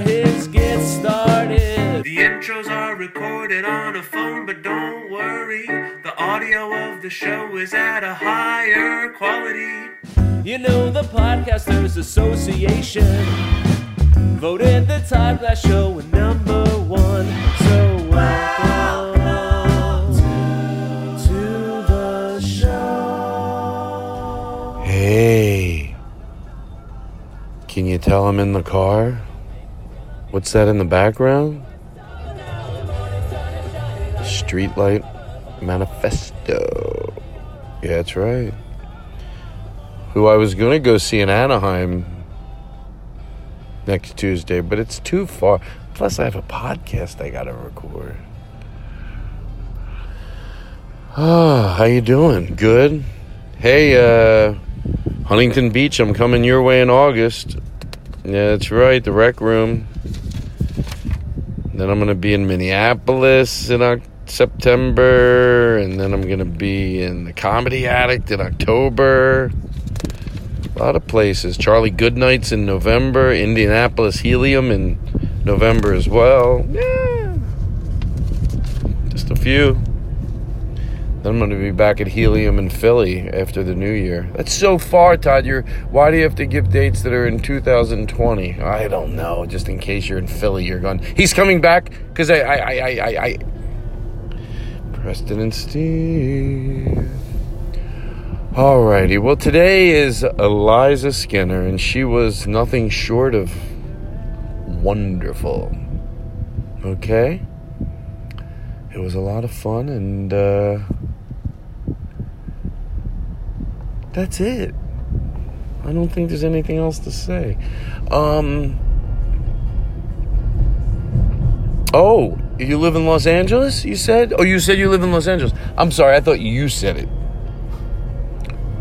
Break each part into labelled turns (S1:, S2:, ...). S1: his gets started. The intros are recorded on a phone, but don't worry. The audio of the show is at a higher quality. You know, the Podcasters Association voted the Todd Glass Show a number one. So welcome to the show.
S2: Hey, can you tell I'm in the car? What's that in the background? Streetlight Manifesto. Yeah, that's right. Who I was going to go see in Anaheim next Tuesday, but it's too far. Plus, I have a podcast I got to record. Ah, how you doing? Good. Hey, uh, Huntington Beach, I'm coming your way in August. Yeah, that's right, the rec room. Then I'm going to be in Minneapolis in Oc- September, and then I'm going to be in the Comedy Addict in October. A lot of places. Charlie Goodnight's in November, Indianapolis Helium in November as well. Yeah. Just a few. Then I'm going to be back at Helium in Philly after the new year. That's so far, Todd. You're, why do you have to give dates that are in 2020? I don't know. Just in case you're in Philly, you're going. He's coming back because I, I, I, I, I, I. Preston and Steve. Alrighty. Well, today is Eliza Skinner, and she was nothing short of wonderful. Okay? it was a lot of fun and uh, that's it i don't think there's anything else to say um oh you live in los angeles you said oh you said you live in los angeles i'm sorry i thought you said it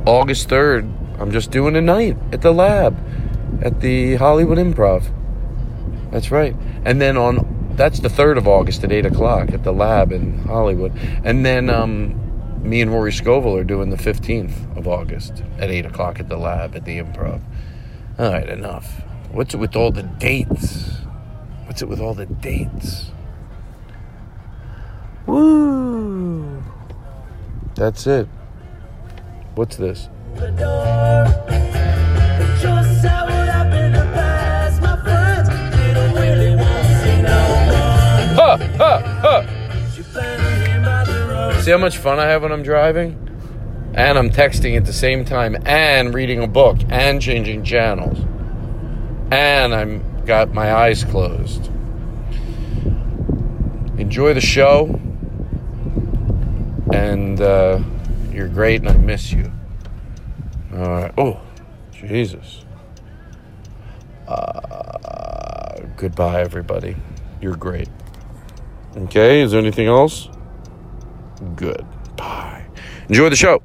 S2: august 3rd i'm just doing a night at the lab at the hollywood improv that's right. And then on that's the third of August at eight o'clock at the lab in Hollywood. And then um, me and Rory Scovel are doing the fifteenth of August at eight o'clock at the lab at the Improv. All right, enough. What's it with all the dates? What's it with all the dates? Woo! That's it. What's this? Ha, ha, ha. See how much fun I have when I'm driving? And I'm texting at the same time, and reading a book, and changing channels. And I'm got my eyes closed. Enjoy the show. And uh, you're great, and I miss you. All right. Oh, Jesus. Uh, goodbye, everybody. You're great. Okay, is there anything else? Good. Bye. Enjoy the show.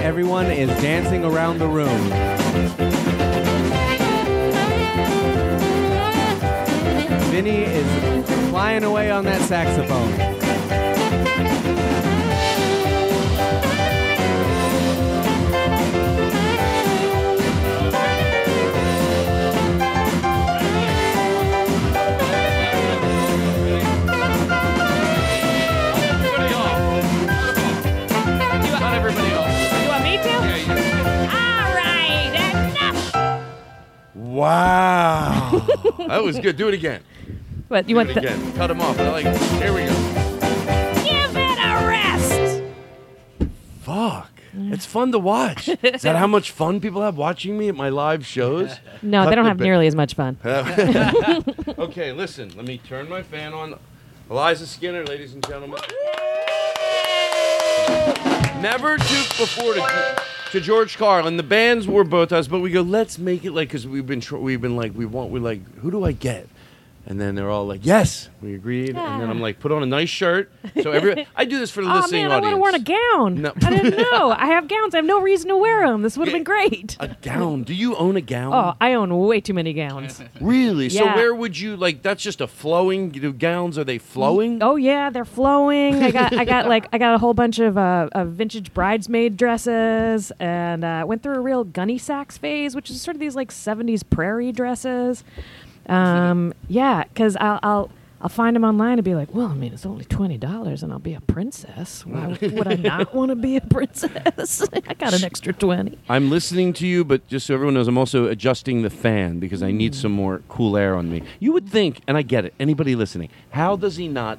S3: Everyone is dancing around the room. Vinny is flying away on that saxophone.
S2: Wow. that was good. Do it again.
S4: What you want?
S2: Do it
S4: The,
S2: again. Cut him off. I like it. Here we go.
S4: give it a rest.
S2: Fuck. It's fun to watch. Is that how much fun people have watching me at my live shows?
S4: No,
S2: Cut
S4: they don't
S2: the
S4: have
S2: bit.
S4: nearly as much fun.
S2: Okay, listen. Let me turn my fan on. Eliza Skinner, ladies and gentlemen. Never took before to, to George Carlin. The bands were both us, but we go, let's make it like because we've been tr- we've been like we want we're like who do I get? And then they're all like, yes, we agreed. And then I'm like, put on a nice shirt. So every I do this for the
S4: Oh
S2: listening
S4: man, I would
S2: audience.
S4: have worn a gown.
S2: No.
S4: I didn't know. I have gowns. I have no reason to wear them. This would have been great.
S2: a gown. Do you own a gown?
S4: Oh, I own way too many gowns.
S2: Really? So
S4: Yeah.
S2: where would you like? That's just a flowing. Do gowns are they flowing?
S4: Oh yeah, they're flowing. I got I got like I got a whole bunch of, uh, of vintage bridesmaid dresses, and uh, went through a real gunny sacks phase, which is sort of these like '70s prairie dresses. Um, yeah, because I'll. I'll I'll find them online and be like, well, I mean, it's only twenty dollars, and I'll be a princess. Why would- would I not want to be a princess? I got an extra twenty.
S2: I'm listening to you, but just so everyone knows, I'm also adjusting the fan because I need some more cool air on me. You would think, and I get it, anybody listening, how does he not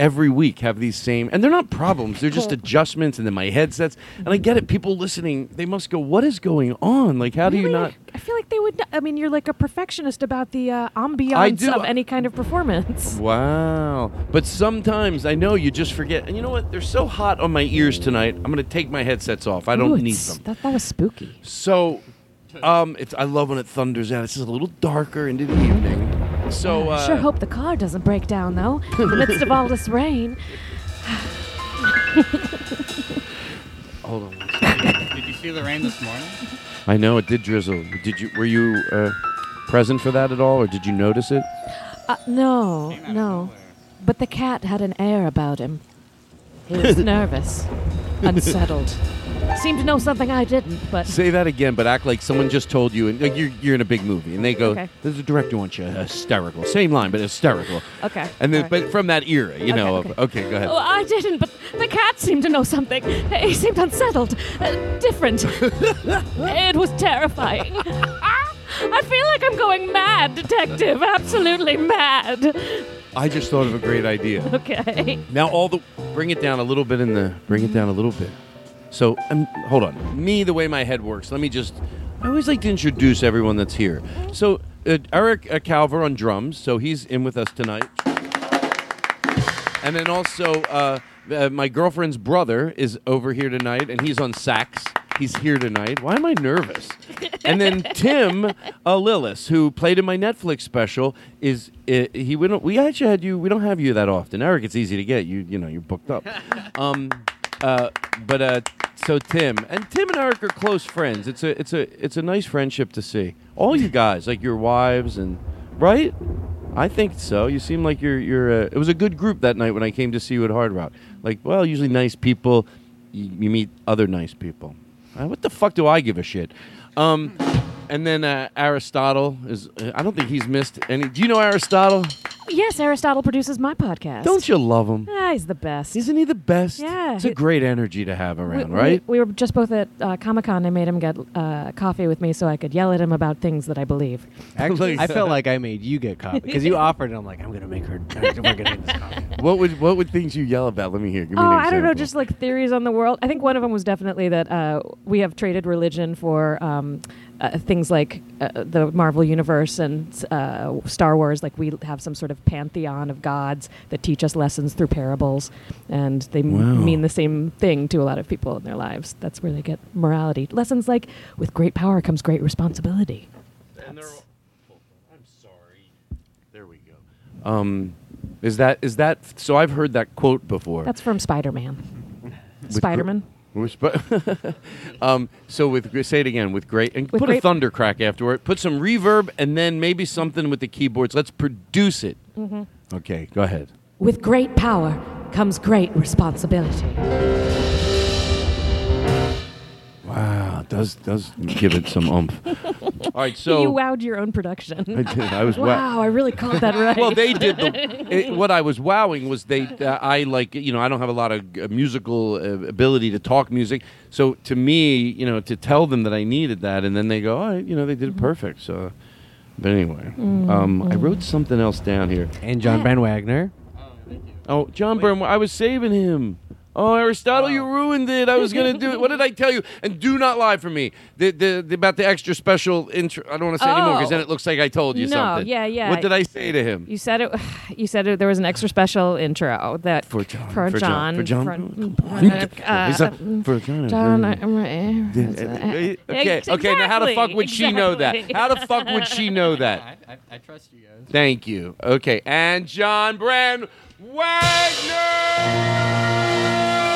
S2: every week have these same, and they're not problems, they're just adjustments, and then my headsets. And I get it, people listening, they must go, what is going on? Like, how do you
S4: Really?
S2: not?
S4: I feel like they would. Not, I mean, you're like a perfectionist about the uh,
S2: I
S4: ambiance
S2: do.
S4: of any kind of performance.
S2: Wow. But sometimes I know you just forget. And you know what? They're so hot on my ears tonight, I'm going to take my headsets off. I don't
S4: Ooh,
S2: need
S4: it's-
S2: them.
S4: That, that was spooky.
S2: So, um, it's I love when it thunders out. It's just a little darker into the evening. So, uh,
S4: sure hope the car doesn't break down though, in the midst of all this rain.
S2: hold on. one second.
S5: Did you see the rain this morning?
S2: I know it did drizzle. Did you were you uh, present for that at all, or did you notice it?
S4: Uh, no,
S5: Came out of
S4: no.
S5: nowhere.
S4: But the cat had an air about him. He was nervous, unsettled. Seemed to know something I didn't, but
S2: Say that again, but act like someone just told you, and like you're you're in a big movie, and they go,
S4: Okay.
S2: "There's a director wants you hysterical." Same line, but hysterical.
S4: okay.
S2: And then,
S4: all right.
S2: but from that era, you know.
S4: Okay,
S2: Of, okay, go ahead.
S4: Oh, I didn't, but the cat seemed to know something. He seemed unsettled, uh, different. it was terrifying. I feel like I'm going mad, detective. Absolutely mad.
S2: I just thought of a great idea.
S4: Okay.
S2: Now all the bring it down a little bit in the bring it down a little bit. So um, hold on, me the way my head works. Let me just. I always like to introduce everyone that's here. So uh, Eric uh, Calver on drums, so he's in with us tonight. And then also uh, uh, my girlfriend's brother is over here tonight, and he's on sax. He's here tonight. Why am I nervous? and then Tim uh, Lillis, who played in my Netflix special, is uh, he? We don't. We actually had you. We don't have you that often, Eric. It's easy to get you. You know, you're booked up. Um, uh, but uh, so Tim and Tim and Eric are close friends. It's a it's a it's a nice friendship to see. All you guys, like your wives and right. I think so. You seem like you're you're. Uh, it was a good group that night when I came to see you at Hard Rock. Like, well, usually nice people. You, you meet other nice people. Uh, what the fuck do I give a shit? Um, and then uh, Aristotle is. Uh, I don't think he's missed any. Do you know Aristotle?
S4: Yes, Aristotle produces my podcast.
S2: Don't you love him?
S4: Ah, he's the best.
S2: Isn't he the best?
S4: Yeah.
S2: It's a great energy to have
S4: We-
S2: around,
S4: we-
S2: right?
S4: We, were just both at uh, Comic Con. I made him get uh, coffee with me so I could yell at him about things that I believe.
S6: Actually,
S2: Like-
S6: I felt like I made you get coffee because you offered it. I'm like, I'm gonna make her. We're gonna make this coffee.
S2: what would what would things you yell about? Let me hear. Give me
S4: Oh,
S2: an
S4: I don't know,
S2: example.
S4: just like theories on the world. I think one of them was definitely that uh, we have traded religion for um, uh, things like uh, the Marvel Universe and uh, Star Wars. Like we have some sort of pantheon of gods that teach us lessons through parables, and they m-
S2: Wow.
S4: mean the same thing to a lot of people in their lives. That's where they get morality lessons like with great power comes great responsibility. That's-
S2: I'm sorry. There we go. Um, is that is that? So I've heard that quote before.
S4: That's from Spider Man. Spider Man.
S2: With sp- um, so with say it again with great and
S4: With
S2: put a
S4: great-
S2: thunder crack afterward. Put some reverb and then maybe something with the keyboards. Let's produce it.
S4: Mm-hmm.
S2: Okay, go ahead.
S4: With great power comes great responsibility.
S2: Wow, does does give it some oomph. All right, so
S4: you wowed your own production.
S2: I, did, I was wa-
S4: Wow, I really caught that right.
S2: Well, they did the. It, what I was wowing was they. Uh, I like you know I don't have a lot of uh, musical uh, ability to talk music, so to me you know to tell them that I needed that, and then they go, all right, you know they did
S4: Mm-hmm.
S2: it perfect. So, but anyway, um, I wrote something else down here.
S6: And John Ben Wagner.
S2: Oh, John Byrne, I was saving him. Oh, Aristotle, you ruined it. I was going to do it. What did I tell you? And do not lie for me. The, the, the- about the extra special intro. I don't want to say anymore because
S4: Oh.
S2: then it looks like I told you
S4: No,
S2: something.
S4: yeah, yeah.
S2: What did I say to him?
S4: you said it. You said it, there was an extra special intro that
S2: For John,
S4: for,
S2: for John,
S4: John,
S2: for John.
S4: for-
S2: Come on,
S4: uh,
S2: he's up Mm. for John.
S4: John, I'm right.
S2: Okay,
S4: Exactly,
S2: okay, now how the fuck would she know that?
S4: exactly.
S2: How the fuck would she know that?
S7: I, I trust you guys.
S2: Thank you. Okay, and John Brand Wagner.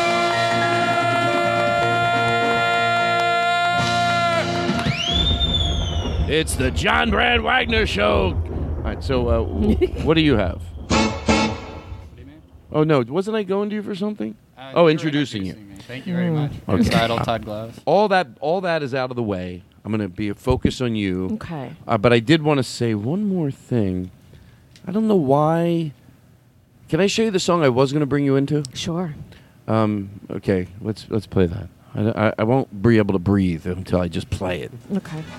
S2: It's the John Brand Wagner Show. All right, so uh, w- what do you have?
S7: What do you mean?
S2: Oh no, wasn't I going to you for something?
S7: Uh, you
S2: oh,
S7: were
S2: introducing you.
S7: Me. Thank you very much. Aristotle, Todd Glass.
S2: All that, all that is out of the way. I'm going to be focus on you.
S4: Okay.
S2: Uh, but I did want to say one more thing. I don't know why. Can I show you the song I was going to bring you into?
S4: Sure.
S2: Um, okay, let's let's play that. I, I, I won't be able to breathe until I just play it.
S4: Okay.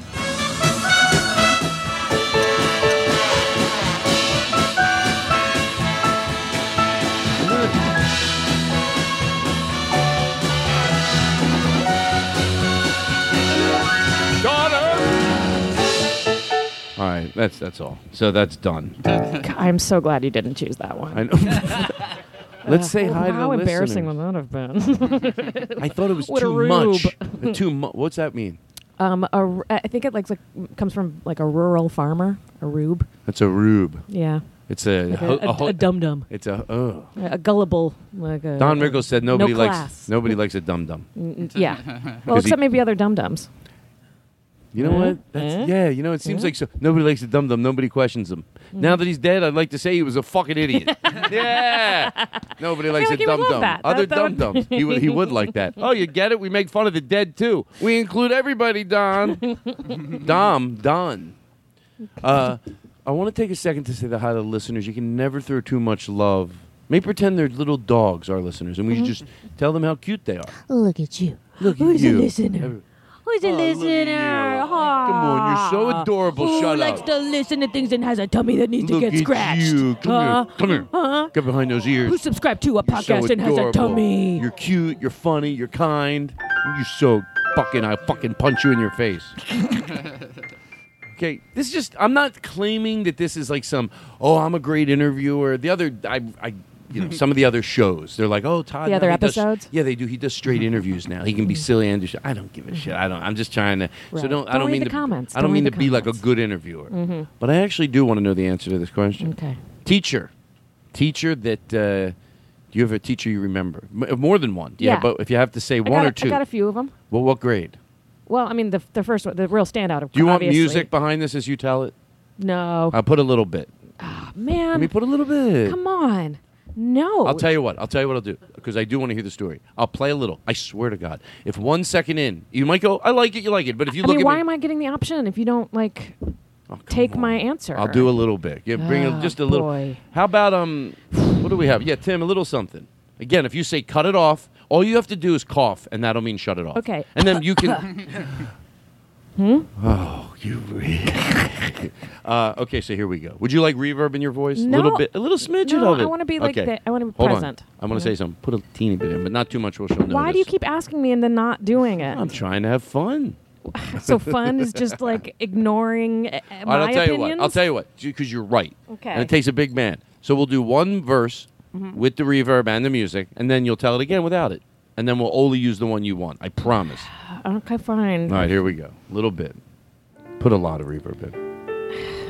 S2: All right, that's that's all. So that's done.
S4: I'm so glad you didn't choose that one.
S2: I know. let's say
S4: Oh,
S2: hi to the
S4: How embarrassing
S2: listeners.
S4: would that have been?
S2: I thought it was
S4: What a
S2: too
S4: rube.
S2: much. too much. What's that mean?
S4: um, a r- I think it like, like comes from like a rural farmer, a rube.
S2: That's a rube.
S4: Yeah.
S2: It's a oh,
S4: Like
S2: ho-
S4: a, a,
S2: ho-
S4: a dum dum.
S2: It's a oh.
S4: A gullible. Like a,
S2: Don Rickles said nobody
S4: no
S2: likes
S4: class.
S2: nobody likes a dum dum.
S4: Mm, Yeah. Well,
S2: 'Cause he-
S4: except maybe other dum dums.
S2: You know
S4: Eh?
S2: what? That's,
S4: Eh?
S2: yeah, you know it seems
S4: Eh?
S2: like so, nobody likes a dum dum. Nobody questions him.
S4: Hmm.
S2: Now that he's dead, I'd like to say he was a fucking idiot. yeah, nobody likes
S4: like
S2: a
S4: he would
S2: dum
S4: love
S2: dum.
S4: that.
S2: Other
S4: That- that
S2: dum
S4: would-
S2: dums. he would he would like that. Oh, you get it? We make fun of the dead too. We include everybody, Don. Dom, Don. Uh, I want to take a second to say the hi to the listeners. You can never throw too much love. Maybe pretend they're little dogs, our listeners,
S4: Mm-hmm.
S2: and we just tell them how cute they are.
S4: Look at you.
S2: Look
S4: Who's
S2: at Oh,
S4: a
S2: you.
S4: listener?
S2: Every-
S4: Who's a listener?
S2: Come on, you're so adorable.
S4: Ah. Who
S2: Shut
S4: likes
S2: up.
S4: to listen to things and has a tummy that needs
S2: Look
S4: to get
S2: at
S4: scratched?
S2: you. Come
S4: Huh?
S2: here. Come here.
S4: Huh?
S2: Get behind those ears.
S4: Who subscribed to a
S2: You're so
S4: podcast and has a
S2: adorable.
S4: tummy?
S2: You're cute. You're funny. You're kind. You're so fucking. I fucking punch you in your face. Okay, this is just. I'm not claiming that this is like some. Oh, I'm a great interviewer. The other, I, I you know, some of the other shows. They're like, oh, Todd.
S4: The
S2: now
S4: other
S2: he does-
S4: episodes? Mm-hmm.
S2: yeah, they do. He does straight interviews now. He can be silly and do shit. I don't give a shit. I don't. I'm just trying to. So
S4: Right.
S2: don't. I
S4: Don't
S2: don't
S4: read
S2: mean
S4: the
S2: to.
S4: comments.
S2: I don't,
S4: Don't
S2: mean
S4: read
S2: to
S4: the
S2: be like a
S4: comments. Mm-hmm.
S2: good interviewer. But I actually do want to know the answer to this question.
S4: Okay.
S2: Teacher, teacher that. Uh, do you have a teacher you remember? M- uh, more than one.
S4: Yeah.
S2: But if you have to say
S4: I
S2: one
S4: got,
S2: or two.
S4: I got a few of them.
S2: Well, what grade?
S4: Well, I mean, the, the first one, the real standout. Of
S2: Do you want
S4: obviously.
S2: music behind this as you tell it?
S4: No,
S2: I'll put a little bit. Let
S4: man.
S2: me put a little bit.
S4: Um, come on. No.
S2: I'll tell you what. I'll tell you what I'll do because I do want to hear the story. I'll play a little. I swear to God, if one second in, you might go, "I like it, you like it," but if you
S4: I
S2: look
S4: mean,
S2: at
S4: why
S2: me, "Oh,
S4: am I getting the option if you don't like take my answer?
S2: I'll do a little bit. Yeah, bring a,
S4: Oh,
S2: just a little.
S4: boy.
S2: How about um, what do we have? Yeah, Tim, a little something. Again, if you say cut it off, all you have to do is cough, and that'll mean shut it off.
S4: Okay. Hmm?
S2: And then you can. hmm. Oh, you. re- uh, okay, so here we go. Would you like reverb in your voice? A
S4: No.
S2: little bit, a little smidgen
S4: No,
S2: of it.
S4: I wanna be like
S2: okay.
S4: the- I wanna be
S2: Hold
S4: present.
S2: On. I want to say something. Put a teeny bit in, but not too much. We'll show
S4: Why do you keep asking me and then not doing
S2: I'm
S4: it?
S2: trying to have fun.
S4: so fun is just like ignoring uh, uh, my
S2: All right, I'll tell
S4: opinions.
S2: you what. I'll tell you what, because you're right.
S4: Okay. Mm-hmm.
S2: And it takes a big man. So we'll do one verse with the reverb and the music, and then you'll tell it again without it, and then we'll only use the one you want. I promise.
S4: Okay, fine.
S2: All right, here we go. A little bit. Put a lot of reverb in.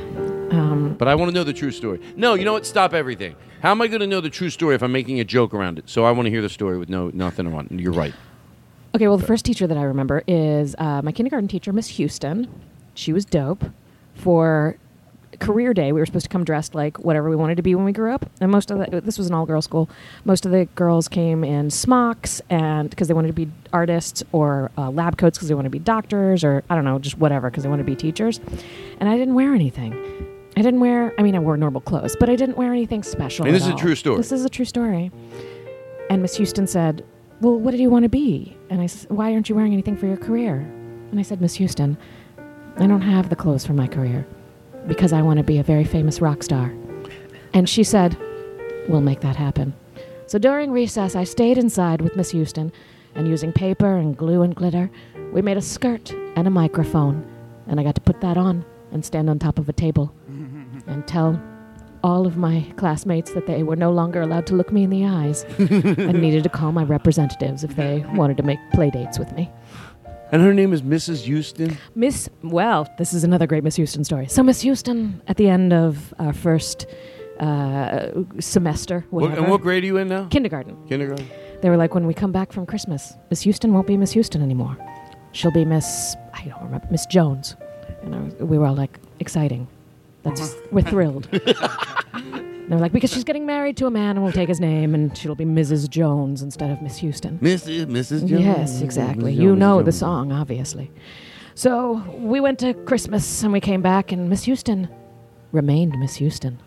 S4: Um.
S2: but I want to know the true story. No, you know what? Stop everything. How am I going to know the true story if I'm making a joke around it? So I want to hear the story with no nothing around. it. You're right.
S4: Okay, well, the first teacher that I remember is uh, my kindergarten teacher, Miss Houston. She was dope. For career day, we were supposed to come dressed like whatever we wanted to be when we grew up. And most of the, this was an all girl school. Most of the girls came in smocks and because they wanted to be artists or uh, lab coats because they wanted to be doctors or I don't know, just whatever because they wanted to be teachers. And I didn't wear anything. I didn't wear, I mean, I wore normal clothes, but I didn't wear anything special.
S2: And this
S4: at
S2: is a
S4: all.
S2: true story.
S4: This is a true story. And Miss Houston said, Well, what did you want to be? And I said, Why aren't you wearing anything for your career? And I said, Miss Houston, I don't have the clothes for my career because I want to be a very famous rock star. And she said, We'll make that happen. So during recess, I stayed inside with Miss Houston, and using paper and glue and glitter, we made a skirt and a microphone. And I got to put that on and stand on top of a table and tell all of my classmates that they were no longer allowed to look me in the eyes and needed to call my representatives if they wanted to make play dates with me.
S2: And her name is Mrs. Houston.
S4: Miss, well, this is another great Miss Houston story. So, Miss Houston, at the end of our first uh, semester,
S2: What,
S4: whatever,
S2: and what grade are you in now?
S4: kindergarten,
S2: Kindergarten.
S4: they were like, when we come back from Christmas, Miss Houston won't be Miss Houston anymore. She'll be Miss, I don't remember, Miss Jones. And I was, we were all like, exciting. That's, we're thrilled. And they were like, because she's getting married to a man and we'll take his name and she'll be Mrs. Jones instead of Miss Houston.
S2: Mrs. Mrs. Jones.
S4: Yes, exactly. You know the song, obviously. So we went to Christmas and we came back, and Miss Houston remained Miss Houston.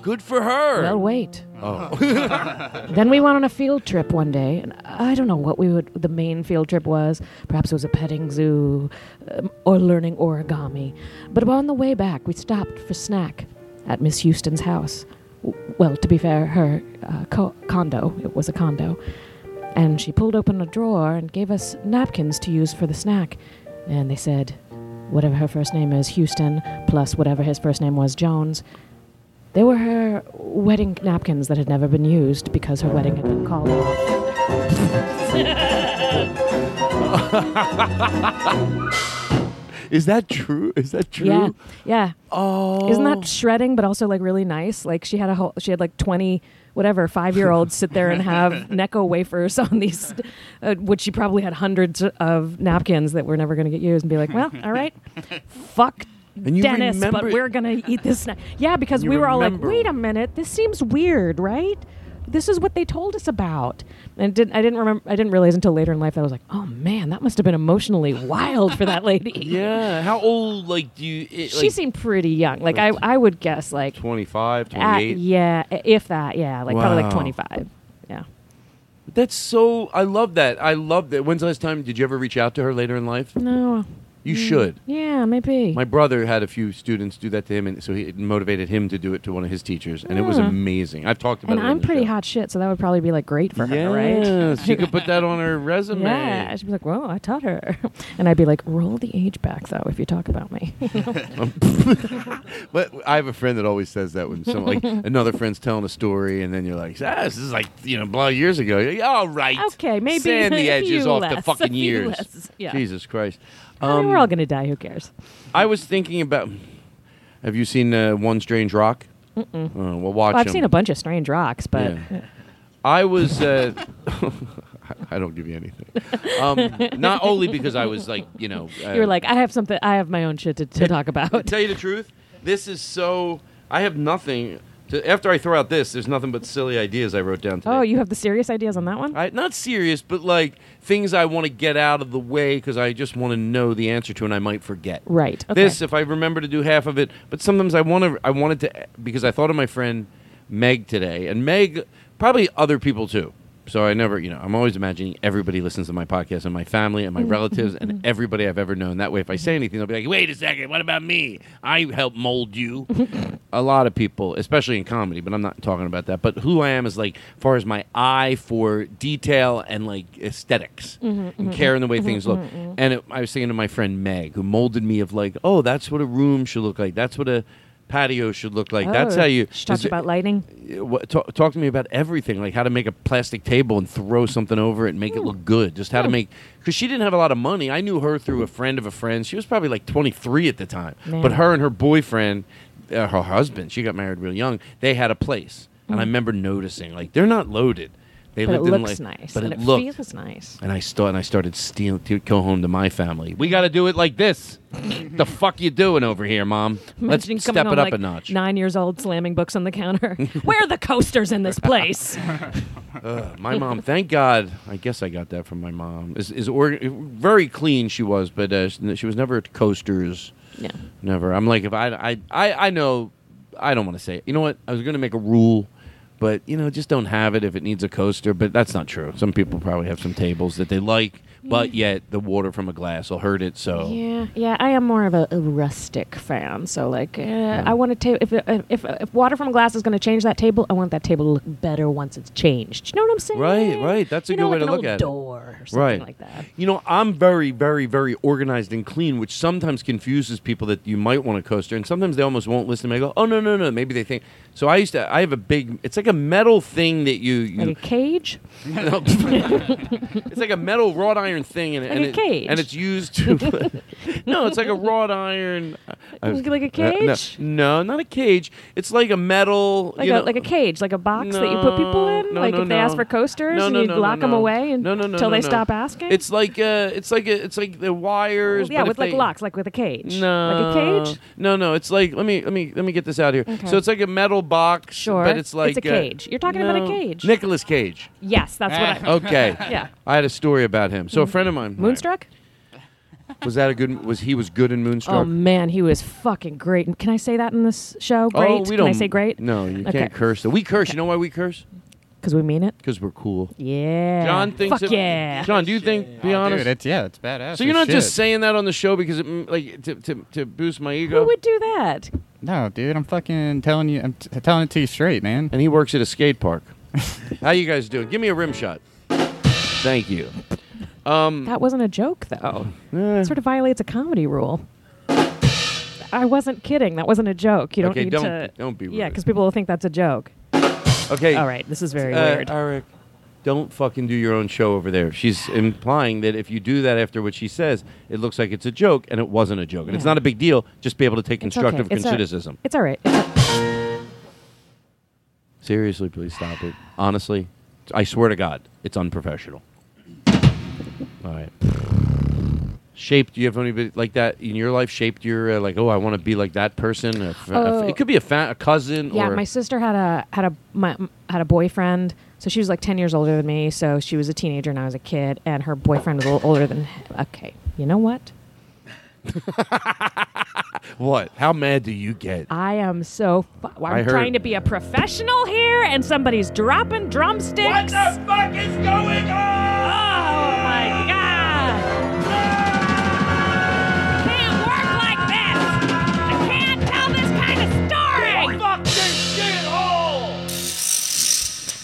S2: Good for her.
S4: Well, wait. Oh. then we went on a field trip one day, and I don't know what we would. The main field trip was perhaps it was a petting zoo, um, or learning origami. But on the way back, we stopped for snack at Miss Houston's house. W- Well, to be fair, her uh, co- condo. It was a condo, and she pulled open a drawer and gave us napkins to use for the snack. And they said, whatever her first name is, Houston, plus whatever his first name was, Jones. They were her wedding napkins that had never been used because her wedding had been called off.
S2: Is that true? Is that true?
S4: Yeah, yeah.
S2: Oh.
S4: Isn't that shredding, but also like really nice? Like she had a whole, she had like twenty whatever five year olds sit there and have Necco wafers on these, uh, which she probably had hundreds of napkins that were never going to get used, and be like, well, all right, fuck.
S2: And you
S4: Dennis,
S2: remember-
S4: but we're gonna eat this. Na- yeah, because
S2: You
S4: we were all like,
S2: remember-
S4: "Wait a minute, this seems weird, right?" This is what they told us about, and it didn't, I didn't remember. I didn't realize until later in life that I was like, "Oh man, that must have been emotionally wild for that lady."
S2: Yeah. How old? Like, do you? It,
S4: she seemed pretty young. Like I, I would guess like
S2: 25,
S4: at,
S2: 28.
S4: yeah, i- if that, yeah, like probably
S2: Wow.
S4: like twenty five. Yeah.
S2: That's so. I love that. I love that. When's the last time? Did you ever reach out to her later in life?
S4: No, Mm.
S2: You should.
S4: Yeah, maybe.
S2: My brother had a few students do that to him, and so he it motivated him to do it to one of his teachers, and it was
S4: Yeah.
S2: amazing. I've talked about
S4: and
S2: it.
S4: I'm
S2: on the
S4: pretty hot shit, so that would probably be like great for her, right?
S2: Yeah, she could put that on her resume.
S4: Yeah, she'd be like, "Whoa, I taught her," and I'd be like, "Roll the age back, though, if you talk about me."
S2: Um, but I have a friend that always says that when some like another friend's telling a story, and then you're like, ah, "This is like you know, blah years ago." You're like, All right,
S4: Okay, maybe
S2: sand the
S4: a
S2: edges
S4: few
S2: off the
S4: less, a
S2: fucking
S4: few
S2: years.
S4: less, yeah.
S2: Jesus Christ.
S4: I mean,
S2: Um,
S4: we're all gonna die. Who cares?
S2: I was thinking about. Have you seen uh, One Strange Rock?
S4: Mm-mm.
S2: Uh, well, watch.
S4: Well, I've
S2: 'em.
S4: seen a bunch of strange rocks, but
S2: Yeah. I was. Uh, I don't give you anything. Um, not only because I was like, you know, uh,
S4: you were like, "I have something. I have my own shit to, to talk
S2: To
S4: about."
S2: tell you the truth, this is so. I have nothing. To, after I throw out this, there's nothing but silly ideas I wrote down today.
S4: Oh, you have the serious ideas on that one?
S2: I, not serious, but like things I want to get out of the way because I just want to know the answer to, and I might forget.
S4: Right, okay.
S2: This, if I remember to do half of it, but sometimes I want to. I wanted to because I thought of my friend Meg today, and Meg probably other people too. So I never, you know, I'm always imagining everybody listens to my podcast and my family and my relatives and everybody I've ever known. That way, if I say anything, they'll be like, "Wait a second, what about me? I helped mold you." a lot of people, especially in comedy, but I'm not talking about that. But who I am is like, far as my eye for detail and like esthetics
S1: Mhm,
S2: and
S1: mhm,
S2: care in the way
S1: mhm,
S2: things look.
S1: mhm, mhm.
S2: And it, I was thinking to my friend Meg, who molded me of like, oh, that's what a room should look like. That's what a patio should look like. that's
S4: Oh,
S2: how you
S4: She talked
S2: is it-
S4: about lighting.
S2: what, talk, talk to me about everything, like how to make a plastic table and throw something over it and
S4: Hmm.
S2: make it look good. Just how to make, because she didn't have a lot of money. I knew her through a friend of a friend. She was probably like 23 at the time.
S1: Man.
S2: But her and her boyfriend, uh, her husband, she got married real young, they had a place. And I
S1: Mm.
S2: remember noticing, like, they're not loaded. They
S4: but it
S2: lived in
S4: looks
S2: like,
S4: nice.
S2: But
S4: and
S2: it, looked.
S4: feels nice.
S2: and I st- and I started stealing to go home to my family. We got to do it like this. the fuck you doing over here, mom? Let's
S4: Imagine
S2: step
S4: coming
S2: it
S4: home,
S2: up
S4: like,
S2: a notch.
S4: Nine years old, slamming books on the counter. Where are the coasters in this place?
S2: Ugh, my mom, thank God. I guess I got that from my mom. Is is or, very clean she was, but uh, she she was never at coasters.
S4: Yeah.
S2: Never. I'm like if I I I, I know I don't want to say. It. You know what? I was going to make a rule, but you know, just don't have it if it needs a coaster, but that's not true. Some people probably have some tables that they like, but yet the water from a glass will hurt it, so
S4: Yeah, yeah. I am more of a, a rustic fan. So like, uh, I want to table. If, if if if water from glass is going to change that table, I want that table to look better once it's changed. You know what I'm saying?
S2: Right, right. That's a
S4: You
S2: good
S4: know,
S2: way
S4: like
S2: to
S4: an
S2: look
S4: old
S2: at
S4: door
S2: it.
S4: or something
S2: right.
S4: like that.
S2: You know, I'm very, very, very organized and clean, which sometimes confuses people that you might want a coaster, and sometimes they almost won't listen. They go, "Oh no, no, no." Maybe they think. So I used to. I have a big. It's like a metal thing that you. you
S4: Like a cage.
S2: No. it's like a metal wrought iron thing, and,
S4: Like
S2: and
S4: a
S2: it,
S4: cage.
S2: and it's used to. no, it's like a wrought iron.
S4: Like a
S2: Uh, no.
S4: cage?
S2: no, not a cage. It's like a metal.
S4: Like
S2: you
S4: a
S2: know-
S4: like a cage, like a box that you put people in.
S2: no,
S4: like
S2: no,
S4: if they ask
S2: no.
S4: for coasters,
S2: No,
S4: and
S2: no,
S4: you
S2: no,
S4: lock
S2: no,
S4: 'em lock them
S2: no.
S4: away and
S2: No, no, no,
S4: till
S2: no,
S4: they
S2: no.
S4: stop asking.
S2: It's like uh, it's like a, it's like the wires.
S4: yeah,
S2: but
S4: with
S2: if
S4: like
S2: they-
S4: locks, like with a cage.
S2: No,
S4: Like a cage.
S2: No, no, it's like let me let me let me get this out here.
S4: Okay.
S2: So it's like a metal box,
S4: Sure.
S2: but it's like
S4: a cage. You're talking about a cage.
S2: Nicholas Cage.
S4: Yes, that's
S2: Eh. Oh,
S4: what. I...
S2: okay.
S4: Yeah. Mm.
S2: I had a story about him. So a friend of mine
S4: Moonstruck.
S2: was that a good was he was good in
S4: Oh
S2: Moonstruck?
S4: man, he was fucking great. And Can I say that in this show? Great.
S2: Oh, we don't,
S4: Can I say great?
S2: No, you
S4: Okay.
S2: can't curse. We curse. You know why we curse?
S4: Because we mean it.
S2: Because we're cool.
S4: Yeah.
S2: John thinks.
S4: Fuck
S2: it- Oh,
S4: yeah.
S2: John, do you think? Be honest.
S8: Oh, Dude, it's, yeah, it's badass.
S2: So you're
S8: as
S2: not just
S8: shit.
S2: saying that on the show because it mm, like to to, to boost my ego.
S4: Who would do that?
S8: No, dude, I'm fucking telling you. I'm t- telling it to you straight, man.
S2: And he works at a skate park. How you guys doing? Give me a rim shot. Thank you. Um,
S4: That wasn't a joke, though.
S2: Eh.
S4: It sort of violates a comedy rule. I wasn't kidding. That wasn't a joke. You don't
S2: Okay,
S4: need
S2: don't-
S4: to.
S2: don't be
S4: Yeah,
S2: rude.
S4: because people will think that's a joke.
S2: Okay.
S4: All right, this is very
S2: Uh,
S4: weird.
S2: Eric, don't fucking do your own show over there. She's implying that if you do that after what she says, it looks like it's a joke, and it wasn't a joke, and it's
S4: Yeah.
S2: not a big deal. Just be able to take
S4: It's okay.
S2: constructive
S4: It's all-
S2: criticism.
S4: It's all right. It's all-
S2: Seriously, please stop it. Honestly, I swear to God, it's unprofessional. All right. Shaped? Do you have anybody like that in your life? Uh, Shaped your uh, like? Oh, I want to be like that person. A fa- a fa-
S4: Oh.
S2: it could be a, fa- a cousin.
S4: yeah,
S2: or
S4: my sister had a had a my, had a boyfriend. So she was like ten years older than me. So she was a teenager and I was a kid. And her boyfriend was a little older than. Okay, you know what?
S2: what? How mad do you get?
S4: I am so. Fu- I'm
S2: I heard-
S4: trying to be a professional here, and somebody's dropping drumsticks. What the fuck is going on? Oh my god!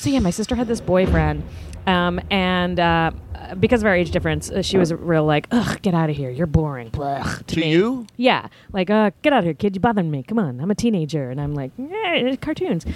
S4: yeah, my sister had this boyfriend, um, and uh, because of our age difference, uh, she was real like, ugh, get out of here, you're boring. Blech, to
S2: To
S4: me.
S2: you?
S4: Yeah, like, uh, get out of here, kid, you bothering me. Come on, I'm a teenager, and I'm like, yeah, cartoons.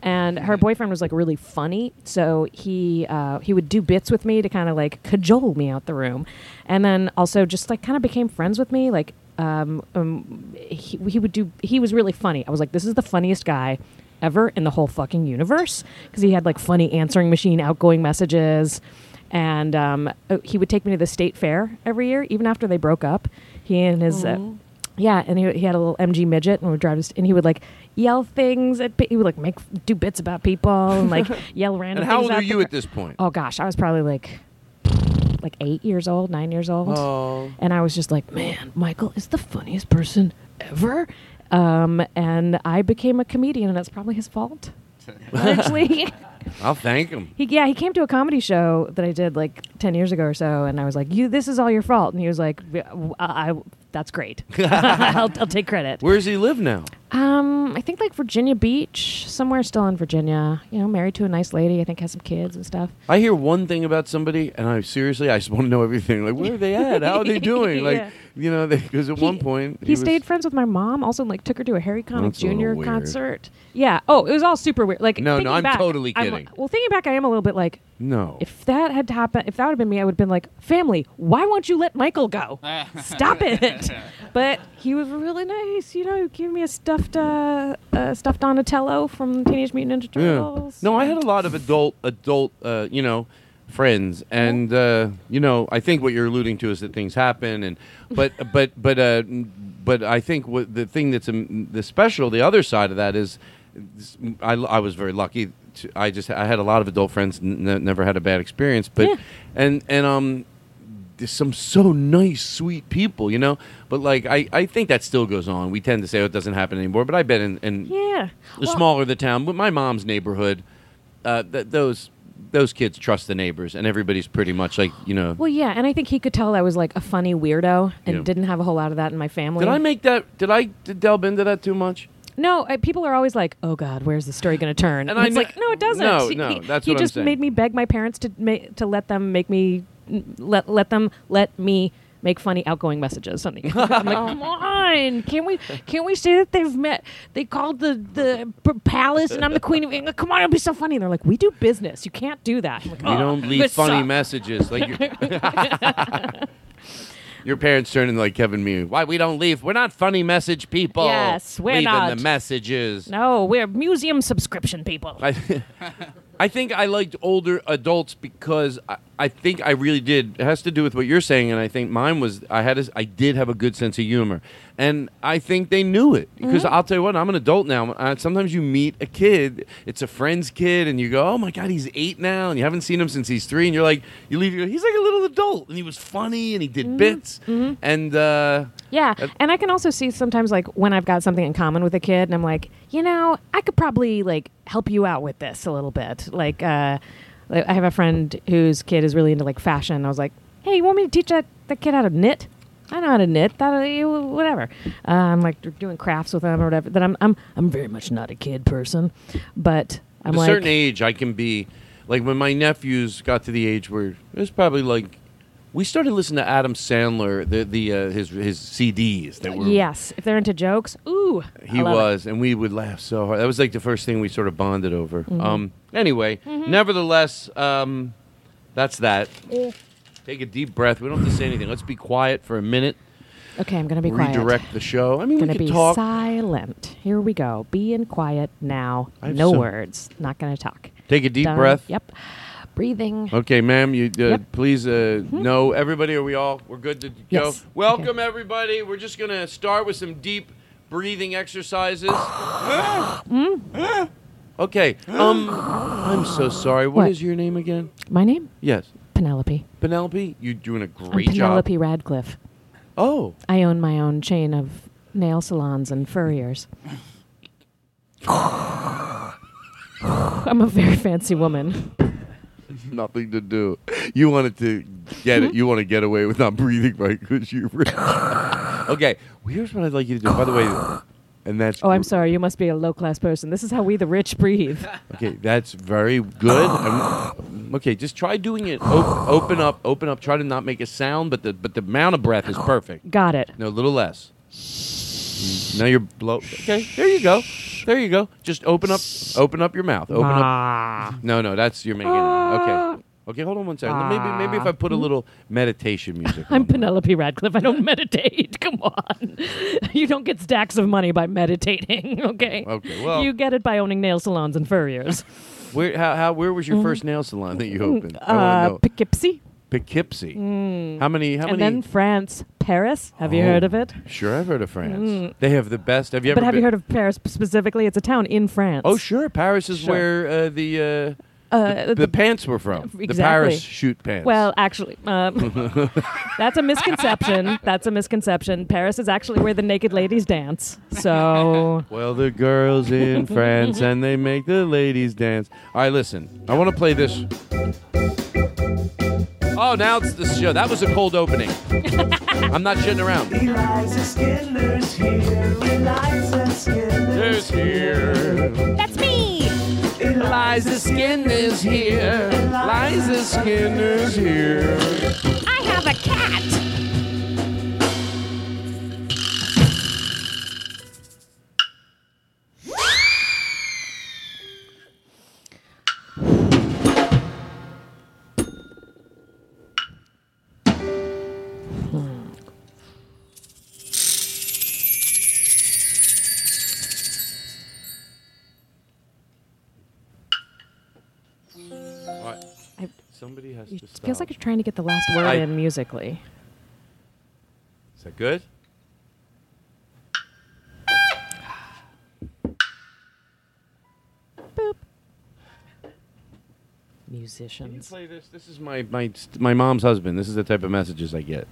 S4: And her boyfriend was like really funny, so he uh, he would do bits with me to kind of like cajole me out the room, and then also just like kind of became friends with me, like. Um, um, he, he would do. He was really funny. I was like, "This is the funniest guy ever in the whole fucking universe because he had like funny answering machine outgoing messages and um, uh, he would take me to the state fair every year even after they broke up he and his uh, yeah and he, he had a little mg midget and would drive us and he would like yell things at pe- he would like make do bits about people and like yell random
S2: And how
S4: things
S2: old are
S4: at the
S2: you
S4: per-
S2: at this point?
S4: oh gosh i was probably like like eight years old nine years old
S2: Oh.
S4: and i was just like man michael is the funniest person ever um, and i became a comedian and that's probably his fault Actually,
S2: I'll thank him.
S4: he yeah he came to a comedy show that I did like ten years ago or so, and I was like, "You, this is all your fault," and he was like, "Yeah, w- "I, I- that's great. I'll, I'll take credit."
S2: Where does he live now?
S4: Um, I think like Virginia Beach, somewhere still in Virginia. You know, married to a nice lady. I think has some kids and stuff.
S2: I hear one thing about somebody, and I seriously, I just want to know everything. Like, where are they at? How are they doing? Like,
S4: Yeah.
S2: you know, because at one point
S4: He,
S2: was-
S4: stayed friends with my mom. Also, like took her to a Harry Connick
S2: That's a little
S4: Jr.
S2: weird.
S4: concert. Yeah. Oh, it was all super weird. Like,
S2: No, no,
S4: thinking
S2: I'm
S4: back,
S2: totally
S4: I'm-
S2: kidding.
S4: well, thinking back, I am a little bit like,
S2: No.
S4: if that had happened, if that would have been me, I would have been like, family, why won't you let Michael go? Stop it. But he was really nice. You know, he gave me a stuffed, uh, uh, stuffed Donatello from Teenage Mutant Ninja
S2: Yeah.
S4: Turtles.
S2: No, I had a lot of adult, adult, uh, you know, friends, and uh, you know, I think what you're alluding to is that things happen, and but but but uh, but I think what the thing that's um, the special, the other side of that is, this- I, I was very lucky. To, I just I had a lot of adult friends, n- n- never had a bad experience, but
S4: Yeah.
S2: and and um. There's some so nice, sweet people, you know. But like, I, I think that still goes on. We tend to say oh, it doesn't happen anymore, but I bet in, in
S4: Yeah.
S2: the
S4: Well,
S2: smaller the town, but my mom's neighborhood, uh, th- those those kids trust the neighbors, and everybody's pretty much like you know.
S4: Well, yeah, and I think he could tell I was like a funny weirdo and
S2: Yeah.
S4: didn't have a whole lot of that in my family.
S2: Did I make that? Did I d- delve into that too much?
S4: No, I, people are always like, "Oh God, where's the story going to turn?"
S2: And
S4: And,
S2: I
S4: it's
S2: kn-
S4: like, "No, it doesn't."
S2: No,
S4: He-
S2: no,
S4: he-
S2: that's
S4: he
S2: what I'm
S4: just
S2: saying.
S4: made me beg my parents to ma- to let them make me let let them let me make funny outgoing messages. Something. I'm like, come on, can we can we say that they've met? They called the the p- palace, and I'm the queen of England. Come on, it'll be so funny. And they're like, "We do business. You can't do that." I'm like,
S2: You
S4: "Oh,
S2: don't leave
S4: this
S2: funny
S4: sucks."
S2: messages like your, your parents turn into like Kevin Mew. Why we don't leave? We're not funny message people.
S4: Yes, we're
S2: leaving
S4: not.
S2: the messages.
S4: No, we're museum subscription people.
S2: I, I think I liked older adults because I, I think I really did. It has to do with what you're saying, and I think mine was I had a, I did have a good sense of humor, and I think they knew it because I'll tell you what I'm an adult now. Uh, sometimes you meet a kid, it's a friend's kid, and you go, oh my god, he's eight now, and you haven't seen him since he's three, and you're like, you leave, you go, he's like a little adult, and he was funny, and he did bits, and uh,
S4: Yeah, and I can also see sometimes like when I've got something in common with a kid, and I'm like, you know, I could probably like help you out with this a little bit. Like, uh, like, I have a friend whose kid is really into like fashion. I was like, hey, you want me to teach that, that kid how to knit? I know how to knit. That uh, whatever. Uh, I'm like doing crafts with them or whatever. That I'm I'm I'm very much not a kid person, but I'm
S2: at a
S4: like
S2: certain age I can be like when my nephews got to the age where it was probably like we started listening to Adam Sandler the the uh, his his CDs that were
S4: yes, if they're into jokes, ooh, I
S2: he
S4: love it.
S2: was and we would laugh so hard that was like the first thing we sort of bonded over
S4: Mm-hmm.
S2: um anyway nevertheless um that's that take a deep breath we don't have to say anything let's be quiet for a minute
S4: Okay, I'm gonna be quiet.
S2: redirect the show I mean
S4: gonna
S2: we could
S4: be
S2: talk
S4: silent. Here we go. Be in quiet now.
S2: I have
S4: No
S2: some-
S4: words. Not gonna talk.
S2: take a deep
S4: Done.
S2: breath
S4: Yep. Breathing.
S2: Okay, ma'am. You uh,
S4: Yep.
S2: please uh,
S4: Mm-hmm.
S2: know everybody. Are we all? We're good to go.
S4: Yes.
S2: Welcome everybody. We're just gonna start with some deep breathing exercises. Mm-hmm. okay. Um, I'm so sorry. what
S4: What?
S2: is your name again?
S4: My name?
S2: Yes,
S4: Penelope.
S2: Penelope. You're doing a great
S4: I'm Penelope
S2: job.
S4: Radcliffe.
S2: Oh,
S4: I own my own chain of nail salons and furriers. I'm a very fancy woman.
S2: nothing to do. You wanted to get it. You want to get away with not breathing right because you're. okay. Well, here's what I'd like you to do. By the way, and that's
S4: Oh, I'm sorry. You must be a low class person. This is how we the rich breathe.
S2: Okay, that's very good. I'm- okay, just try doing it. Op- open up, open up. Try to not make a sound, but the but the amount of breath is perfect.
S4: Got it.
S2: No, a little less. Now you're blow. Okay, there you go. There you go. Just open up, open up your mouth. Open up. No, no, that's you're making.
S4: Ah.
S2: it. Okay, okay. Hold on one second. Maybe maybe if I put a little meditation music.
S4: I'm Penelope Radcliffe. I don't meditate. Come on. You don't get stacks of money by meditating, okay?
S2: Okay, well-
S4: You get it by owning nail salons and furriers.
S2: Where how, how where was your first nail salon that you opened? I wanna
S4: Mm. Uh,
S2: know.
S4: Poughkeepsie.
S2: Poughkeepsie.
S4: Mm.
S2: How many? How
S4: and
S2: many?
S4: then France. Paris. Have you heard
S2: Oh,
S4: of it?
S2: Sure, I've heard of France.
S4: Mm.
S2: They have the best. Have you ever?
S4: but have
S2: been-
S4: you heard of Paris specifically? It's a town in France.
S2: Oh, sure. Paris is
S4: Sure.
S2: where uh, the, uh,
S4: Uh,
S2: the,
S4: the-
S2: the pants were from. The
S4: Exactly.
S2: Paris shoot pants.
S4: Well, actually, um, that's a misconception. That's a misconception. Paris is actually where the naked ladies dance. So
S2: Well, the girls in France and they make the ladies dance. All right, listen. I want to play this. Oh, now it's the show. That was a cold opening. I'm not shitting around.
S1: Eliza Skinner's here. Eliza Skinner's here.
S4: That's me.
S1: Eliza
S2: Skinner's here. Eliza Skinner's here.
S1: I have a cat.
S2: All right.
S4: I-
S2: Somebody has
S4: it
S2: to stop.
S4: feels like you're trying to get the last word
S2: I-
S4: in musically.
S2: Is that good?
S4: Musicians.
S2: play this? This is my, my, my mom's husband. This is the type of messages I get.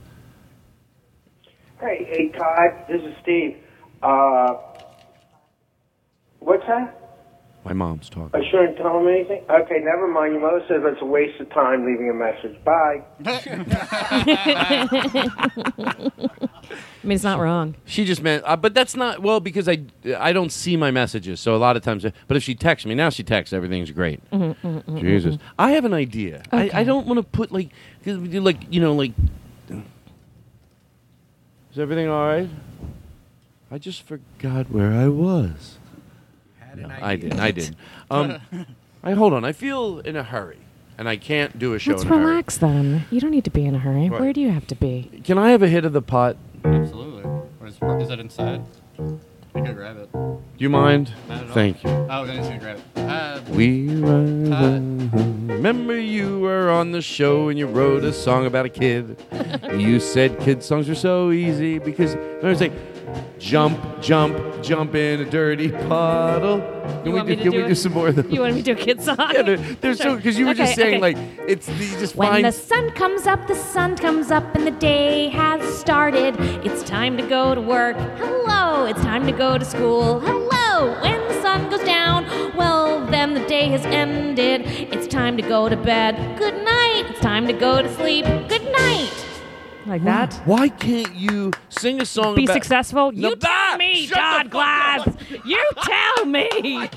S9: Hey, hey, Todd. This is Steve. Uh, what's that?
S2: My mom's talking.
S9: I shouldn't tell him anything. Okay, never mind. Your mother says it's a waste of time leaving a message. Bye.
S4: I mean, it's not wrong.
S2: She just meant, uh, but that's not well because I I don't see my messages, so a lot of times. But if she texts me now, she texts everything's great.
S4: Mm-hmm,
S1: Mhm, mhm, mhm,
S2: Jesus,
S1: mhm.
S2: I have an idea. I, I
S1: Okay.
S2: don't want to put like 'cause we do, like you know like. Is everything all right? I just forgot where I was. No, I didn't. I didn't. Um, I hold on. I feel in a hurry, and I can't do a show
S4: Let's
S2: in a hurry.
S4: relax then. You don't need to be in a hurry.
S2: Right.
S4: Where do you have to be?
S2: Can I have a hit of the pot?
S10: Absolutely. Or Is, is that inside? I could grab it. Do
S2: you mind?
S10: Not at all.
S2: Thank you.
S10: Oh, then it's gonna grab it. Uh,
S2: We were. Uh, Remember, you were on the show and you wrote a song about a kid. you said kid songs are so easy because remember it's like jump, jump, jump in a dirty puddle. Can
S4: You
S2: we
S4: want me
S2: do,
S4: to
S2: can
S4: do
S2: we
S4: it?
S2: do some more of those?
S4: You want me to do a kid song?
S2: Yeah, they're, they're so because you were just
S4: Okay,
S2: saying
S4: okay.
S2: like it's you just
S4: When
S2: find
S4: the sun comes up, the sun comes up, and the day has started. It's time to go to work. Hello, it's time to go to school. Hello, when the sun goes down, well, then the day has ended. It's time to go to bed. Good night, it's time to go to sleep. Good night. Like that?
S2: Why can't you sing a song?
S4: Be
S2: about-
S4: successful.
S2: No,
S4: You
S2: bah!
S4: tell me, Todd Glass. You tell me.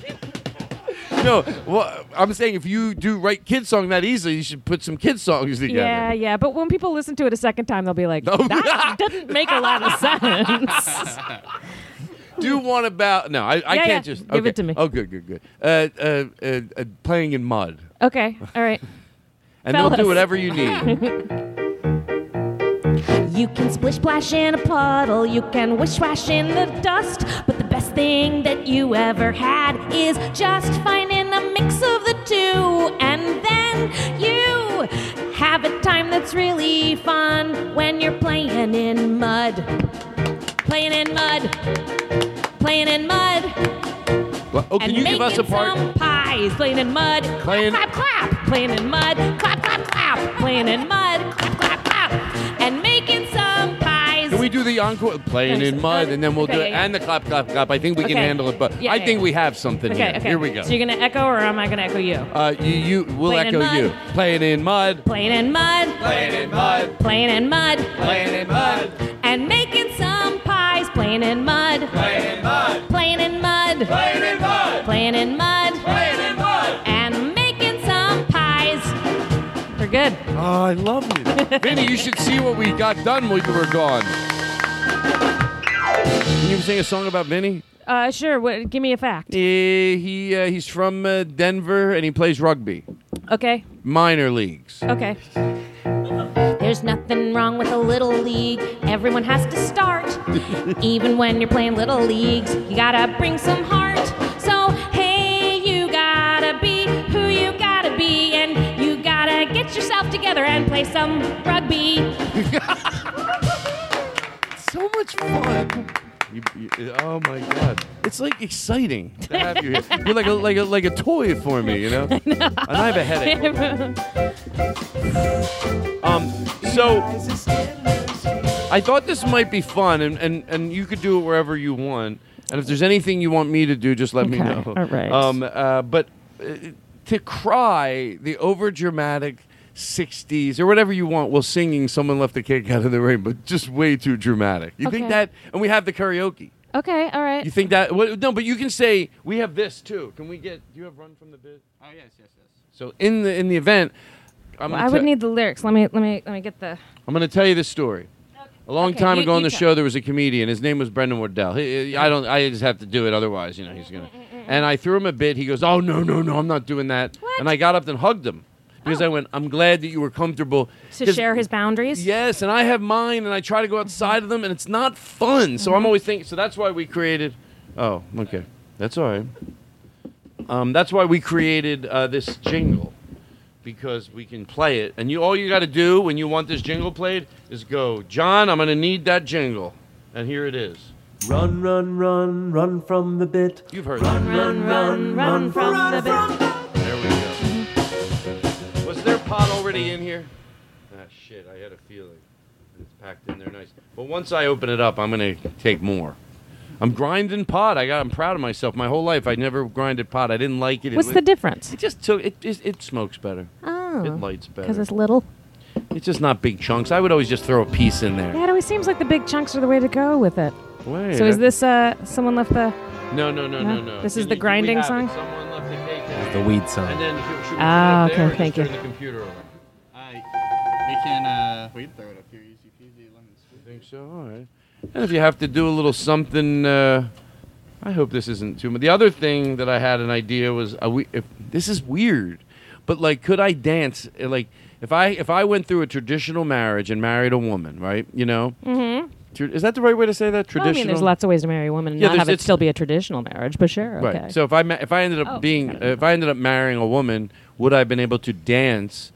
S2: No, well, I'm saying if you do write kid song that easily, you should put some kid songs together.
S4: Yeah, yeah. But when people listen to it a second time, they'll be like,
S2: No.
S4: that doesn't make a lot of sense.
S2: Do one about no, I, I
S4: Yeah,
S2: can't
S4: yeah.
S2: just
S4: Give
S2: okay.
S4: it to me.
S2: Oh, good, good, good. Uh, uh, uh, uh, playing in mud,
S4: Okay, all right.
S2: and they'll do
S4: Fellas.
S2: whatever you need.
S4: you can splish splash in a puddle, you can wish wash in the dust, but the best thing that you ever had is just finding a mix of the two, and then you have a time that's really fun when you're playing in mud. Playing in mud. Playing in mud.
S2: Well, oh, can
S4: and
S2: you give us a
S4: making
S2: part?
S4: Some pies, playing in mud,
S2: Playing-
S4: clap, clap, clap, playing in mud, clap, clap, clap, playing in mud, clap, clap, clap, and making some pies.
S2: Can we do the encore? Playing in mud, and then we'll do
S4: Okay,
S2: it.
S4: yeah, yeah.
S2: And the clap, clap, clap. I think we can
S4: Okay.
S2: handle it, but
S4: Yeah,
S2: I
S4: yeah,
S2: think
S4: yeah.
S2: we have something
S4: okay,
S2: here.
S4: okay.
S2: Here we go.
S4: So you're gonna echo, or am I gonna echo you?
S2: uh, you, you, we'll
S4: Playing in
S2: echo
S4: mud.
S2: you. Playing in mud.
S4: Playing in mud,
S2: Playing in mud.
S4: playing in mud,
S2: Playing in mud.
S4: and making some pies. Playing in mud,
S2: Playing in mud.
S11: playing in mud. Playing in mud. And making some pies.
S4: We're good.
S2: Oh, I love you. Vinny, you should see what we got done while you were gone. Can you sing a song about Vinny?
S4: Uh, sure. What, give me a fact.
S2: Eh, he uh, he's from uh, Denver and he plays rugby,
S4: Okay.
S2: minor leagues.
S4: Okay.
S11: There's nothing wrong with a little league. Everyone has to start. Even when you're playing little leagues, you gotta bring some heart. So, hey, you gotta be who you gotta be, and you gotta get yourself together and play some rugby.
S2: so much fun. You, you- oh my God! It's like exciting to have you here. You're like a like a like a toy for me, you know. And I have a headache. Um, so I thought this might be fun, and, and, and you could do it wherever you want. And if there's anything you want me to do, just let me
S4: Okay,
S2: know.
S4: all right.
S2: Um, uh, but uh, to cry the overdramatic 60s or whatever you want while singing Someone Left a Cake Out of the Rain, but just way too dramatic. You think
S4: Okay.
S2: that? And we have the karaoke.
S4: Okay. All right.
S2: You think that? What, no, but you can say, we have this too. Can we get. Do you have run from the bit?
S10: Oh, yes, yes, yes.
S2: So in the in the event, I'm
S4: Well,
S2: gonna
S4: I would
S2: te-
S4: need the lyrics. Let me let me let me get the.
S2: I'm going to tell you this story. A long
S4: Okay,
S2: time
S4: you-
S2: ago on
S4: you
S2: the
S4: tell-
S2: show, there was a comedian. His name was Brendan Wardell. He, he- I don't. I just have to do it, otherwise, you know, he's
S4: Mm,
S2: gonna. And I threw him a bit. He goes, "Oh no, no, no, I'm not doing that." And I got up and hugged him because I went, "I'm glad that you were comfortable
S4: Oh. To
S2: 'Cause-
S4: share his boundaries.
S2: Yes, and I have mine, and I try to go outside of them, and it's not fun. So I'm always thinking. So that's why we created. Oh, okay, that's all right. Um, that's why we created uh, this jingle because we can play it, and you all you got to do when you want this jingle played is go, John, I'm gonna need that jingle, and here it is.
S1: Run, run, run, run from the bit.
S2: You've heard
S1: run,
S2: that.
S1: Run, run, run, from the bit.
S2: There we go. Was there pot already in here? Ah, shit, I had a feeling. It's packed in there nice. But once I open it up, I'm going to take more. I'm grinding pot. I got, I'm proud of myself. My whole life, I never grinded pot. I didn't like it. It
S4: What's
S2: li-
S4: the difference?
S2: It just took, it, it, it smokes better.
S4: Oh.
S2: It lights better.
S4: Because it's little.
S2: It's just not big chunks. I would always just throw a piece in there.
S4: Yeah, it always seems like the big chunks are the way to go with it.
S2: Wait,
S4: so is
S2: I-
S4: this uh someone left the?
S2: No, no, no, no,
S4: No?
S2: no.
S4: This
S2: Can
S4: is the
S2: you- we
S4: grinding
S2: have it.
S4: song?
S2: Someone left the cake in
S12: The
S2: there.
S12: weed song.
S2: And then should, should we put it
S4: Ah,
S2: up there
S4: okay,
S2: or just
S4: thank you.
S2: turn the computer over?
S10: I, we can, uh, we can throw it up here easy peasy lemon squeezy.
S2: think so? All right. And if you have to do a little something, uh, I hope this isn't too much. The other thing that I had an idea was, uh, we, if, this is weird, but like, could I dance? Uh, Like, if I if I went through a traditional marriage and married a woman, right? You know,
S4: Mm-hmm.
S2: Tr- is that the right way to say that?
S4: Well, I
S2: Traditional.
S4: mean, there's lots of ways to marry a woman and
S2: Yeah,
S4: not
S2: there's-
S4: have it
S2: it's-
S4: still be a traditional marriage, but sure. Okay.
S2: Right. So if I ma- if I ended up
S4: Oh,
S2: being uh, if I ended up marrying a woman, would I have been able to dance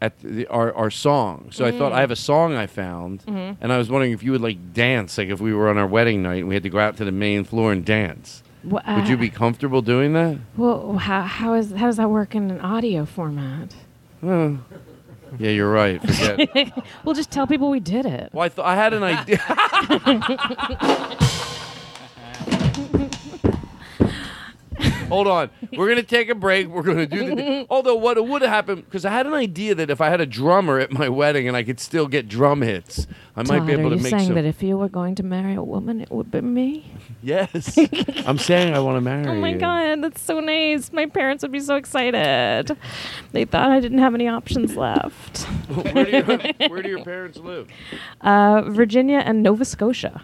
S2: at the, our our song? So I thought
S4: Mm.
S2: I have a song I found,
S4: Mhm.
S2: and I was wondering if you would like dance, like if we were on our wedding night and we had to go out to the main floor and dance.
S4: Wha-
S2: would you
S4: uh,
S2: be comfortable doing that?
S4: Well, how, how is how does that work in an audio format?
S2: Well, yeah, you're right. Forget.
S4: we'll just tell people we did it.
S2: well, I thought I had an idea. Hold on. We're going to take a break. We're going to do the. Although, what would have happened, because I had an idea that if I had a drummer at my wedding and I could still get drum hits, I might be
S4: Todd,
S2: able
S4: are
S2: to
S4: you
S2: make
S4: saying
S2: some.
S4: that if you were going to marry a woman, it would be me?
S2: yes. I'm saying I want to marry
S4: Oh my
S2: you.
S4: god, that's so nice. My parents would be so excited. They thought I didn't have any options left.
S2: where, do your, where do your parents live?
S4: Uh, Virginia and Nova Scotia.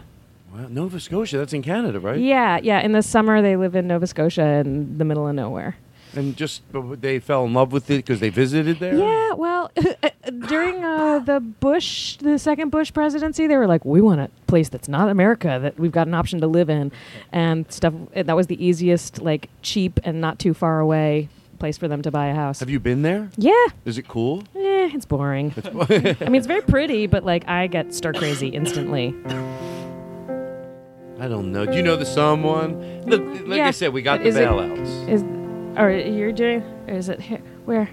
S2: Well, Nova Scotia. That's in Canada, right?
S4: Yeah, yeah. In the summer, they live in Nova Scotia in the middle of nowhere.
S2: And just but they fell in love with it because they visited there?
S4: Yeah, well, during uh, the Bush, the second Bush presidency, they were like, we want a place that's not America that we've got an option to live in, and stuff. and That was the easiest, like cheap and not too far away place for them to buy a house.
S2: Have you been there?
S4: Yeah.
S2: Is it cool?
S4: Eh, it's boring. I mean, it's very pretty, but like I get stir crazy instantly.
S2: I don't know. Do you know the someone? Look, like I
S4: Yeah.
S2: said, we got
S4: Is
S2: the
S4: it-
S2: bailouts.
S4: Is or you're doing? Or is it here? Where?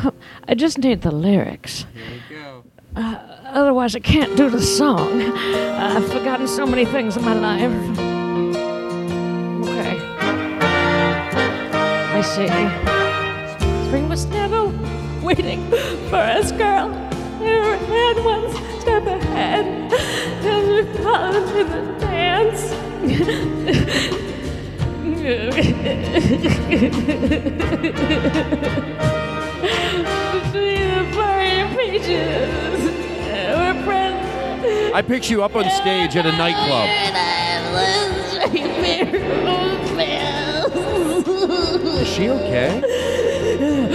S4: I just need the lyrics.
S10: Here we go.
S4: Uh, otherwise, I can't do the song. I've forgotten so many things in my life. Okay. I see. Spring was never waiting for us, girl. Never had one step ahead. Till we followed to the dance.
S6: Between the fiery pages, we're friends.
S2: I picture you up on stage at a nightclub. Is she okay? I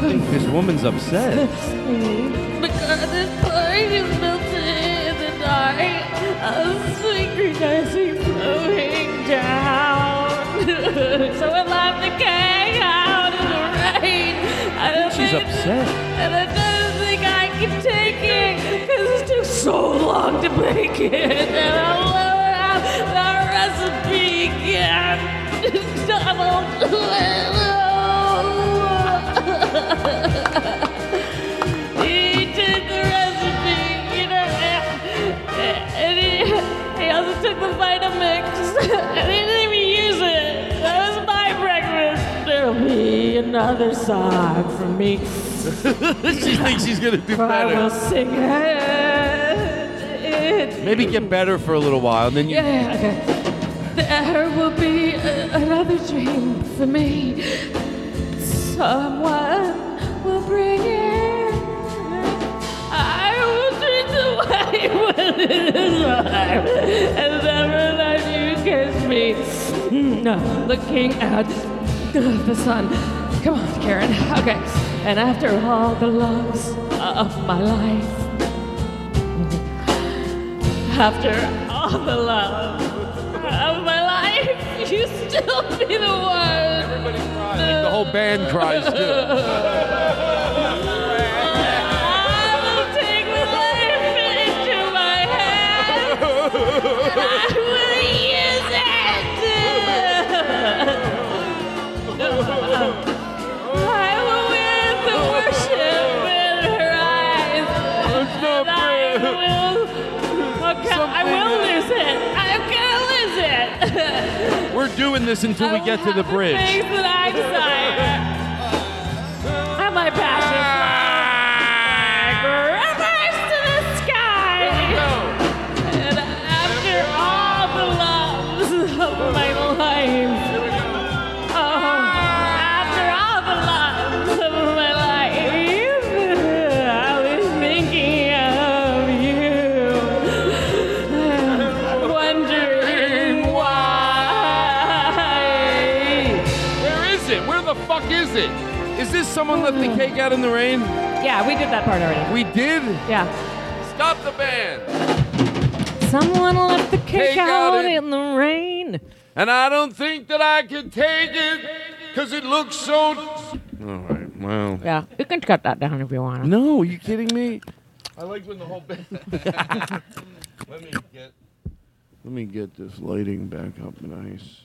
S2: think this woman's upset.
S6: The garden park is melting in the dark. A synchronizing flowing down. so I love the chaos and the rain. I don't
S2: She's
S6: think-
S2: upset.
S6: And I don't think I can take it because it took so long to make it. And I love that recipe again. Donald. He did the recipe, you know, and he, he also took the Vitamix, and he didn't even use it. That was my breakfast. There'll be another song for me.
S2: she thinks she's gonna do
S6: I will
S2: better.
S6: sing it.
S2: Maybe get better for a little while, and then you.
S6: Yeah, there will be a- another dream for me. Someone will bring it. I will drink the wine when it is alive, and never let you kiss me. Mm, Looking at the sun. Come on, Karen. Okay. And after all the loves of my life, after all the love of my life, you still be the one. Everybody cries.
S2: The whole band cries too.
S6: Take the life into my hands, and I will use it. I will win the worship in her eyes, and I will. Okay, I will lose it. I'm gonna lose it.
S2: We're doing this until we get to the bridge.
S6: Things that I desire. Have my passion flag rise to the sky. And after all the loves of my life, oh, after all the loves of my life, I'll be thinking of you, wondering why.
S2: Where is it? Where the fuck is it? Is this someone left the cake out in the rain?
S4: Yeah, we did that part already.
S2: We did?
S4: Yeah.
S2: Stop the band.
S4: Someone left the cake
S2: Cake out
S4: out
S2: in-
S4: in the rain.
S2: And I don't think that I can take it because it looks so. All right. Wow.
S4: Yeah, you can cut that down if you want.
S2: No, you kidding me?
S13: I like when the whole band.
S2: Let me get. Let me get this lighting back up nice.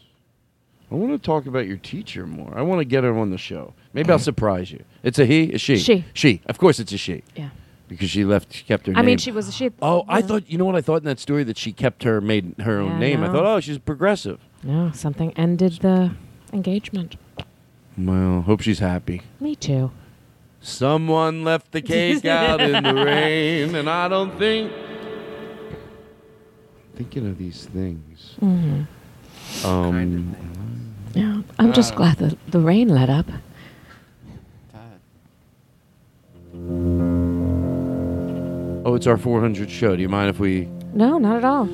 S2: I want to talk about your teacher more. I want to get her on the show. Maybe I'll surprise you. It's a he? Is she?
S4: Mm. She.
S2: She. Of course it's a she.
S4: Yeah.
S2: Because she left, she kept her
S4: I mean,
S2: name.
S4: she was she.
S2: Oh, I thought you know what I thought in that story that she kept her made her own
S4: Yeah,
S2: name. I
S4: no.
S2: thought, oh, she's progressive.
S4: No, something ended the engagement.
S2: Well, hope she's happy.
S4: Me too.
S2: Someone left the cake out in the rain, and I don't think. Thinking of these things.
S4: Mhm.
S2: Um,
S4: Yeah, I'm just
S2: Uh,
S4: glad that the rain let up.
S2: Oh, it's our 400 show. Do you mind if we?
S4: No, not at all.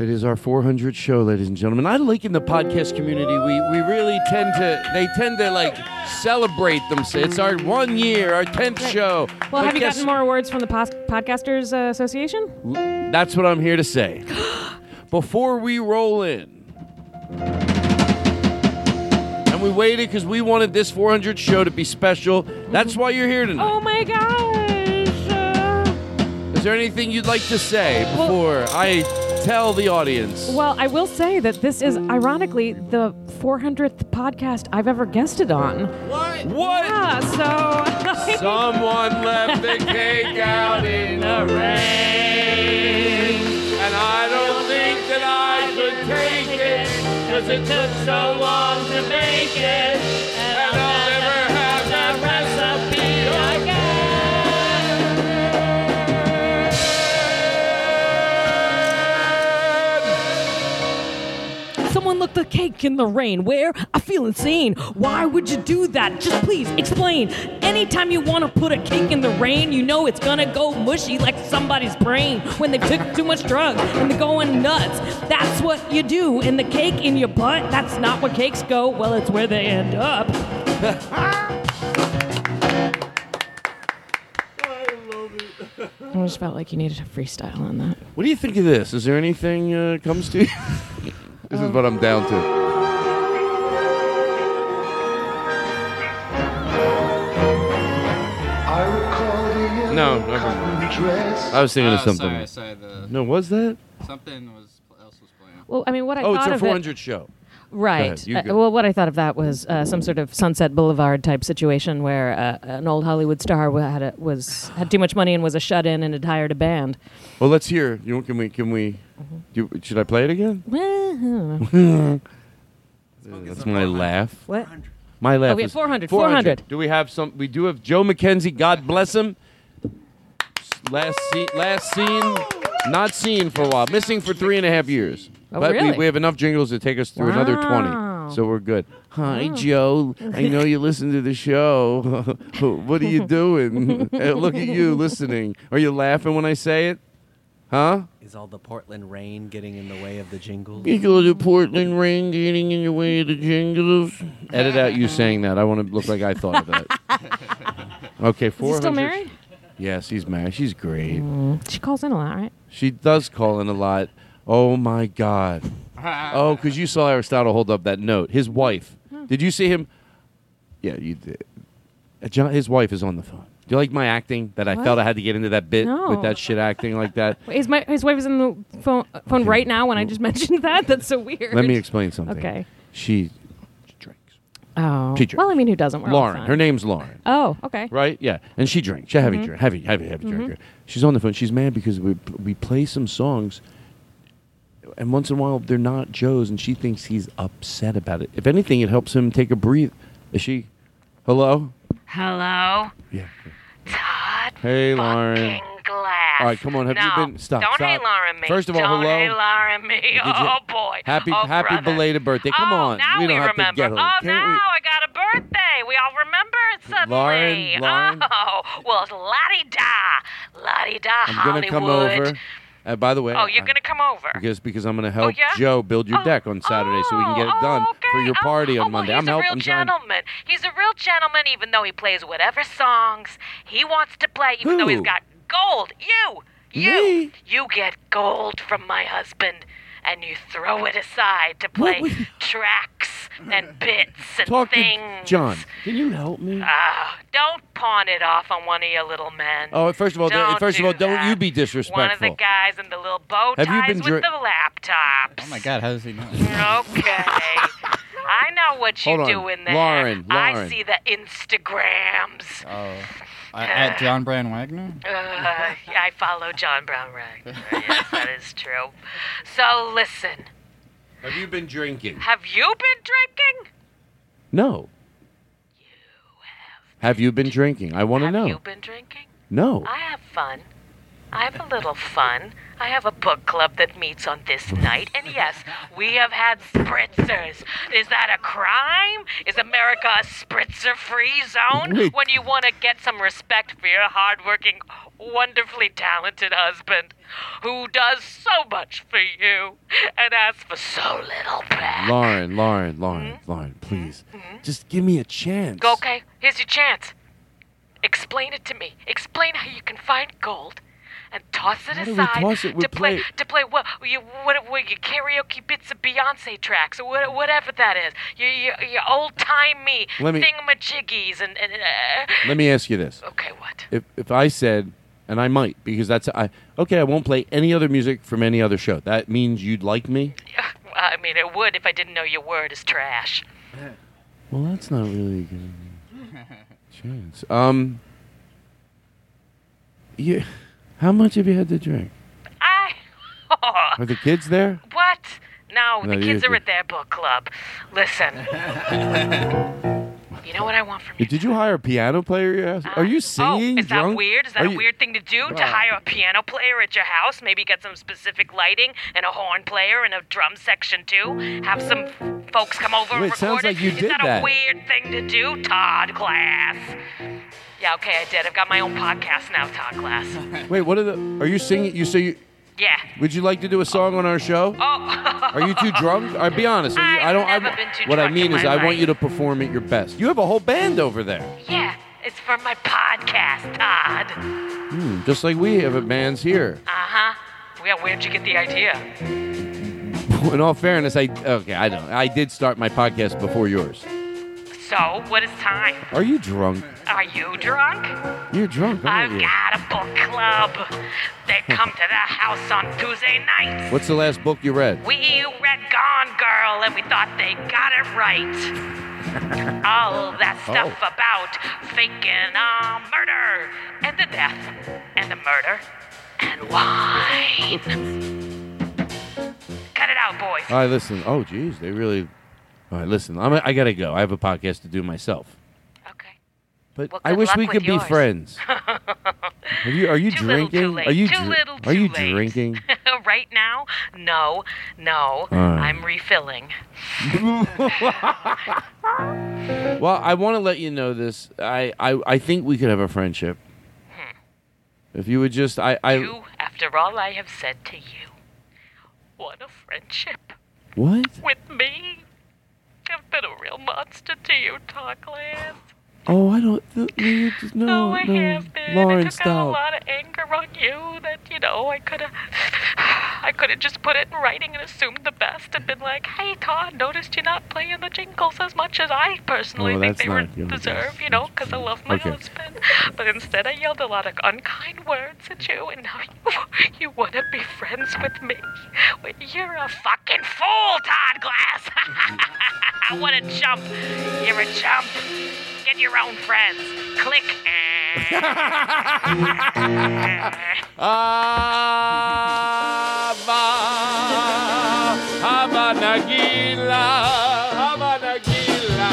S2: It is our 400 show, ladies and gentlemen. I like in the podcast community, we, we really tend to, they tend to like celebrate themselves. It's our one year, our 10th show.
S4: Well,
S2: But
S4: have you
S2: guess-
S4: gotten more awards from the pos- Podcasters uh, Association?
S2: That's what I'm here to say. Before we roll in, and we waited because we wanted this 400 show to be special. That's why you're here tonight.
S4: Oh my gosh! uh.
S2: Is there anything you'd like to say before I tell the audience?
S4: Well, I will say that this is ironically the 400th podcast I've ever guested on.
S2: What? What?
S4: Yeah, so.
S2: Someone left the cake out in the rain, and I don't think that I could take it because it took so long to make it, and I'll never have that recipe again.
S4: Someone
S14: put the cake in the rain where I feel insane. Why would you do that? Just please explain. Anytime you want to put a cake in the rain, you know it's gonna go mushy like somebody's brain when they took too much drugs and they're going nuts. That's what you do. And the cake in your butt, that's not where cakes go. Well, it's where they end up.
S4: I just felt like you needed a freestyle on that.
S2: What do you think of this? Is there anything uh, comes to you? this is what I'm down to.
S15: I recall the
S2: No, never mind. I was thinking of
S4: Ah,
S10: Oh, sorry,
S2: something.
S10: sorry, the-
S2: no, was that?
S10: Something was else was playing.
S4: Well, I mean, what I
S2: oh, it's
S4: thought
S2: our
S4: of it-
S2: 400 show. Go
S4: Right.
S2: ahead, you
S4: Uh,
S2: go.
S4: well, what I thought of that was uh, some sort of Sunset Boulevard type situation where uh, an old Hollywood star wa- had a, was had too much money and was a shut in and had hired a band.
S2: Well, let's hear. You know, can we? Can we?
S4: Mm-hmm.
S2: Do, should I play it again?
S4: Well, I don't know.
S2: That's my laugh.
S4: What?
S2: My laugh.
S4: Oh, we have
S2: is-
S4: 400, 400.
S2: Do we have some? We do have Joe McKenzie. God bless him. Last scene. Last scene. Not seen for a while. Missing for three and a half years.
S4: Oh,
S2: but we,
S4: really?
S2: we have enough jingles to take us through another
S4: Wow. Oh.
S2: twenty. So we're good. Hi,
S4: Wow.
S2: Joe. I know you listen to the show. what are you doing? Eh, Look at you listening. Are you laughing when I say it? Huh?
S12: Is all the Portland rain getting in the way of the jingles?
S2: You go to Portland rain getting in your way of the jingles. Edit out you saying that. I want to look like I thought of that. okay,
S4: Is he
S2: four hundred.
S4: still married?
S2: Yes, he's married. She's great.
S4: She calls in a lot, right?
S2: She does call in a lot. Oh my God. Oh, because you saw Aristotle hold up that note. His wife. Did you see him? Yeah, you did. Uh, John, his wife is on the phone. Do you like my acting? That I
S4: What?
S2: felt I had to get into that bit with
S4: No.
S2: that shit acting like that.
S4: Wait, Is my his wife is in the phone uh, phone right now when I just mentioned that? That's so weird.
S2: Let me explain something.
S4: Okay.
S2: She
S4: Oh.
S2: She drinks.
S4: Well, I mean, who doesn't? We're all
S2: Lauren.
S4: fine.
S2: Her name's Lauren.
S4: Oh, okay.
S2: Right? Yeah. And she drinks. She's a heavy
S4: Mhm.
S2: drink, heavy, heavy, heavy
S4: Mhm.
S2: drinker. She's on the phone. She's mad because we we play some songs, and once in a while they're not Joe's, and she thinks he's upset about it. If anything, it helps him take a breathe. Is she? Hello.
S6: Hello?
S2: Yeah. Todd. Hey, Lauren.
S6: Glass.
S2: All right, come on. Have you
S6: No,
S2: been? Stop.
S6: Don't
S2: stop.
S6: hey Lauren me.
S2: First of all,
S6: don't
S2: hello.
S6: hey Lauren me.
S2: Did you-
S6: Oh boy.
S2: Happy,
S6: oh,
S2: happy
S6: brother.
S2: belated birthday. Come
S6: oh,
S2: on.
S6: Now
S2: we don't have
S6: remember.
S2: to get her.
S6: Oh,
S2: Can't
S6: now
S2: we-
S6: I got a birthday. We all remember it suddenly.
S2: Lauren, Lauren.
S6: Oh, well, it's la-di-da. La-di-da
S2: I'm gonna
S6: Hollywood.
S2: come over. Uh, by the way,
S6: Oh, you're
S2: I-
S6: going to come over.
S2: Because because I'm gonna
S6: Oh,
S2: help
S6: yeah?
S2: Joe build your
S6: Oh,
S2: deck on Saturday so we can get it done for your party on Monday.
S6: He's
S2: I'm
S6: a
S2: helping.
S6: real
S2: I'm trying.
S6: gentleman. He's a real gentleman, even though he plays whatever songs he wants to play, even though he's
S2: Who?
S6: got gold. You, you, you get gold from my husband, and you throw it aside to play tracks and bits and
S2: Talk
S6: things.
S2: to John. Can you help me?
S6: Ah, don't pawn it off on one of your little men.
S2: Oh, first of all, don't-
S6: Don't
S2: first of all,
S6: do
S2: don't
S6: that.
S2: you be
S6: One of the
S2: disrespectful.
S6: guys in the little bow ties
S2: Have you been dri-
S6: with the laptops.
S10: Oh my God, how does he know?
S6: Okay. I know what you
S10: Hold on.
S6: do in there.
S10: Lauren,
S6: I
S10: Lauren.
S6: see the Instagrams.
S10: Oh, I- at John Brand Wagner.
S6: Uh, I follow John Brown Ragnar. Yes, that is true. So listen,
S2: Have you been drinking?
S6: have you been drinking?
S2: No. Have you been drinking? I want to know.
S6: You've been drinking?
S2: No.
S6: I have fun. I have a little fun. I have a book club that meets on this night. And yes, we have had spritzers. Is that a crime? Is America a spritzer free zone
S14: Wait.
S6: when you want to get some respect for your hardworking, wonderfully talented husband who does so much for you and asks for so little back?
S2: Lauren, Lauren, Lauren, Lauren, please, just give me a chance.
S6: Mm-hmm. Go, okay, here's your chance. Explain it to me. Explain how you can find gold and toss it
S2: How do we
S6: aside
S2: toss it? We
S6: to play,
S2: play-
S6: to play what you what, what your karaoke bits of Beyonce tracks or what, whatever that is. Your your, your old timey
S2: Let me-
S6: thingamajiggies and and. Uh,
S2: Let me ask you this.
S6: Okay, what?
S2: If if I said, and I might because that's I okay, I won't play any other music from any other show. That means you'd like me.
S6: I mean, it would if I didn't know your word is trash.
S2: Well, that's not really good. Chance. Um. You, how much have you had to drink?
S6: I.
S2: Are the kids there?
S6: What? No,
S2: No,
S6: the
S2: you-
S6: kids are at their book club. Listen. You know what I want from
S2: Did you hire a piano player? You asked? Are you singing?
S6: Oh, is that
S2: drunk?
S6: weird? Is that
S2: Are
S6: a
S2: you-
S6: weird thing to do? To
S2: Wow.
S6: hire a piano player at your house? Maybe get some specific lighting and a horn player and a drum section too? Have some f- folks come over and
S2: Wait,
S6: record
S2: sounds
S6: it?
S2: like you
S6: Is
S2: did
S6: that,
S2: that.
S6: a weird thing to do, Todd Glass? Yeah, okay, I did. I've got my own podcast now, Todd Glass.
S2: Wait, what are the? Are you singing? You say? You,
S6: Yeah.
S2: Would you like to do a song on our show?
S6: Oh. Are
S2: you too drunk? I be honest. I've I do not
S6: never been too
S2: what I
S6: drunk in
S2: mean is,
S6: my
S2: I want
S6: life.
S2: you to perform at your best. You have a whole band over there,
S6: Yeah, it's for my podcast, Todd. Uh
S2: Hmm, just like we have a bands here.
S6: huh. Yeah, where'd you get the idea?
S2: In all fairness, I okay, I don't. I did start my podcast before yours.
S6: So, what is time?
S2: Are you drunk?
S6: Are you drunk?
S2: You're drunk, aren't
S6: I've
S2: you?
S6: got a book club. They come to the house on Tuesday nights.
S2: What's the last book you read?
S6: We read Gone Girl and we thought they got it right. All that stuff
S2: Oh.
S6: about faking a murder and the death and the murder and wine. Cut it out, boys.
S2: All right, listen. Oh, geez, they really. All right, listen. I'm, I gotta go. I have a podcast to do myself. Okay. But
S6: Well,
S2: I
S6: good
S2: wish we
S6: luck
S2: could
S6: with
S2: be
S6: yours.
S2: friends. Are you? Are you
S6: Too little, too
S2: drinking?
S6: late.
S2: Are you?
S6: Too
S2: dr-
S6: little,
S2: are
S6: too
S2: you
S6: late.
S2: drinking?
S6: right now? No, no.
S2: All right.
S6: I'm refilling.
S2: Well, I want to let you know this. I, I, I think we could have a friendship. If you would just, I, I.
S6: Hmm. you, after all I have said to you, what a friendship
S2: What?
S6: with me. I've been a real monster to you, Todd Glass.
S2: Oh, I don't. th- no, you just- no,
S6: No, Oh, I
S2: no.
S6: have been.
S2: Lauren,
S6: I took out a
S2: stop.
S6: lot of anger on you that, you know, I could have I could have just put it in writing and assumed the best and been like, hey, Todd, noticed you're not playing the jingles as much as I personally
S2: Oh,
S6: think
S2: that's
S6: they were
S2: not good.
S6: deserve, you know, 'cause I love my
S2: Okay.
S6: husband. But instead, I yelled a lot of unkind words at you, and now you, you want to be friends with me. Well, you're a fucking fool, Todd Glass. I want to jump. You're a chump. Get your own friends. Click.
S2: Abba, Abba Nagila, Abba Nagila,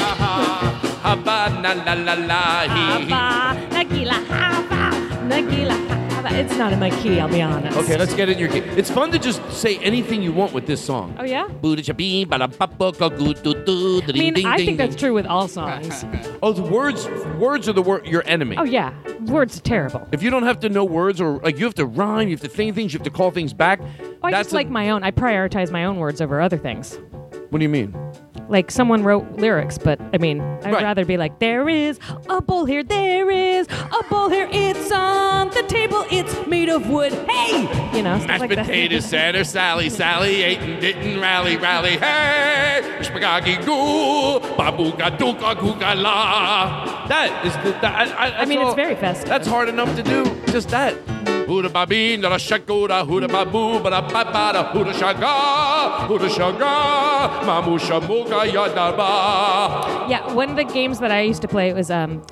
S2: Abba na la la la.
S4: Hava, Nagila, Hava, Nagila, Hava. It's not in my key, I'll be honest.
S2: Okay, let's get in your game. It's fun to just say anything you want with this song.
S4: Oh, yeah?
S2: Boo da cha bee, ba la ba ba ga goo doo doo, da
S4: I
S2: ding
S4: mean,
S2: ding
S4: I
S2: ding
S4: think that's
S2: ding.
S4: true with all songs.
S2: Oh, the words words are the word your enemy.
S4: Oh, yeah. Words are terrible.
S2: If you don't have to know words or like you have to rhyme, you have to think things, you have to call things back.
S4: Oh, I
S2: that's
S4: just
S2: a-
S4: like my own. I prioritize my own words over other things.
S2: What do you mean?
S4: Like someone wrote lyrics, but I mean, I'd
S2: Right.
S4: rather be like, there is a bowl here, there is a bowl here, it's on the table, it's made of wood. Hey! You know, stuff
S2: Mashed
S4: like that.
S2: potato, Santa, Sally, Sally, ate and didn't rally, rally, hey! Shpagagi goo, babuga duka guga la. That is the. That, I, I,
S4: I mean,
S2: that's
S4: it's
S2: all-
S4: very festive.
S2: That's hard enough to do, just that. Huda babin, da shakuda, huda babu, ba da ba ba da, huda shaga, huda shaga, mamu shamuga yadaba.
S4: Yeah, one of the games that I used to play was, um,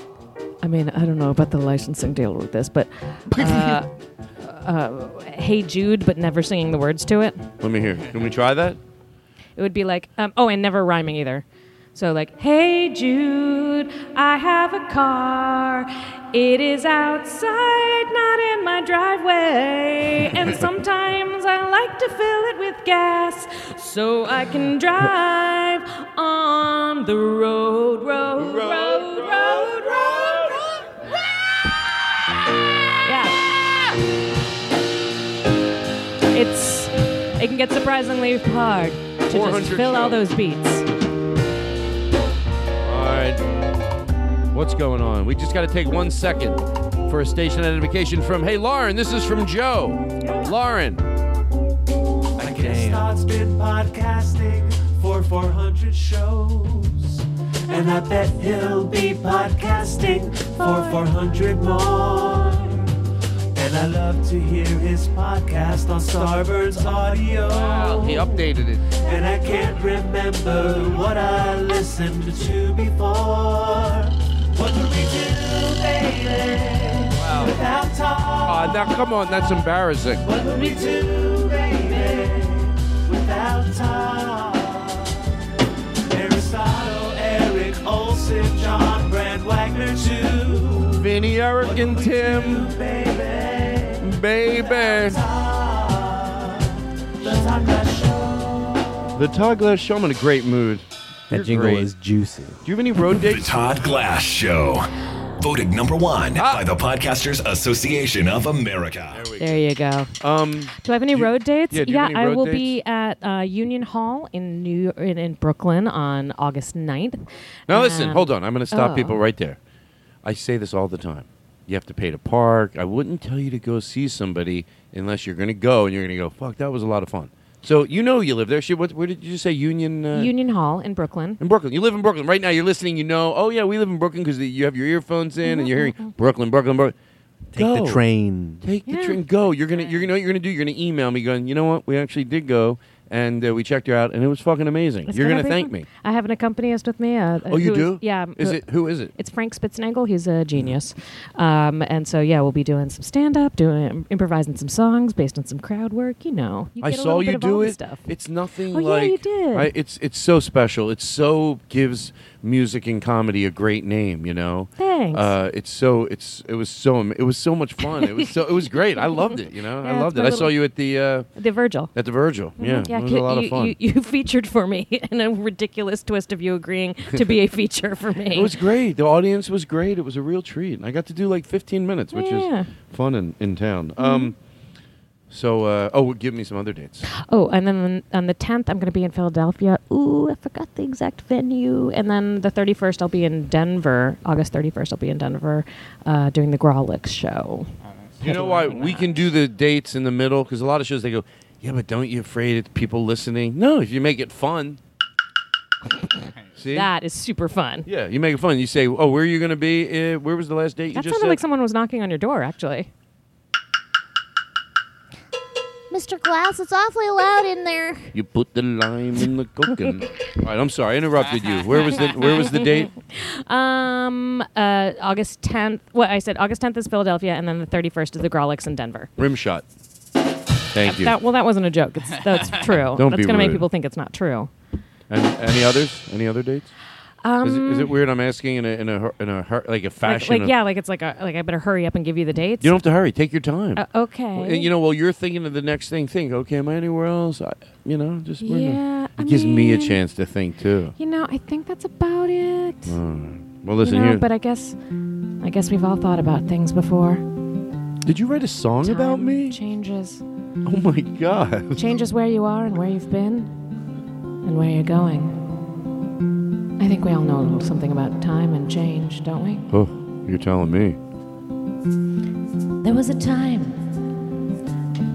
S4: I mean, I don't know about the licensing deal with this, but uh, uh, Hey Jude, but never singing the words to it.
S2: Let me hear. Can we try that?
S4: It would be like, um, oh, and never rhyming either. So, like, Hey Jude, I have a car. It is outside, not in my driveway. And sometimes I like to fill it with gas so I can drive on the road, road, road, road, road, road. Yeah. It's, it can get surprisingly hard to just
S2: 400
S4: fill all
S2: shows.
S4: those beats.
S2: All right. What's going on? We just got to take one second for a station identification from, hey, Lauren, this is from Joe. Lauren.
S1: I guess Todd's been podcasting for 400 shows. And I bet he'll be podcasting for 400 more. And I love to hear his podcast on Starburns Audio.
S2: He updated it.
S1: And I can't remember what I listened to before. What do we do, baby?
S2: Wow.
S1: Without Todd,
S2: Uh, now, come on, that's embarrassing.
S1: what do we do, baby? Without Todd. Aristotle, Eric Olson, John
S2: Vinny, Eric, and Tim. Baby.
S1: Ah,
S2: The Todd Glass Show. I'm in a great mood. That
S1: jingle
S2: is juicy. Do you have any road
S16: The
S2: dates?
S16: Todd Glass Show. Voted number one
S2: Ah.
S16: by the Podcasters Association of America.
S17: There you go.
S2: Um,
S17: Do I have any road dates?
S16: yeah, do you have any
S17: I
S16: road
S17: will
S16: dates?
S17: be at uh, Union Hall in New in, in Brooklyn on August 9th.
S2: Now listen,
S17: Um,
S2: hold on. I'm going to stop
S17: oh.
S2: people right there. I say this all the time. You have to pay to park. I wouldn't tell you to go see somebody unless you're going to go and you're going to go. Fuck, that was a lot of fun. So you know you live there. Shit, what, where did you say Union? Uh,
S17: Union Hall in Brooklyn.
S2: in Brooklyn. You live in Brooklyn right now. You're listening. You know. Oh yeah, we live in Brooklyn because you have your earphones in and you're hearing Brooklyn, Brooklyn, Brooklyn.
S1: Take the train.
S2: Take the train. Go. You're gonna. You're gonna. You're gonna do. You're gonna email me going. You know what? We actually did go and uh, we checked her out and it was fucking amazing.
S17: It's
S2: you're
S17: gonna
S2: gonna
S17: be
S2: thank
S17: fun.
S2: me.
S17: I have an accompanist with me. Uh, uh,
S2: Oh, you
S17: who is-
S2: do?
S17: yeah.
S2: Is
S17: who-
S2: it who is it?
S17: It's Frank Spitznagel. He's a genius. Um, and so yeah, we'll be doing some stand up, doing improvising some songs based on some crowd work. You know, you
S2: I
S17: get a
S2: saw
S17: little bit
S2: you
S17: of all
S2: do
S17: the
S2: it.
S17: Stuff.
S2: It's nothing
S17: Oh, yeah,
S2: like
S17: you did.
S2: I, it's it's so special. It's so gives music and comedy a great name. You know.
S17: Thanks.
S2: Uh, it's so it's it was so am- it was so much fun. it was so it was great. I loved it. You know,
S17: Yeah,
S2: I
S17: it's
S2: loved it.
S17: my
S2: I saw
S17: little-
S2: you at the uh,
S17: The Virgil.
S2: at the Virgil. Yeah,
S17: Mhm.
S2: it was a lot
S17: you,
S2: of fun.
S17: You, you featured for me in a ridiculous twist of you agreeing to be a feature for me.
S2: It was great. The audience was great. It was a real treat. And I got to do like 15 minutes, which
S17: Yeah. Mm-hmm.
S2: is fun in, in town. Um, so, uh, oh, well, give me some other dates.
S17: Oh, and then on the 10th, I'm going to be in Philadelphia. Ooh, I forgot the exact venue. And then the 31st, I'll be in Denver. August 31st, I'll be in Denver uh, doing the Grolix show.
S2: You know why we can do the dates in the middle? Because a lot of shows they go, yeah, but don't you afraid it's people listening? No, if you make it fun. See?
S17: That is super fun.
S2: yeah, you make it fun. You say, oh, where are you going to be? Uh, where was the last date you
S17: That
S2: just
S17: sounded
S2: said?
S17: like someone was knocking on your door, actually.
S18: Mr. Glass, it's awfully loud in there.
S2: you put the lime in the coconut. All right, I'm sorry, I interrupted you. Where was the Where was the date?
S17: Um, uh, August 10th. What I said, August 10th is Philadelphia, and then the 31st is the Grolix in Denver.
S2: Rimshot. Thank you.
S17: That, well, that wasn't a joke. It's, that's true.
S2: Don't
S17: that's
S2: be
S17: gonna make
S2: rude.
S17: people think it's not true.
S2: Any, any others? Any other dates? is, it, is
S17: Um,
S2: it weird? I'm asking in a in a hur- in a hur- like a
S17: Like,
S2: fashion.
S17: like
S2: of-
S17: yeah, like it's like a, like I better hurry up and give you the dates.
S2: You don't have to hurry. Take your time.
S17: Uh, okay.
S2: Well, and you know, while you're thinking of the next thing, think. Okay, am I anywhere else? I, you know, just we're gonna-
S17: Yeah, I
S2: It gives me a
S17: mean-
S2: chance to think too.
S17: You know, I think that's about it.
S2: All right. Well, listen
S17: you know,
S2: here.
S17: But I guess, I guess we've all thought about things before.
S2: Did you write a song about
S17: Time
S2: me?
S17: Changes,
S2: Oh my god.
S17: changes where you are and where you've been, and where you're going. I think we all know a little something about time and change, don't we?
S2: Oh, you're telling me.
S4: There was a time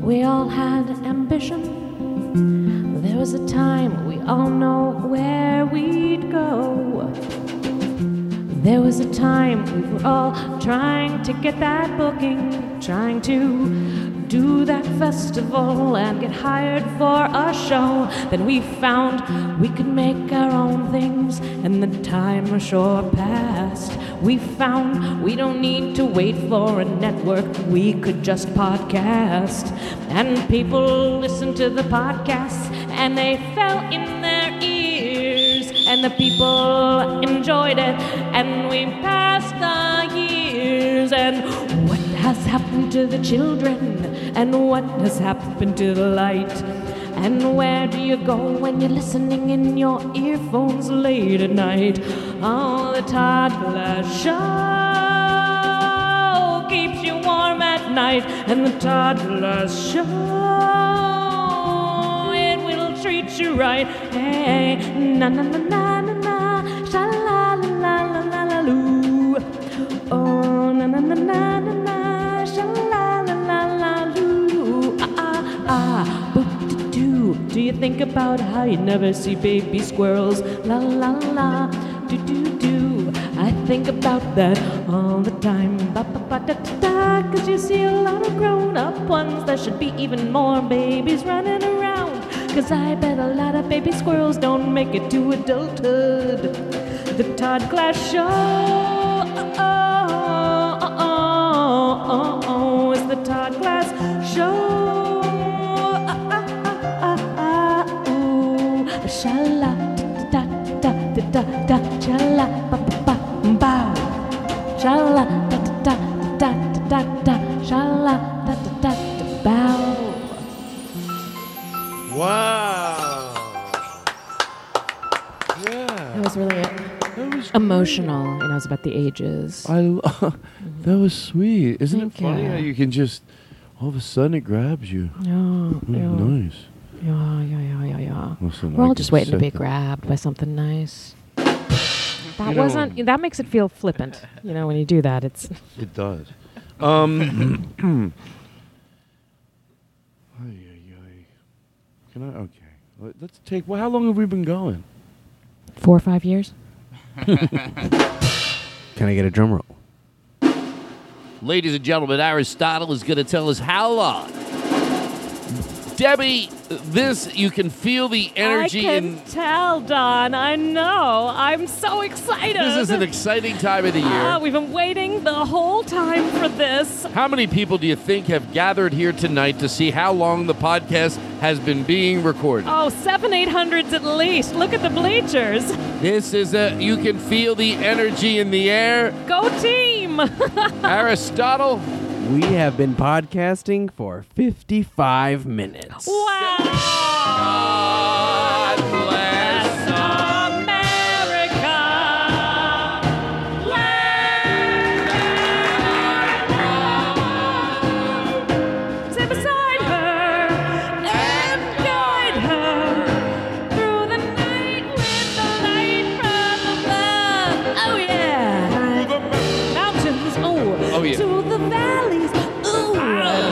S4: we all had ambition. There was a time we all know where we'd go. There was a time we were all trying to get that booking, trying to do that festival and get hired for a show. Then we found we could make our own things, and the time sure passed. We found we don't need to wait for a network, we could just podcast. And people listened to the podcasts, and they fell in their ears, and the people enjoyed it, and we passed the years, and what has happened to the children? And what has happened to the light? And where do you go when you're listening in your earphones late at night? Oh, the Todd Glass Show keeps you warm at night. And the Todd Glass Show, it will treat you right. Hey, na na na na na na, sha la la la la la la loo. Oh, na na na na na na, sha la la la la loo. Ah ah ah, boop to do. Do you think about how you never see baby squirrels? La la la, do do do. I think about that all the time. Ba ba ba da da da, cause you see a lot of grown up ones. There should be even more babies running around. Cause I bet a lot of baby squirrels don't make it to adulthood. The Todd Glass Show. Oh, oh, oh, oh, oh, is the Todd Glass Show. Ah, ah, ah, ah, ah, ooh. Shala, da, da, da, da, da, da, shala, ba, ba, ba, bow. Shala, da, da, da,
S2: Wow.
S4: It was really
S17: Um,
S4: emotional, and I was about the ages.
S2: I lo- that was sweet. Isn't
S4: Thank
S2: it funny
S4: you.
S2: how you can just all of a sudden it grabs you?
S4: Yeah,
S2: Mm,
S4: yeah.
S2: Nice.
S4: Yeah, yeah, yeah, yeah, yeah.
S2: Listen,
S4: We're
S2: I
S4: all just
S2: can
S4: waiting to
S2: set
S4: be
S2: that-
S4: grabbed by something nice. That
S2: You know- um,
S4: wasn't. that makes it feel flippant. You know, when you do that, it's.
S2: It does. Um, ay, ay, ay. Can I? Okay. Let- Let's take. Well, how long have we been going?
S4: Four or five years.
S12: Can I get a drum roll?
S2: Ladies and gentlemen, Aristotle is going to tell us how long. Debbie, this you can feel the energy
S4: I can
S2: in
S4: tell, Don. I know. I'm so excited.
S2: This is an exciting time of the year.
S4: Ah, we've been waiting the whole time for this.
S2: How many people do you think have gathered here tonight to see how long the podcast has been being recorded?
S4: Oh, seven eight hundreds at least. Look at the bleachers.
S2: This is a you can feel the energy in the air.
S4: Go team!
S2: Aristotle.
S12: We have been podcasting for 55 minutes.
S2: God bless
S14: Sit beside her and guide her through the night with the light from above. Oh yeah. Through the mountains, oh,
S4: Oh, yeah.
S14: to the valleys, ooh,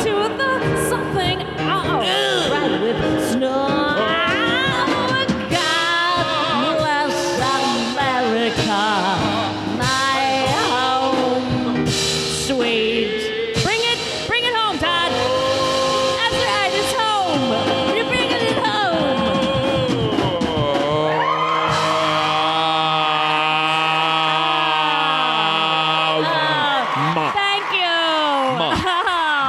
S14: to the something, oh, right with snow. Oh, God bless America, my home, sweet. Bring it, bring it home, Todd. That's right, it's home. You're bringing it home.
S2: Oh. Ma.
S14: Thank you.
S2: Ma. Ma.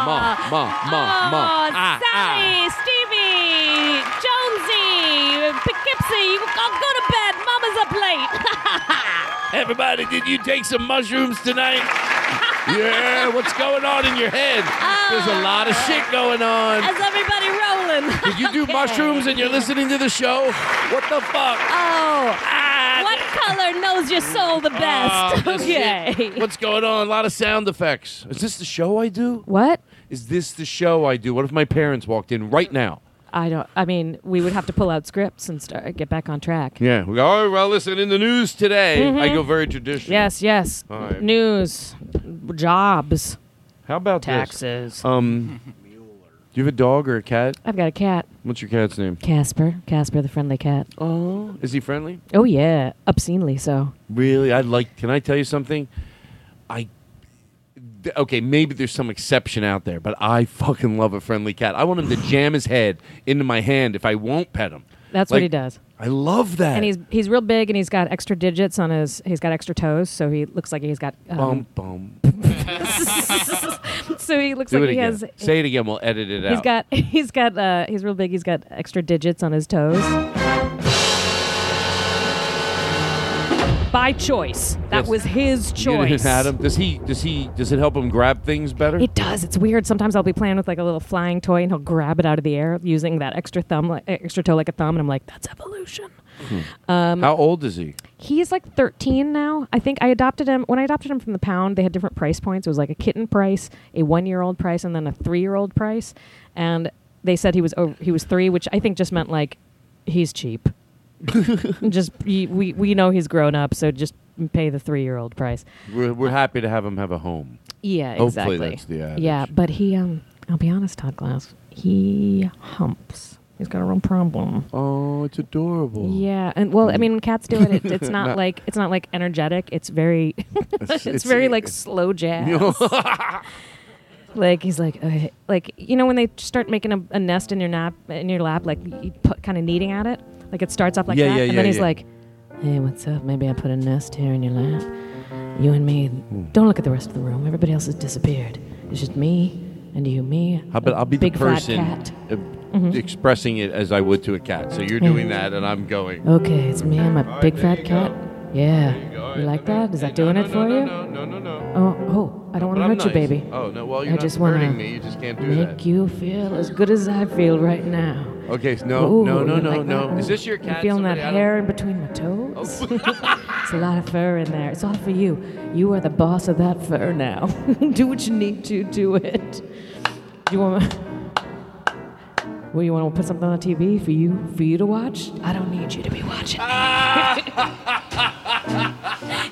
S2: Ma. Ma. Ma.
S14: Oh,
S2: Ah,
S14: Sally, Stevie, Jonesy, Poughkeepsie, you go, go to bed. Mama's up late.
S2: Everybody, did you take some mushrooms tonight? yeah, what's going on in your head? There's a lot of shit going on.
S14: How's everybody rolling?
S2: Did you do mushrooms and you're listening to the show? What the fuck?
S14: Oh. what color knows your soul the
S2: Ah,
S14: best?
S2: this
S14: okay.
S2: shit. What's going on? A lot of sound effects. Is this the show I do?
S4: What?
S2: Is this the show I do? What if my parents walked in right now?
S4: I don't. I mean, we would have to pull out scripts and start get back on track.
S2: Yeah. We go, oh, well, listen, in the news today,
S4: Mhm.
S2: I go very traditional.
S4: Yes, yes.
S2: All right.
S4: News, jobs.
S2: How about this?
S4: taxes?
S2: Um, do you have a dog or a cat?
S4: I've got a cat,
S2: What's your cat's name?
S4: Casper. Casper, the friendly cat.
S2: Oh, is he friendly?
S4: Oh yeah, obscenely so.
S2: Really? I'd like. Can I tell you something? I. th- Okay, maybe there's some exception out there, but I fucking love a friendly cat. I want him to jam his head into my hand if I won't pet him.
S4: That's what
S2: Like,
S4: he does.
S2: I love that.
S4: And he's he's real big, and he's got extra digits on his. He's got extra toes, so he looks like he's got. Um,
S2: bum bum.
S4: so he looks
S2: Do
S4: like
S2: it
S4: he
S2: again.
S4: has.
S2: Say it again. We'll edit it
S4: He's
S2: out.
S4: got he's got uh he's real big. He's got extra digits on his toes. By choice. That
S2: Yes.
S4: was his
S2: You get a hit
S4: choice.
S2: at him. Does he? Does he? Does it help him grab things better?
S4: It does. It's weird. Sometimes I'll be playing with like a little flying toy, and he'll grab it out of the air using that extra thumb, like, e-, extra toe like a thumb, and I'm like, that's evolution.
S2: Hmm.
S4: Um,
S2: How old is he?
S4: He's like 13 now. I think I adopted him when I adopted him from the pound. They had different price points. It was like a kitten price, a one-year-old price, and then a three-year-old price. And they said he was over, he was three, which I think just meant like he's cheap. just y- we we know he's grown up, so just pay the three-year-old price.
S2: We're, we're happy to have him have a home.
S4: Yeah,
S2: Hopefully
S4: exactly.
S2: that's the ad.
S4: yeah, but he um, I'll be honest, Todd Glass, he humps. He's got a real problem.
S2: Oh, it's adorable.
S4: Yeah, and well, I mean, when cats do it, it it's not,
S2: Mm. Not-
S4: like it's not like energetic. It's very, it's,
S2: it's-
S4: very like
S2: it's-
S4: slow jazz. like he's like, okay. like you know when they start making a, a nest in your nap in your lap, like you put kind of kneading at it. Like it starts off like
S14: Yeah,
S4: that,
S14: yeah,
S4: and
S14: yeah,
S4: then he's
S14: yeah.
S4: like, hey, what's up? Maybe I put a nest here in your lap. You and me.
S2: Hmm.
S4: Don't look at the rest of the room. Everybody else has disappeared. It's just me and you, me.
S2: How about
S4: a
S2: I'll be
S4: big
S2: the
S4: fat
S2: person
S4: cat.
S2: uh,
S4: Mhm.
S2: expressing it as I would to a cat. So you're
S4: Yeah.
S2: doing that, and I'm going.
S4: Okay, it's me. I'm a big fat cat. Yeah. You, like that? Is that doing it for you?
S2: no, no, no.
S4: Oh, oh, I don't want to
S2: I'm
S4: hurt you,
S2: nice.
S4: baby.
S2: Oh, no, well, you're
S4: I
S2: not
S4: just wanna
S2: hurting me, you just can't do
S4: make
S2: that.
S4: you feel as good as I feel right now.
S2: Okay, so no,
S4: Ooh,
S2: Oh, no, no,
S4: you
S2: no,
S4: like
S2: no.
S4: that?
S2: Is this your cat?
S4: Feeling that
S2: Somebody- Oh. I don't-
S4: hair in between my toes? it's a lot of fur in there. It's all for you. You are the boss of that fur now. do what you need to do it. Do you want? Well, you want to put something on TV for you for you to watch? I don't need you to be watching.
S2: Ah!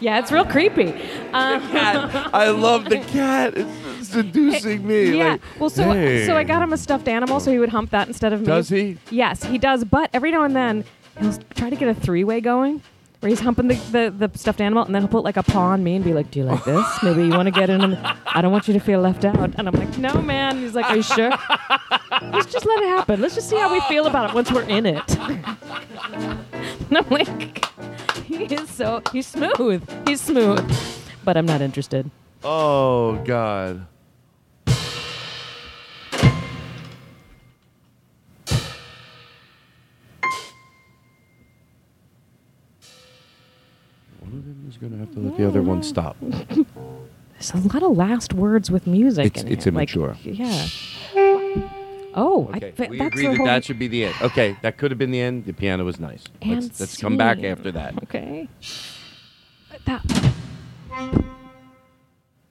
S4: yeah, it's real creepy. Um,
S2: I love the cat. It's seducing me.
S4: Yeah.
S2: like,
S4: well, so
S2: hey.
S4: so I got him a stuffed animal, so he would hump that instead of me.
S2: Does he?
S4: Yes, he does. But every now and then he'll s- try to get a three-way going, where he's humping the, the, the stuffed animal, and then he'll put like a paw on me and be like, "Do you like this? Maybe you want to get in." on the- I don't want you to feel left out. And I'm like, "No, man." He's like, "Are you sure?" Let's just let it happen. Let's just see how we feel about it once we're in it. and I'm like, he is so he's smooth. He's smooth. But I'm not interested.
S2: Oh God. One of them is gonna have to let the other one stop.
S4: There's a lot of last words with music.
S2: It's-
S4: in
S2: it's
S4: here. Like,
S2: immature.
S4: yeah. Oh, I, but
S2: We
S4: that's
S2: agreed
S4: the
S2: that
S4: whole,
S2: that should be the end. Okay, that could have been the end. The piano was nice.
S4: And
S2: let's let's come back
S4: scene.
S2: after that.
S4: Okay. That,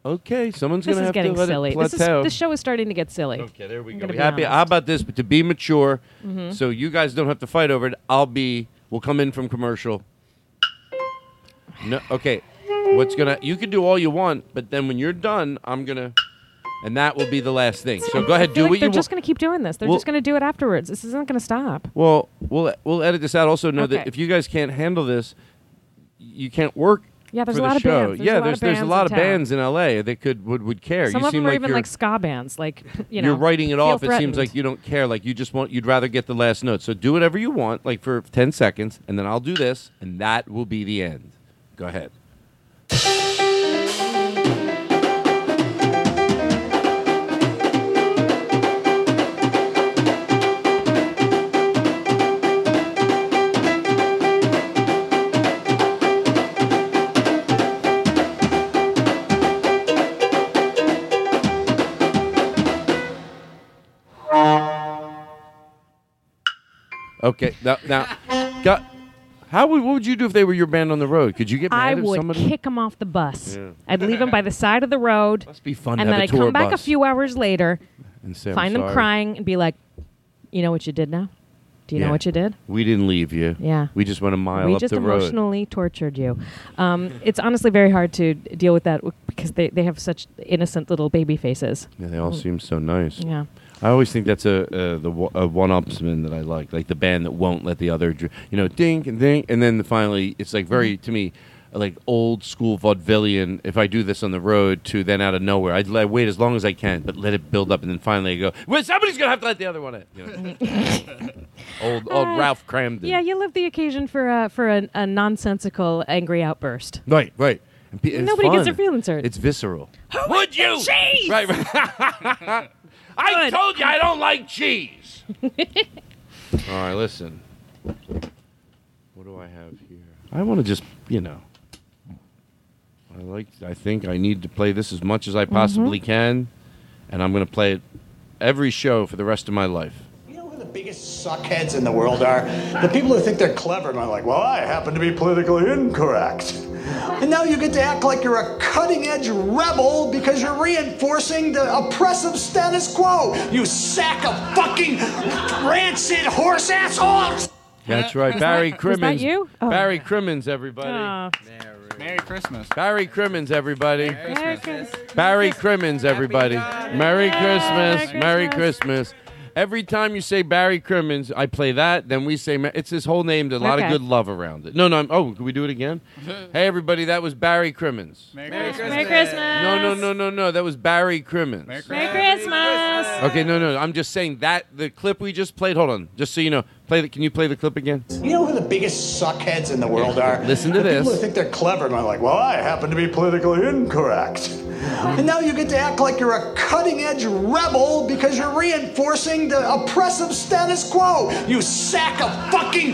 S2: Okay, someone's
S4: this
S2: gonna
S4: is
S2: have
S4: getting
S2: to let
S4: silly.
S2: it
S4: This, is,
S2: plateau.
S4: this show is starting to get silly. Okay,
S2: there we
S4: go.
S2: Be happy. How about this? But to be mature,
S4: Mhm.
S2: so you guys don't have to fight over it. I'll be. We'll come in from commercial. No. Okay. What's gonna? You can do all you want, but then when you're done, I'm gonna, and that will be the last thing. So go ahead, do
S4: like
S2: what
S4: they're
S2: you want.
S4: just going to keep doing this. They're
S2: Well-
S4: just going to do it afterwards. This isn't going to stop.
S2: Well, we'll we'll edit this out. Also, know
S4: Okay.
S2: that if you guys can't handle this, you can't work.
S4: Yeah, there's
S2: for
S4: a
S2: the
S4: lot of
S2: show.
S4: bands. There's
S2: yeah,
S4: a lot
S2: there's
S4: of
S2: there's a
S4: bands
S2: lot
S4: in
S2: of
S4: town.
S2: bands in LA that could would would care.
S4: Some
S2: you
S4: of
S2: seem
S4: them are
S2: like
S4: even
S2: you're,
S4: like ska bands. Like you know,
S2: are writing it
S4: feel
S2: off. It seems
S4: threatened.
S2: like you don't care. Like you just want you'd rather get the last note. So do whatever you want, like for ten seconds, and then I'll do this, and that will be the end. Go ahead. Okay. Now, now got, how would what would you do if they were your band on the road? Could you get mad
S4: I
S2: if
S4: would
S2: somebody?
S4: kick him off the bus.
S2: Yeah.
S4: I'd leave him by the side of the road.
S2: Must be fun to
S4: And
S2: have
S4: then
S2: a
S4: I'd
S2: tour
S4: come back a
S2: bus.
S4: few hours later,
S2: And say, "I'm
S4: find them
S2: sorry."
S4: crying, and be like, "You know what you did now? Do you
S2: Yeah.
S4: know what you did?
S2: We didn't leave you.
S4: Yeah.
S2: We just went a mile
S4: we
S2: up
S4: just
S2: the road.
S4: emotionally tortured you. Um, it's honestly very hard to deal with that w- because they, they have such innocent little baby faces.
S2: Yeah, they all
S4: Mm.
S2: seem so nice.
S4: Yeah.
S2: I always think that's a uh, the wa- a one-upsman that I like, like the band that won't let the other, dr- you know, dink and dink, and then finally it's like very to me, like old school vaudevillian. If I do this on the road, to then out of nowhere, I'd let, wait as long as I can, but let it build up, and then finally I go, well, somebody's gonna have to let the other one in. You know? old old
S4: Uh,
S2: Ralph Cramden.
S4: Yeah, you love the occasion for uh, for a, a nonsensical angry outburst.
S2: Right, right. And pe- it's
S4: Nobody gets
S2: fun.
S4: their feelings hurt.
S2: It's visceral.
S4: Would you?
S2: Right, right. I told you I don't like cheese. All right, listen. What do I have here? I want to just, you know. I like. I think I need to play this as much as I
S4: Mm-hmm.
S2: possibly can, and I'm going to play it every show for the rest of my life.
S19: biggest suckheads in the world are the people who think they're clever and are like, well, I happen to be politically incorrect. And now you get to act like you're a cutting edge rebel because you're reinforcing the oppressive status quo. You sack of fucking rancid horse assholes!
S2: That's right, Barry Crimmins.
S19: was that
S4: you? Oh.
S2: Barry Crimmins, everybody.
S8: Merry Christmas.
S2: Barry Crimmins, everybody.
S8: Merry Christmas.
S2: Barry Crimmins, everybody. Merry Christmas. Merry Christmas. Every time you say Barry Crimmins, I play that. Then we say Mer- it's his whole name. There's a lot
S8: Okay.
S2: of good love around it. No, no. I'm, oh, can we do it again? hey, everybody, that was Barry Crimmins.
S8: Merry Christmas.
S4: Merry Christmas.
S2: No, no, no, no, no. That was Barry Crimmins.
S4: Merry Christmas.
S2: Okay, no, no. I'm just saying that the clip we just played. Hold on, just so you know. Play the. Can you play the clip again?
S19: You know who the biggest suckheads in the world are?
S2: Listen to
S19: the People
S2: this.
S19: who think they're clever and are like, well, I happen to be politically incorrect. And now you get to act like you're a cutting edge rebel because you're reinforcing the oppressive status quo. You sack of fucking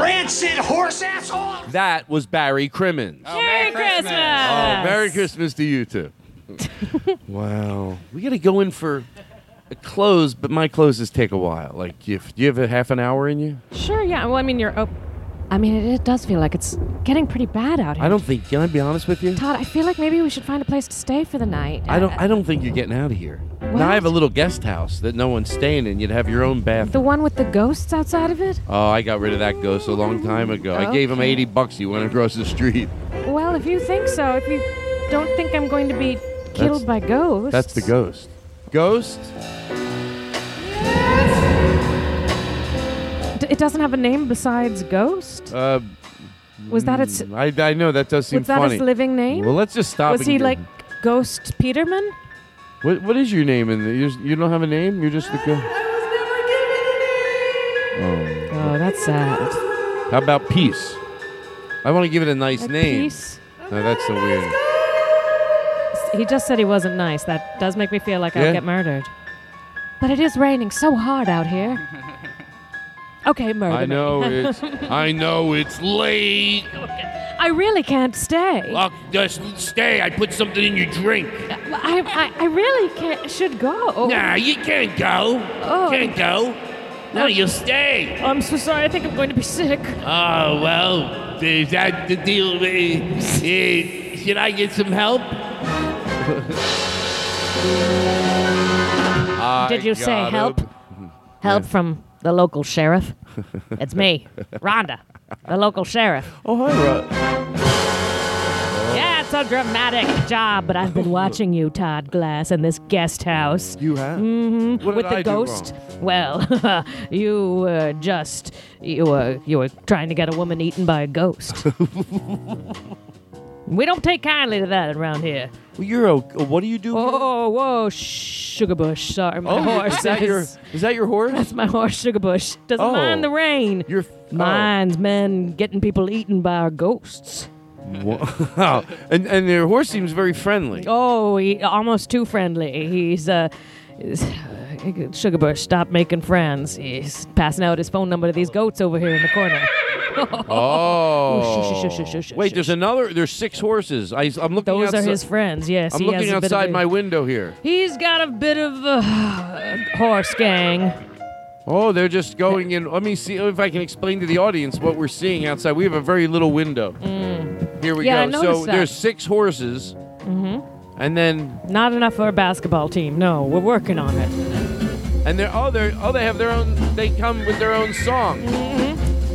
S19: rancid horse assholes!
S2: That was Barry Crimmins.
S19: Merry
S4: Christmas!
S2: Oh, Merry Christmas to you too. wow. We got to go in for clothes, but my closes take a while. Like, if do you have a half an hour in you?
S4: Sure, yeah. Well, I mean, you're. Op- I mean, it, it does feel like it's getting pretty bad out here.
S2: I don't think. Can I be honest with you?
S4: Todd, I feel like maybe we should find a place to stay for the night. Uh,
S2: I don't. I don't think you're getting out of here. Now I have a little guest house that no one's staying in. You'd have your own bath.
S4: The one with the ghosts outside of it?
S2: Oh, I got rid of that ghost a long time ago. I gave him
S4: Okay.
S2: eighty bucks. He went across the street.
S4: Well, if you think so, if you don't think I'm going to be
S2: That's-
S4: killed by ghosts.
S2: That's the ghost. Ghost?
S4: D- it doesn't have a name besides ghost?
S2: Uh,
S4: Was that its-
S2: mm, I, I know that does seem
S4: Was that
S2: funny.
S4: his living name?
S2: Well, let's just stop.
S4: Was
S2: and
S4: he
S2: go-
S4: like Ghost Peterman?
S2: What, what is your name? In the, you just- you don't have a name. You're just the ghost.
S4: Oh, that's sad.
S2: How about peace? I want to give it a nice
S4: A
S2: name.
S4: Peace?
S2: No, that's the weird.
S4: He just said he wasn't nice. That does make me feel like
S2: Yeah.
S4: I'll get murdered. But it is raining so hard out here. Okay, murder.
S2: I
S4: me.
S2: know it's. I know it's late.
S4: I really can't stay.
S20: Oh,
S2: Look, just stay. I put something in your drink.
S4: I, I, I really can't, should go.
S20: Nah, you can't go.
S4: Oh.
S20: Can't go. No, you stay.
S4: I'm so sorry. I think I'm going to be sick.
S20: Oh well, is that the deal? Eh, eh, Should I get some help?
S4: Did you say help? Help from the local sheriff? It's me, Rhonda, the local sheriff.
S2: Oh, hi,
S4: Yeah, it's a dramatic job, but I've been watching you, Todd Glass, in this guest house.
S2: You have?
S4: Mm-hmm.
S2: What
S4: With
S2: did
S4: the
S2: I do
S4: ghost. Well, you were just you were you were trying to get a woman eaten by a ghost. we don't take kindly to that around here.
S2: Well, you're a. What do you do?
S4: Oh, whoa, Sugarbush! Sorry, my
S2: Oh,
S4: horse.
S2: is that your- is that your horse?
S4: That's my horse, Sugarbush. Doesn't
S2: Oh.
S4: mind the rain.
S2: Your
S4: mine's men getting people eaten by our ghosts.
S2: Wow. and and their horse seems very friendly.
S4: Oh, he, almost too friendly. He's uh, is- Sugarbush, stop making friends. He's passing out his phone number to these goats over here in the corner.
S2: Oh.
S4: Shh, shh, shh, shh, shh,
S2: Wait, there's another. There's six horses. I, I'm looking.
S4: Those are
S2: outside-
S4: his friends, yes,
S2: I'm
S4: he
S2: looking
S4: has a bit of
S2: outside
S4: a-
S2: my window here.
S4: He's got a bit of a horse gang.
S2: Oh, they're just going in. Let me see if I can explain to the audience what we're seeing outside. We have a very little window. Here we
S4: Mm. Yeah, I
S2: go. so
S4: noticed that.
S2: there's six horses,
S4: hmm
S2: and then
S4: Not enough for a basketball team. No, we're working on it.
S2: and they're oh they're oh they have their own. They come with their own song.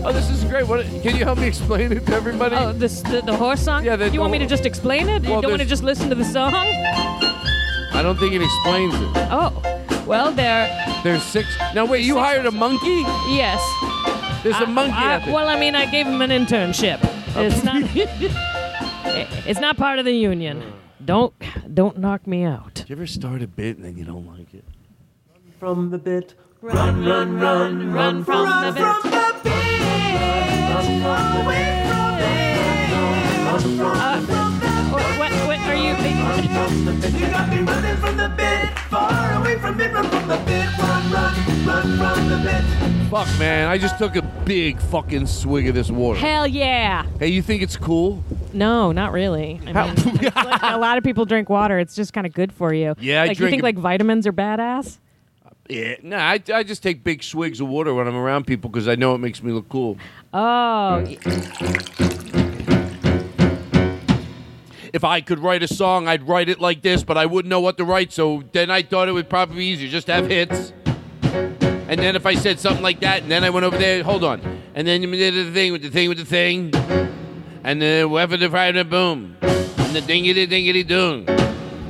S2: Oh, this is great. What can you help me explain it to everybody?
S4: Mm-hmm. Oh, this the, the horse song. Yeah, you want me to just explain it?
S2: Well,
S4: you don't want to
S2: there's-
S4: just listen to the song?
S2: I don't think it explains it.
S4: Oh, well, there.
S2: There's six. Now wait, you hired a monkey?
S4: Yes.
S2: There's
S4: a
S2: a monkey out there.
S4: Ah, Well, I mean, I gave him an internship. It's not. it's not part of the union. Don't don't knock me out.
S2: Do you ever start a bit and then you don't like it?
S1: From the bit. Run, run, run, run from the bit. From the bit. Away from it.
S4: Uh, what, what are you?
S1: You got me running from the bit. Far away from it. Run from the bit. Run, run, run from the bit.
S2: Fuck, man. I just took a big fucking swig of this water.
S4: Hell yeah!
S2: Hey, you think it's cool?
S4: No, not really. I mean, it's like a lot of people drink water. It's just kind of good for you.
S2: Yeah, I
S4: like you
S2: drink
S4: think
S2: it-
S4: like vitamins are badass.
S2: Yeah. Nah, I, I just take big swigs of water when I'm around people because I know it makes me look cool.
S4: Oh,
S2: If I could write a song, I'd write it like this, but I wouldn't know what to write, so then I thought it would probably be easier just to have hits. And then if I said something like that, and then I went over there, hold on. And then you did the thing with the thing with the thing. And then whatever the fire the boom. And the dingity dingity doom.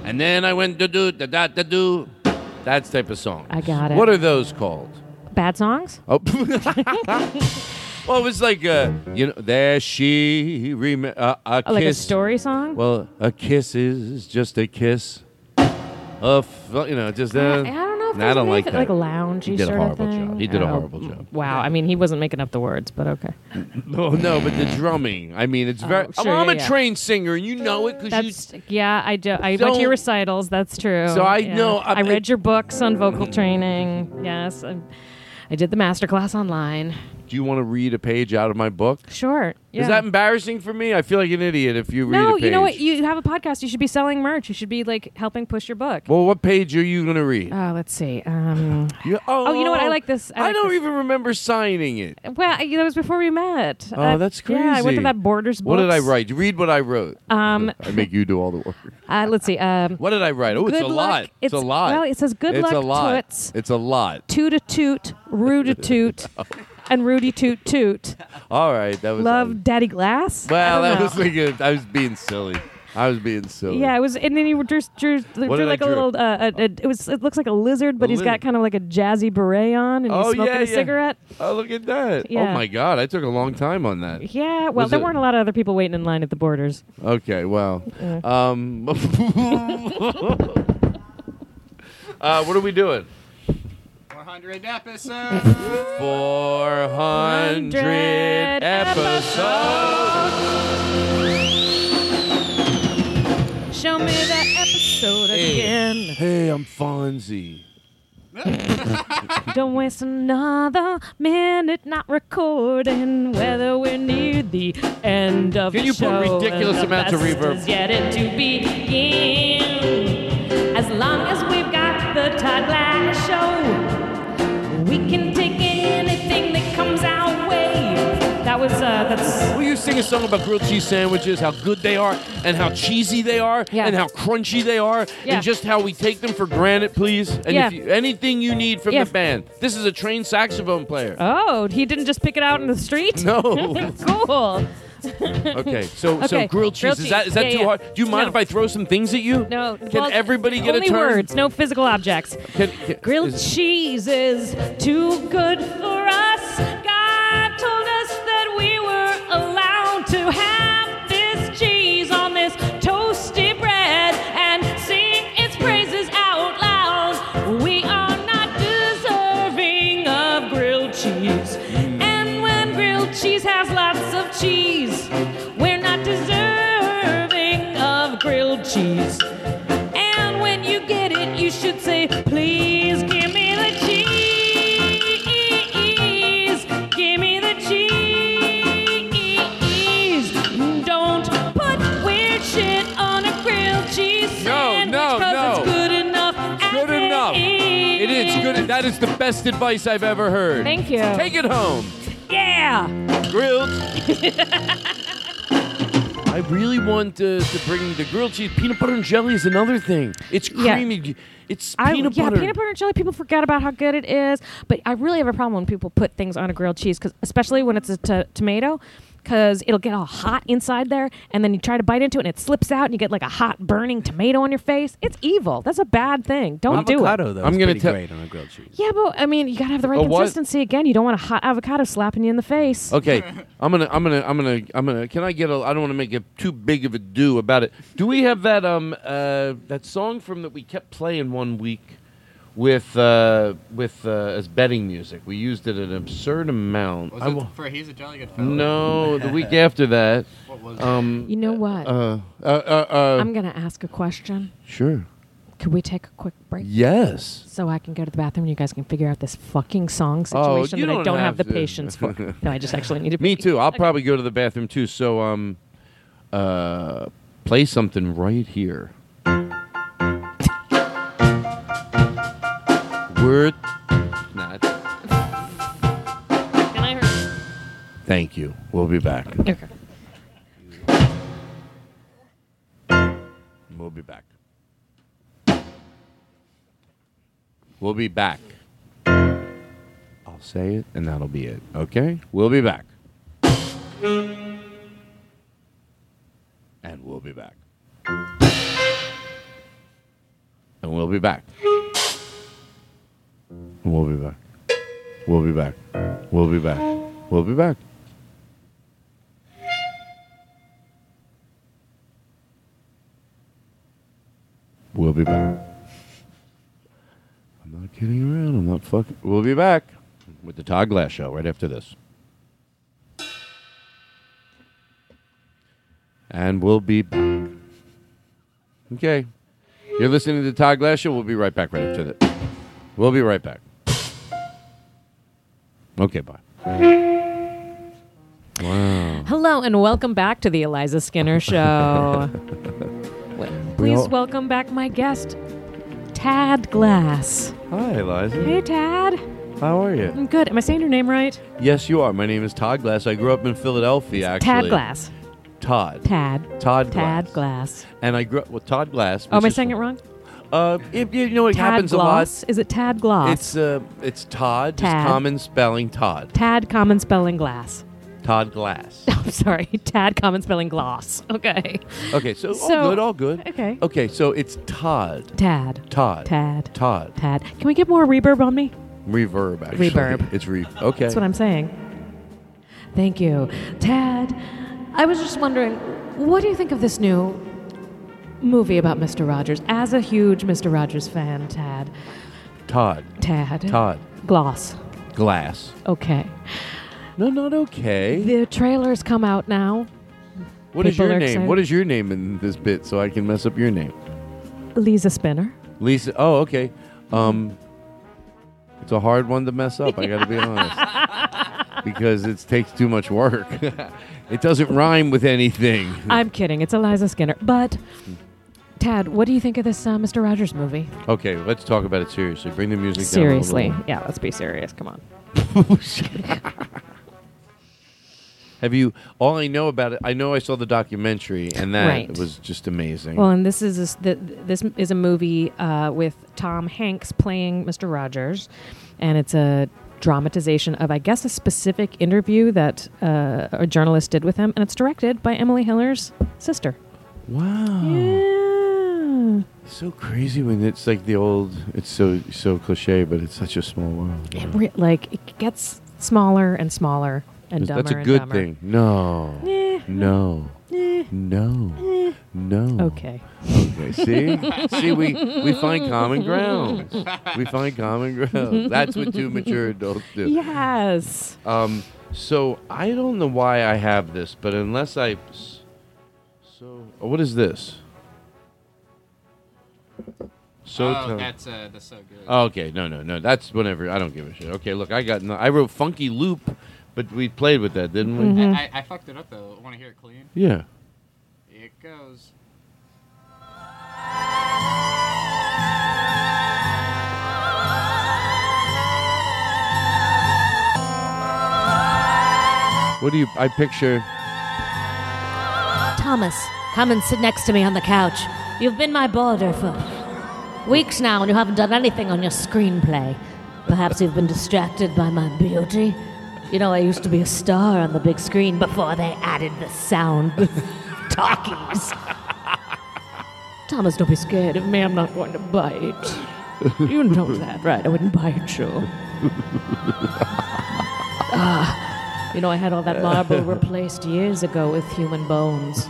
S2: And then I went to do da da da do. That's type of song.
S4: I got it.
S2: What are those called?
S4: bad songs.
S2: Oh. well, it was like, uh, you know, there she rem- uh, a
S4: Oh, like a
S2: kiss.
S4: story song.
S2: Well, a kiss is just a kiss. A f- you know, just uh,
S4: I don't know if
S2: nah, I
S4: there's
S2: don't
S4: any
S2: like
S4: of it,
S2: that.
S4: like loungy
S2: He did
S4: sort
S2: a
S4: of
S2: horrible
S4: thing.
S2: job. He did a
S4: Oh,
S2: horrible job.
S4: Wow, I mean, he wasn't making up the words, but okay.
S2: No, no, but the drumming. I mean, it's very.
S4: Oh, sure,
S2: well, I'm
S4: yeah,
S2: a
S4: yeah.
S2: trained singer, and you know it because you.
S4: That's yeah. I do. I went to
S2: Don't-
S4: your recitals. That's true.
S2: So I
S4: Yeah.
S2: know- um,
S4: I, read your books on vocal training. Yes, I, I did the master class online.
S2: do you want to read a page out of my book?
S4: Sure. Yeah.
S2: Is that embarrassing for me? I feel like an idiot if you read a
S4: no,
S2: page.
S4: you know what? You have a podcast. You should be selling merch. You should be like helping push your book.
S2: well, what page are you going to read?
S4: Oh, let's see. Um,
S2: You-
S4: oh, you know what? I like this. I,
S2: I,
S4: like
S2: don't
S4: this.
S2: even remember signing it.
S4: Well, I, that was before we met.
S2: Oh,
S4: Uh,
S2: that's crazy.
S4: Yeah, I went to that Borders.
S2: What did I
S4: Books.
S2: write? Read what I wrote.
S4: Um,
S2: I make you do all the work.
S4: uh, let's see. Um,
S2: What did I write? Oh, it's
S4: Good
S2: a
S4: luck.
S2: lot. It's, a
S4: It's-
S2: lot.
S4: well, it says good
S2: it's
S4: luck,
S2: a lot.
S4: toots.
S2: It's a lot.
S4: toot a toot, roo to toot, and Rudy toot toot.
S2: All right, that was
S4: Love Daddy Glass.
S2: Well,
S4: I
S2: that
S4: don't
S2: was
S4: know.
S2: like a, I was being silly. I was being silly.
S4: Yeah, it was, and then you drew, drew, drew
S2: did I
S4: like a
S2: drew?
S4: little. Uh, a, a, it was. It looks like a lizard, but he's
S2: lizard.
S4: got kind of like a jazzy beret on, and
S2: oh
S4: he's smoking
S2: yeah,
S4: a
S2: yeah.
S4: cigarette.
S2: Oh look at that.
S4: Yeah.
S2: Oh my god, I took a long time on that.
S4: Yeah. Well,
S2: Was
S4: there
S2: it-
S4: weren't a lot of other people waiting in line at the borders.
S2: Okay, well.
S4: Yeah.
S2: Um Uh, what are we doing?
S8: 400 episodes.
S2: 400 episodes.
S4: Show me that episode again.
S2: Hey, I'm Fonzie.
S4: Don't waste another minute not recording. Whether we're near the end of
S2: Can
S4: the
S2: you put
S4: show,
S2: ridiculous
S4: and the
S2: amounts of
S4: best
S2: reverb?
S4: is yet to begin. As long as we've got the Todd Glass show, we can take anything that comes our way. That was uh, that's
S2: Will you sing a song about grilled cheese sandwiches, how good they are, and how cheesy they are, and how crunchy they are,
S4: Yeah.
S2: and just how we take them for granted, please? And
S4: Yeah.
S2: if you, anything you need from
S4: Yeah.
S2: the band. This is a trained saxophone player.
S4: oh, he didn't just pick it out in the street.
S2: No.
S4: cool.
S2: Okay, so so
S4: Okay,
S2: grilled cheese is that is that
S4: Yeah,
S2: too
S4: yeah.
S2: hard? Do you mind
S4: No.
S2: if I throw some things at you?
S4: No.
S2: Can everybody get a
S4: only
S2: turn?
S4: words, no physical objects.
S2: Can, can,
S4: Grilled
S2: is-
S4: cheese is too good for us. God told us that we were allowed to have this cheese on this toasty bread and sing its praises out loud. We are not deserving of grilled cheese. And when grilled cheese has lots of cheese, we're not deserving of grilled cheese. And when you get it, you should say, please give me the cheese. Give me the cheese. Don't put weird shit on a grilled cheese
S2: No,
S4: sandwich
S2: no,
S4: 'cause it's
S2: no.
S4: good enough. as
S2: Good
S4: it
S2: enough. It is good. That is the best advice I've ever heard.
S4: Thank you.
S2: Take it home.
S4: Yeah.
S2: Grilled. I really want to, to bring the grilled cheese. Peanut butter and jelly is another thing. It's
S4: Yeah.
S2: creamy. It's
S4: I,
S2: peanut
S4: yeah,
S2: butter.
S4: peanut butter and jelly. People forget about how good it is, but I really have a problem when people put things on a grilled cheese, 'cause- especially when it's a t- tomato, because it'll get all hot inside there, and then you try to bite into it, and it slips out, and you get like a hot burning tomato on your face. It's evil. That's a bad thing. Don't
S12: avocado,
S4: do it.
S12: though.
S2: I'm
S12: is
S2: gonna
S12: pretty
S2: tell-
S12: great on a grilled cheese.
S4: Yeah, but I mean, you gotta have the right
S2: A Oh, what?
S4: consistency. Again, you don't want a hot avocado slapping you in the face.
S2: Okay, I'm gonna, I'm gonna, I'm gonna, I'm gonna. Can I get a? I don't want to make it too big of a do about it. Do we have that um uh that song from that we kept playing one week with uh with uh, as betting music? We used it an absurd amount.
S10: Was
S2: I
S10: it
S2: wa-
S10: for He's a Jolly Good Fellow?
S2: no, the week after that.
S10: What was it?
S2: um?
S4: You know what?
S2: Uh, uh, uh, uh,
S4: I'm gonna ask a question.
S2: sure.
S4: Could we take a quick break?
S2: Yes.
S4: So I can go to the bathroom and you guys can figure out this fucking song
S2: Oh,
S4: situation
S2: you
S4: that I don't have, the
S2: to.
S4: patience for. No, I just actually need to.
S2: Me too. I'll probably go to the bathroom too. So um, uh, play something right here. We're not.
S4: Can I hurt?
S2: Thank you. We'll be back.
S4: Okay.
S2: We'll be back. We'll be back. I'll say it, and that'll be it. Okay? We'll be back. And we'll be back. And we'll be back. And we'll be back. We'll be back. We'll be back. We'll be back. We'll be back. I'm not kidding around. I'm not fucking. We'll be back with the Todd Glass Show right after this. And we'll be back. Okay. You're listening to the Todd Glass Show. We'll be right back right after this. We'll be right back. Okay, bye.
S15: Thank you.
S2: Wow.
S4: Hello and welcome back to the Eliza Skinner Show. Wait, please
S2: all-
S4: welcome back my guest, Tad Glass.
S2: Hi, Eliza.
S4: Hey, Tad.
S2: How are you?
S4: I'm good. Am I saying your name right?
S2: Yes, you are. My name is Todd Glass. I grew up in Philadelphia, actually.
S4: Tad Glass.
S2: Todd.
S4: Tad.
S2: Todd Glass.
S4: Tad Glass.
S2: And I grew up with Todd Glass.
S4: Oh, am I
S2: which is
S4: saying it wrong?
S2: Uh, it, you know, it
S4: Tad
S2: happens
S4: Gloss?
S2: a lot.
S4: Is it Tad Gloss?
S2: It's uh, it's Todd,
S4: Tad.
S2: just common spelling Todd.
S4: Tad common spelling glass.
S2: Todd Glass.
S4: I'm sorry. Tad common spelling gloss. Okay.
S2: Okay, so,
S4: So-
S2: all good, all good.
S4: okay.
S2: Okay, so it's Todd.
S4: Tad.
S2: Todd.
S4: Tad.
S2: Todd.
S4: Tad. Can we get more reverb on me?
S2: Reverb, actually.
S4: Reverb.
S2: It's re. Okay.
S4: That's what I'm saying. Thank you. Tad, I was just wondering, what do you think of this new movie about Mr. Rogers? As a huge Mr. Rogers fan, Tad.
S2: Todd.
S4: Tad.
S2: Todd.
S4: Gloss.
S2: Glass.
S4: Okay.
S2: No, not okay.
S4: The trailers come out now.
S2: What is
S4: People
S2: your
S4: are
S2: name?
S4: excited.
S2: What is your name in this bit so I can mess up your name?
S4: Lisa Spinner.
S2: Lisa. Oh, okay. Um, it's a hard one to mess up. I got to be honest, because it takes too much work. it doesn't rhyme with anything.
S4: I'm kidding. It's Eliza Skinner. But, Tad, what do you think of this uh, Mr. Rogers movie?
S2: Okay, let's talk about it seriously. Bring the music
S4: Seriously.
S2: down.
S4: Yeah, let's be serious. Come on.
S2: Seriously. Have you? All I know about it, I know I saw the documentary, and that
S4: Right.
S2: was just amazing.
S4: Well, and this is this, th- this is a movie uh, with Tom Hanks playing Mr. Rogers, and it's a dramatization of, I guess, a specific interview that uh, a journalist did with him, and it's directed by Emily Hiller's sister.
S2: wow. So crazy when it's like the old. It's so so cliche, but it's such a small world.
S4: It re- like it gets smaller and smaller and dumber.
S2: That's a
S4: and
S2: good
S4: dumber.
S2: thing. No.
S4: Eh.
S2: No.
S4: Eh.
S2: No.
S4: Eh.
S2: No.
S4: Okay.
S2: Okay. See, see, we we find common ground. We find common ground. That's what two mature adults do.
S4: Yes.
S2: Um. So I don't know why I have this, but unless I, s- so oh, what is this? So
S10: Oh,
S2: tell-
S10: that's, uh, that's so good.
S2: Oh, okay, no, no, no. That's whenever I don't give a shit. Okay, look, I got. No, I wrote funky loop, but we played with that, didn't we?
S4: Mm-hmm.
S10: I, I, I fucked it up though. I want to hear it clean.
S2: Yeah.
S10: It goes.
S2: What do you? I picture.
S21: Thomas, come and sit next to me on the couch. You've been my boarder for weeks now, and you haven't done anything on your screenplay. Perhaps you've been distracted by my beauty. You know, I used to be a star on the big screen before they added the sound talkies. Thomas, don't be scared of me. I'm not going to bite.
S4: You know that, right? I wouldn't bite you. Ah, you know, I had all that marble replaced years ago with human bones.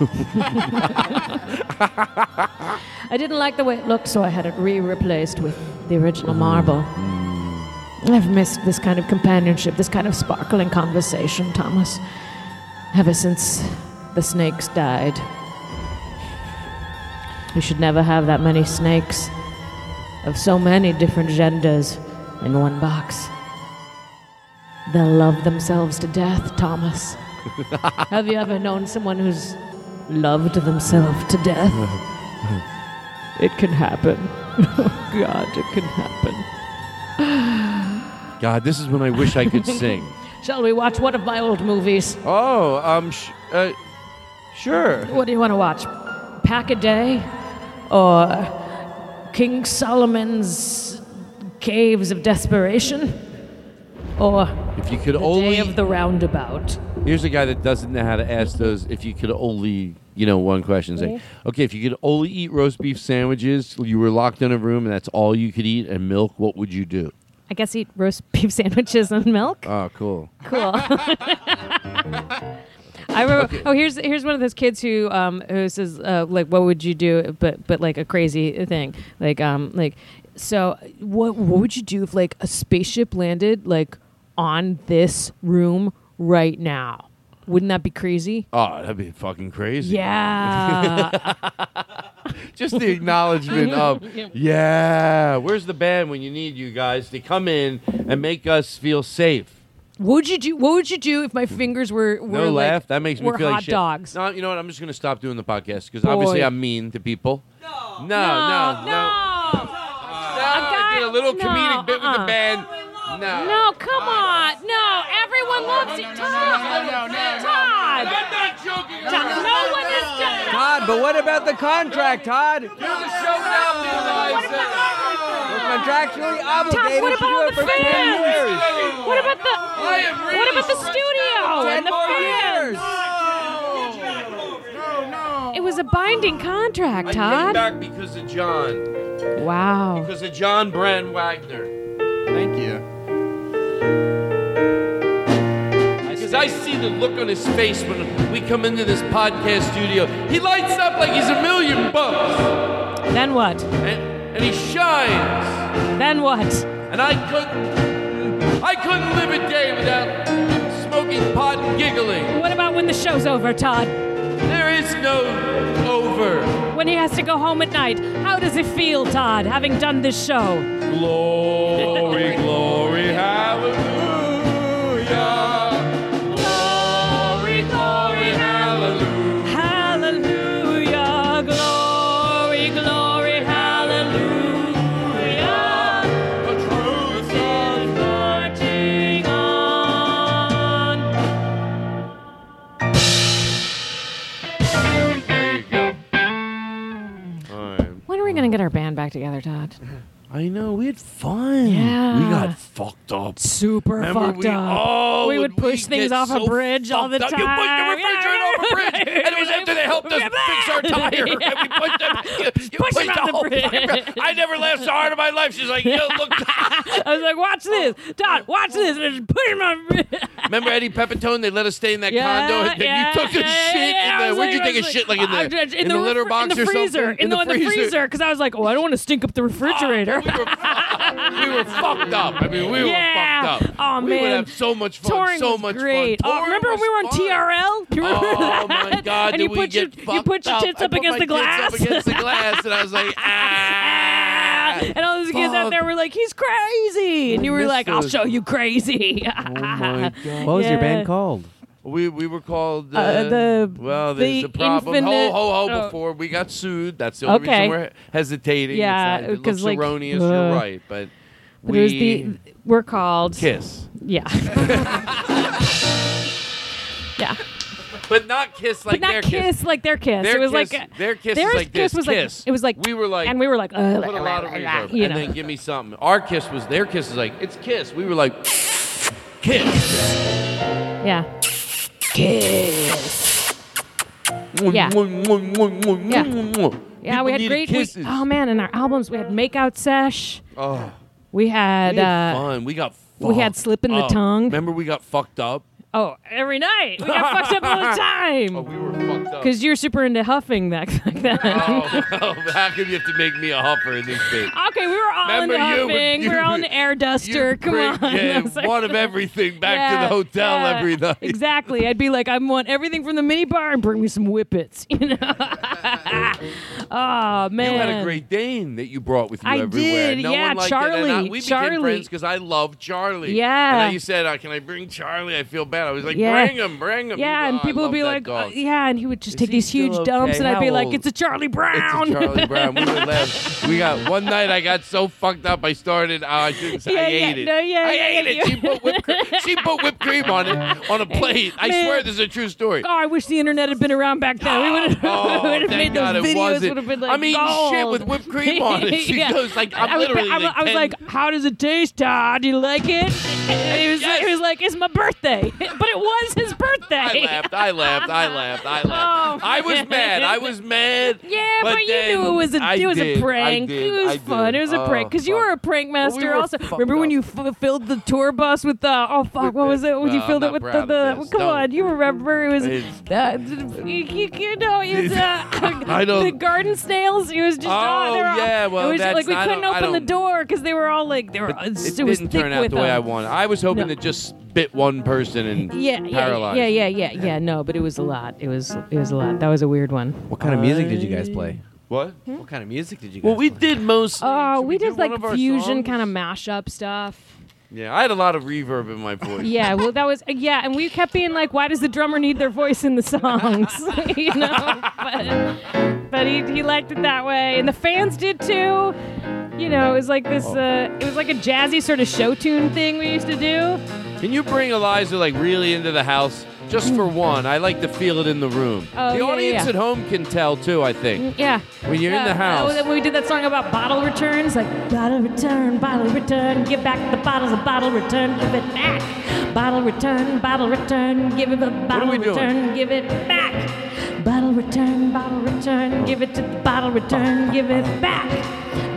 S4: I didn't like the way it looked, so I had it re replaced with the original marble. I've missed this kind of companionship, this kind of sparkling conversation, Thomas, ever since the snakes died. We should never have that many snakes of so many different genders in one box. They'll love themselves to death, Thomas. Have you ever known someone who's loved themselves to death? It can happen. Oh, God, it can happen.
S2: God, this is when I wish I could sing.
S4: Shall we watch one of my old movies?
S2: Oh, um, sh- uh, sure.
S4: What do you want to watch? Pack a Day or King Solomon's Caves of Desperation or
S2: If you could
S4: The
S2: only.
S4: Day of the Roundabout?
S2: Here's a guy that doesn't know how to ask those. If you could only, you know, one question. Say,
S4: Yeah.
S2: okay, if you could only eat roast beef sandwiches, you were locked in a room and that's all you could eat, and milk, what would you do?
S4: I guess eat roast beef sandwiches and milk.
S2: Oh, cool.
S4: Cool. I remember. Oh, here's here's one of those kids who um who says uh, like, "What would you do?" But but like a crazy thing, like um like so what what would you do if like a spaceship landed like on this room right now? Wouldn't that be crazy?
S2: Oh, that'd be fucking crazy.
S4: Yeah.
S2: Just the acknowledgement of, yeah, where's the band when you need you guys to come in and make us feel safe?
S4: What would you do? What would you do if my fingers were, were
S2: no
S4: like,
S2: laugh. That makes me
S4: were
S2: feel
S4: hot
S2: like shit.
S4: dogs?
S2: No, you know what? I'm just gonna stop doing the podcast because obviously
S4: Boy.
S2: I'm mean to people. No, no, no.
S4: No,
S2: I did a little comedic bit with the band. No.
S14: No, come on. No, everyone loves you. Todd. Todd. I'm not joking. Todd. No one is joking.
S22: Todd, but what about the contract, Todd? You're contractually obligated
S14: what about
S22: to
S14: the
S22: do it for 10 years.
S14: fans? What about the What about the studio and the fans?
S4: It was a binding contract,
S2: I came
S4: Todd.
S2: back because of John.
S4: Wow.
S2: Because of John Brand Wagner.
S8: Thank you.
S2: Because I see the look on his face when we come into this podcast studio. He lights up like he's a million bucks.
S4: Then what?
S2: And, and he shines.
S4: Then what?
S2: And I couldn't. I couldn't live a day without smoking pot and giggling.
S4: What about when the show's over, Todd?
S2: There is no over.
S4: When he has to go home at night, how does it feel, Todd, having done this show?
S2: Glory, glory,
S14: Glory, glory, hallelujah. Hallelujah. Glory, glory, hallelujah. The truth is marching on.
S4: When are we going to get our band back together, Todd?
S2: I know we had fun.
S4: Yeah.
S2: We got fucked up.
S4: Super
S2: Remember
S4: fucked
S2: we,
S4: up.
S2: Oh,
S4: we
S2: and
S4: would push things
S2: get
S4: off
S2: so
S4: a bridge all the
S2: fucked
S4: time.
S2: up. You pushed the refrigerator off a bridge, and it was after they helped us fix our tire. And we pushed it. You, you
S4: Push
S2: pushed
S4: him out
S2: the
S4: the
S2: whole
S4: bridge.
S2: fire. I never laughed so hard in my life. She's like, yo, look.
S4: I was like, watch this, Todd, watch this, and I just put him on.
S2: Remember Eddie Pepitone? They let us stay in that
S4: Yeah,
S2: condo, and then
S4: yeah,
S2: you took a
S4: yeah,
S2: shit.
S4: yeah, I
S2: in
S4: was
S2: the, where'd you
S4: like- I
S2: take a
S4: was
S2: shit? Like
S4: like,
S2: in the,
S4: I- I- in
S2: in the
S4: the
S2: litter
S4: refri-
S2: box
S4: in the
S2: or
S4: freezer,
S2: something?
S4: in the- in the freezer, 'cause I was like, oh, I don't want to stink up the refrigerator.
S2: Oh, we were fucked up. I mean, we
S4: Yeah.
S2: were fucked up.
S4: Aw,
S2: we would
S4: man.
S2: have so much fun.
S4: Touring
S2: so
S4: was
S2: much
S4: great.
S2: fun.
S4: Oh,
S2: Touring
S4: remember when
S2: was
S4: we were on
S2: fun.
S4: TRL? Do you remember
S2: oh
S4: that?
S2: my god!
S4: And
S2: did
S4: you
S2: we
S4: put your
S2: get
S4: you
S2: fucked
S4: put your
S2: up.
S4: tits
S2: I
S4: up
S2: put
S4: against
S2: my
S4: the
S2: tits
S4: glass.
S2: up against the glass, and I was like, ah.
S4: and all those kids out there were like, "He's crazy," and you were
S2: missed
S4: like, "I'll
S2: those.
S4: show you crazy."
S2: Oh, What was your band
S4: Yeah.
S2: called? We we were called uh,
S4: Uh, the-
S2: well. There's
S4: the
S2: a problem.
S4: infinite-
S2: ho ho ho!
S4: oh.
S2: Before we got sued. That's the only
S4: Okay.
S2: reason we're hesitating.
S4: Yeah,
S2: it's not, it looks
S4: because, like,
S2: erroneous.
S4: uh,
S2: you're right, but
S4: But
S2: we
S4: it was the we're called
S2: kiss,
S4: Yeah. yeah.
S2: but not kiss like
S4: but
S2: their
S4: not kiss, like their kiss.
S2: Their
S4: it was
S2: kiss-
S4: like
S2: their kiss is like this,
S4: was like
S2: kiss.
S4: it was like
S2: We were like-
S4: and we were like uh,
S2: Put a lot of reverb,
S4: you
S2: and
S4: know.
S2: then give me something. Our kiss was their kiss is like it's kiss. We were like kiss.
S4: yeah kiss yeah
S2: Yeah.
S4: yeah we had great we- oh man in our albums we had makeout sesh
S2: Oh,
S4: we had
S2: we had
S4: uh,
S2: fun. We got
S4: we had
S2: fucked
S4: slip in the
S2: up.
S4: tongue.
S2: Remember we got fucked up.
S4: oh every night we got fucked up all the time
S2: Oh, we were fucked up.
S4: because you're super into huffing that like that
S2: Oh, well, how come you have to make me a huffer in this bit?
S4: okay we were all
S2: Remember
S4: into
S2: you-
S4: huffing
S2: you-
S4: we were all into air duster come
S2: Bring
S4: on
S2: yeah,
S4: I was like-
S2: one of everything back to
S4: Yeah,
S2: the hotel
S4: yeah,
S2: every night.
S4: Exactly. I'd be like, I want everything from the mini bar and bring me some whippets. You know. oh man.
S2: You had a Great Dane that you brought with you
S4: I
S2: everywhere.
S4: did,
S2: No
S4: yeah,
S2: one liked It. And I,
S4: Charlie,
S2: we became
S4: Charlie.
S2: friends because I love Charlie.
S4: Yeah.
S2: And you said, uh, "Can I bring Charlie?" I feel bad. I was like,
S4: Yeah.
S2: "Bring him, bring him."
S4: Yeah,
S2: You
S4: and
S2: go, "I
S4: people would
S2: love
S4: be
S2: that
S4: like,
S2: dog."
S4: uh, yeah, and he would just take these
S2: still
S4: huge dumps,
S2: okay?
S4: and I'd
S2: How
S4: be like,
S2: old?
S4: it's a Charlie Brown.
S2: It's a Charlie Brown. We, were left. we got one night. I got so fucked up. I started. Uh, I shouldn't say. I
S4: Yeah, yeah,
S2: ate it.
S4: no, yeah,
S2: I
S4: yeah,
S2: ate
S4: yeah,
S2: it. She put, whipped cre- she put whipped cream on it on a plate. I
S4: Man.
S2: swear this is a true story.
S4: Oh, I wish the internet had been around back then. We would have
S2: Oh, thank
S4: made those
S2: God it
S4: videos.
S2: wasn't.
S4: Would have been like
S2: I'm eating shit
S4: gold.
S2: with whipped cream on it. She goes like, I'm
S4: I was,
S2: literally
S4: I, was-
S2: like
S4: I was
S2: 10.
S4: like, how does it taste, Todd? Do you like it? And he was, he was like, it's my birthday, but it was his birthday.
S2: I laughed. I laughed. I laughed. I laughed.
S4: Oh,
S2: I was
S4: man.
S2: mad. I was mad.
S4: Yeah, but, you
S2: then
S4: knew it was a
S2: I
S4: it was
S2: did,
S4: a
S2: I
S4: prank.
S2: did,
S4: it was
S2: I
S4: fun.
S2: did.
S4: It was a prank
S2: Oh,
S4: because you
S2: fuck.
S4: were a prank
S2: Well,
S4: master.
S2: we were
S4: also,
S2: fucked
S4: remember when you f- filled the tour bus with the oh fuck, what was it? When you
S2: No,
S4: filled
S2: I'm
S4: it
S2: not
S4: with the,
S2: proud
S4: the
S2: of this.
S4: come
S2: No.
S4: on, you remember it was
S2: It's-
S4: that you, you- you know it was uh,
S2: I don't-
S4: the garden snails. It was just oh,
S2: Oh,
S4: they were all-
S2: yeah, well,
S4: it was just,
S2: that's-
S4: like we
S2: I
S4: couldn't
S2: don't- I
S4: open the
S2: don't-
S4: door because they were all like they were it,
S2: It
S4: it was
S2: didn't
S4: thick
S2: turn out
S4: with
S2: the way I
S4: them.
S2: wanted. I was hoping to just spit one person and
S4: Yeah, yeah,
S2: paralyze.
S4: yeah, yeah, yeah, yeah. No, but it was a lot. It was it was a lot. That was a weird one.
S12: What kind of music did you guys play?
S2: What?
S12: What kind of music did you guys
S2: Well, we did most.
S4: Oh, we did
S2: one
S4: like
S2: of our
S4: fusion
S2: songs?
S4: kind of mashup stuff.
S2: Yeah, I had a lot of reverb in my voice.
S4: Yeah, well, that was yeah, and we kept being like, "Why does the drummer need their voice in the songs?" you know, but, but he, he liked it that way, and the fans did too. You know, it was like this.
S2: Oh.
S4: Uh, it was like a jazzy sort of show tune thing we used to do.
S2: Can you bring Eliza like really into the house just for one? I like to feel it in the room.
S4: Oh,
S2: the
S4: yeah,
S2: audience
S4: yeah.
S2: at home can tell too. I think.
S4: Yeah.
S2: When you're in the house.
S4: Oh, when we did that song about bottle returns, like bottle return, bottle return, give back the bottles of bottle return, give it back. Bottle return, bottle return, give it the bottle
S14: we doing?
S4: return, give it back. Bottle return, bottle return, give it to the bottle return, give it back.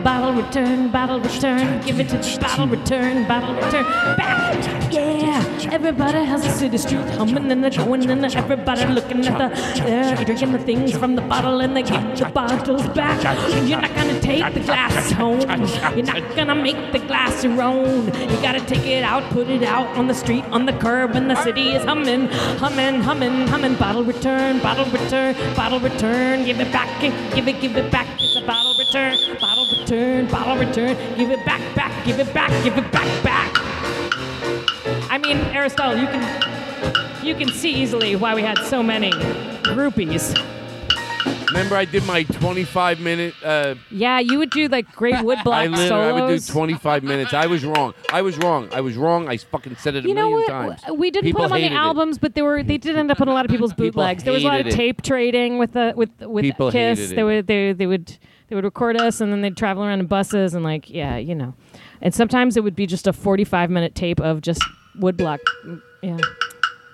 S4: Bottle return, bottle return, give it to the bottle return, bottle return, back. Yeah, everybody has a city street humming and they're going and everybody looking at the, they're drinking the things from the bottle and they give the bottles back. You're not gonna take the glass home. You're not gonna make the glass your own. You gotta take it out, put it out on the street, on the curb, and the city is humming, humming, humming, humming. Bottle return, bottle return, bottle return. Give it back, give it, give it back. It's a bottle return, bottle return, bottle return. Give it back, back, give it back, give it back, back. I mean, Aristotle, you can you can see easily why we had so many groupies. Mm.
S2: Remember, I did my 25 minute. Uh,
S4: Yeah, you would do like great wood block
S2: I literally I would do
S4: solos.
S2: 25 minutes. I was wrong. I was wrong. I was wrong. I fucking said it a
S4: you know
S2: million
S4: what?
S2: times.
S4: We didn't
S2: People
S4: put them on the
S2: hated it.
S4: albums, but they were they did end up on a lot of people's bootlegs. there was a lot of
S2: hated it.
S4: tape trading with the with with
S2: People
S4: Kiss.
S2: hated it.
S4: They would they they would they would record us and then they'd travel around in buses and like yeah you know, and sometimes it would be just a forty five minute tape of just woodblock. Mm, Yeah.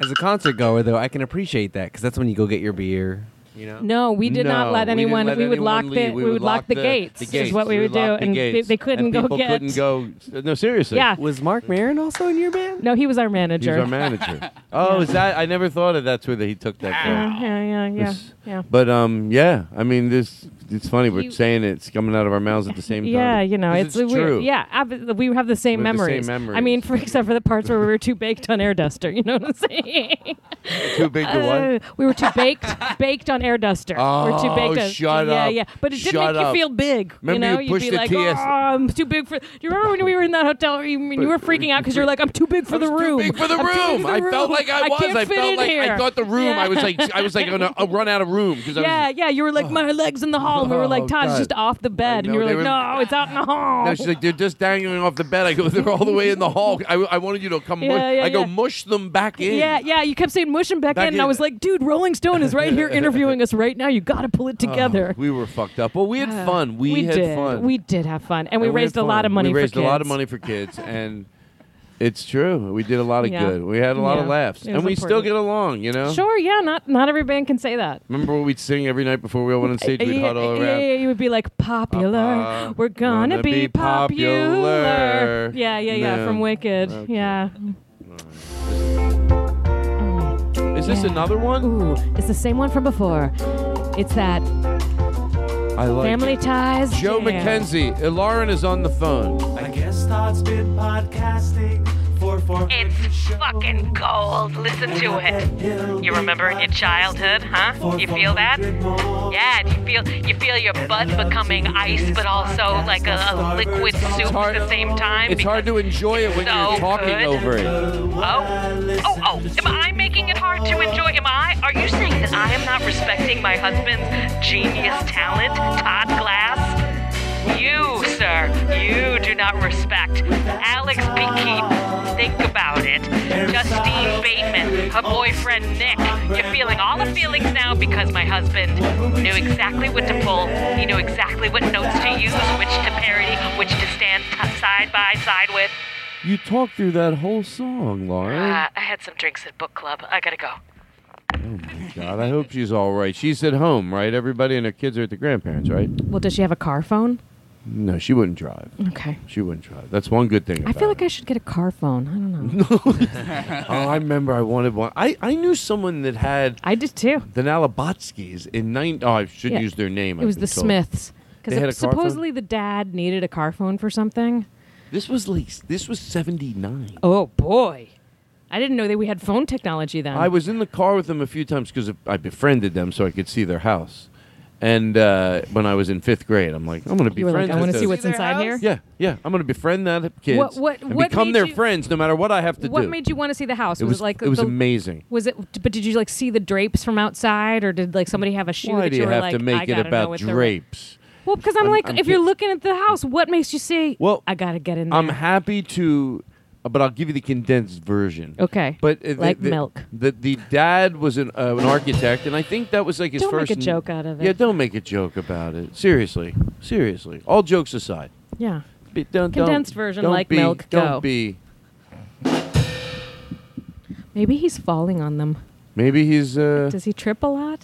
S12: As a concert goer, though, I can appreciate that because that's when you go get your beer. You know.
S4: No, we did not let
S2: didn't
S4: anyone-
S2: let
S4: we would lock
S2: anyone
S4: the-
S2: leave.
S4: we would lock the gates, is what we would do,
S2: lock the
S4: and they-
S2: gates.
S4: they couldn't
S2: And
S4: go
S2: people
S4: get-
S2: couldn't go. No, seriously.
S4: Yeah.
S12: Was Mark Maron also in your band?
S4: No, he was our
S2: He's
S4: manager.
S2: our manager. Oh, is that? I never thought of that's where he took that. From.
S4: Yeah, yeah, yeah,
S2: It's-
S4: yeah.
S2: But um, yeah. I mean, this it's funny. We're saying it, it's coming out of our mouths at the same time.
S4: Yeah, you know,
S2: 'Cause
S4: it's, we-
S2: true.
S4: Yeah, ab- we have the same
S2: We have the same
S4: memories. I
S2: memories.
S4: mean, for, except for the parts where we were too baked on air duster. You know what I'm saying?
S2: Too big to
S4: Uh,
S2: what?
S4: we were too baked, baked on air duster. we were too
S2: Oh,
S4: baked on,
S2: shut
S4: yeah,
S2: up.
S4: Yeah, But it did
S2: Shut
S4: make
S2: up.
S4: you feel big.
S2: Remember
S4: you know,
S2: you
S4: would
S2: pushed the
S4: be like,
S2: TS
S4: oh, I'm too big for. Do you remember when we were in that hotel room and you were freaking out because you're like, I'm too big for the room.
S2: Big for the
S4: I'm too big
S2: room.
S4: for the
S2: I felt
S4: room.
S2: like I was.
S4: can't
S2: I,
S4: fit
S2: felt
S4: in
S2: like
S4: here."
S2: I thought the room. I was
S4: Yeah.
S2: like I was like gonna uh, run out of room because
S4: Yeah,
S2: I was.
S4: yeah. You were like, my legs in the hall. And we were like,
S2: Oh,
S4: Todd's
S2: God.
S4: just off the bed.
S2: know,
S4: And you were
S2: they
S4: like,
S2: were-
S4: no, it's out in the hall.
S2: No, she's like they're just dangling off the bed. I go they're all the way in the hall. I, I wanted you to come.
S4: Yeah,
S2: mush.
S4: yeah,
S2: I go
S4: yeah.
S2: mush them back in.
S4: Yeah, yeah. You kept saying mush him back,
S2: Back
S4: in, and I
S2: in.
S4: was like, dude, Rolling Stone is right here interviewing us right now. You got to pull it together.
S2: Oh, We were fucked up, but we had
S4: Uh,
S2: fun. We, had
S4: did.
S2: fun.
S4: We did have fun, and we
S2: And we
S4: raised
S2: had
S4: a lot
S2: fun.
S4: of money.
S2: We raised
S4: for
S2: a lot of
S4: kids.
S2: money for kids, and it's true. We did a lot of
S4: Yeah.
S2: good. We had a lot of
S4: Yeah.
S2: laughs,
S4: It
S2: and
S4: was
S2: we still
S4: important.
S2: get along. You know.
S4: Sure, yeah. Not not every band can say that.
S2: Remember what we'd sing every night before we all went on stage? We'd
S4: Uh, yeah,
S2: huddle
S4: yeah,
S2: around.
S4: yeah, You would be like popular.
S2: Papa,
S4: We're gonna,
S2: wanna
S4: be,
S2: be
S4: popular.
S2: popular.
S4: Yeah, yeah, yeah.
S2: No.
S4: From Wicked.
S2: Okay.
S4: Yeah.
S2: Is this another one?
S4: Ooh, it's the same one from before. It's that
S2: I like
S4: family
S2: it.
S4: ties.
S2: Joe
S4: jam.
S2: McKenzie. Uh, Lauren is on the phone.
S1: I guess Todd's been podcasting for four.
S6: It's fucking cold. Listen to it. You remember in your childhood, huh? You feel that? Yeah, do you feel you feel your butt becoming ice, but also like a, a liquid soup at the same time.
S2: It's hard to enjoy it when
S6: so
S2: you're talking
S6: good.
S2: over it.
S6: Oh, oh, oh! Am I making it hard to enjoy? Am I? Are you saying that I am not respecting my husband's genius talent, Todd Glass? You, sir, you do not respect Alex Beakeep. Think about it. Justine Bateman, her boyfriend Nick. You're feeling all the feelings now because my husband knew exactly what to pull. He knew exactly what notes to use, which to parody, which to stand t- side by side with.
S2: You talked through that whole song, Lauren.
S6: Uh, I had some drinks at book club. I gotta go.
S2: Oh my God! I hope she's all right. She's at home, right? Everybody and her kids are at the grandparents, right?
S4: Well, does she have a car phone?
S2: No, she wouldn't drive.
S4: Okay.
S2: She wouldn't drive. That's one good thing.
S4: I
S2: About
S4: feel like I should get a car phone. I don't know.
S2: it. oh, I remember I wanted one. I, I knew someone that had.
S4: I did too.
S2: The Nalabotskis in nine. Oh, I shouldn't
S4: Yeah.
S2: use their name.
S4: It was the Smiths.
S2: They had a
S4: Because
S2: car phone?
S4: supposedly the dad needed a car phone for something.
S2: This was like this was seventy nine.
S4: Oh boy, I didn't know that we had phone technology then.
S2: I was in the car with them a few times because I befriended them so I could see their house. And uh, when I was in fifth grade, I'm like, I'm going to be
S4: You were like,
S2: friends.
S4: I wanna
S2: with
S4: see
S2: those-
S4: what's inside here?
S2: Yeah, yeah. I'm going to befriend that kids
S4: What- what-
S2: and
S4: what
S2: become
S4: made
S2: their
S4: you-
S2: friends, no matter what I have to
S4: What
S2: do.
S4: made you want to see the house?
S2: It was-
S4: like
S2: it was
S4: the-
S2: amazing.
S4: Was it? But did you like see the drapes from outside, or did like somebody have a shoe?
S2: Why
S4: that
S2: do
S4: you,
S2: you
S4: were
S2: have
S4: like,
S2: to
S4: I
S2: make it
S4: gotta know
S2: about
S4: what they're-
S2: drapes?
S4: Well, because I'm,
S2: I'm-
S4: like,
S2: I'm
S4: if
S2: ki-
S4: you're looking at the house, what makes you say?
S2: Well,
S4: I gotta get in there.
S2: I'm happy to, uh, but I'll give you the condensed version.
S4: Okay.
S2: But uh, the-
S4: Like
S2: the,
S4: milk.
S2: The, the dad was an, uh, an architect, and I think that was like his
S4: Don't make
S2: first.
S4: a joke out of it.
S2: Yeah, don't make a joke about it. Seriously, seriously. All jokes aside.
S4: yeah.
S2: Be, don't, don't-
S4: Condensed version,
S2: don't
S4: like
S2: be-
S4: milk,
S2: Don't
S4: go.
S2: be.
S4: Maybe he's falling on them.
S2: Maybe he's. Uh,
S4: Does he trip a lot?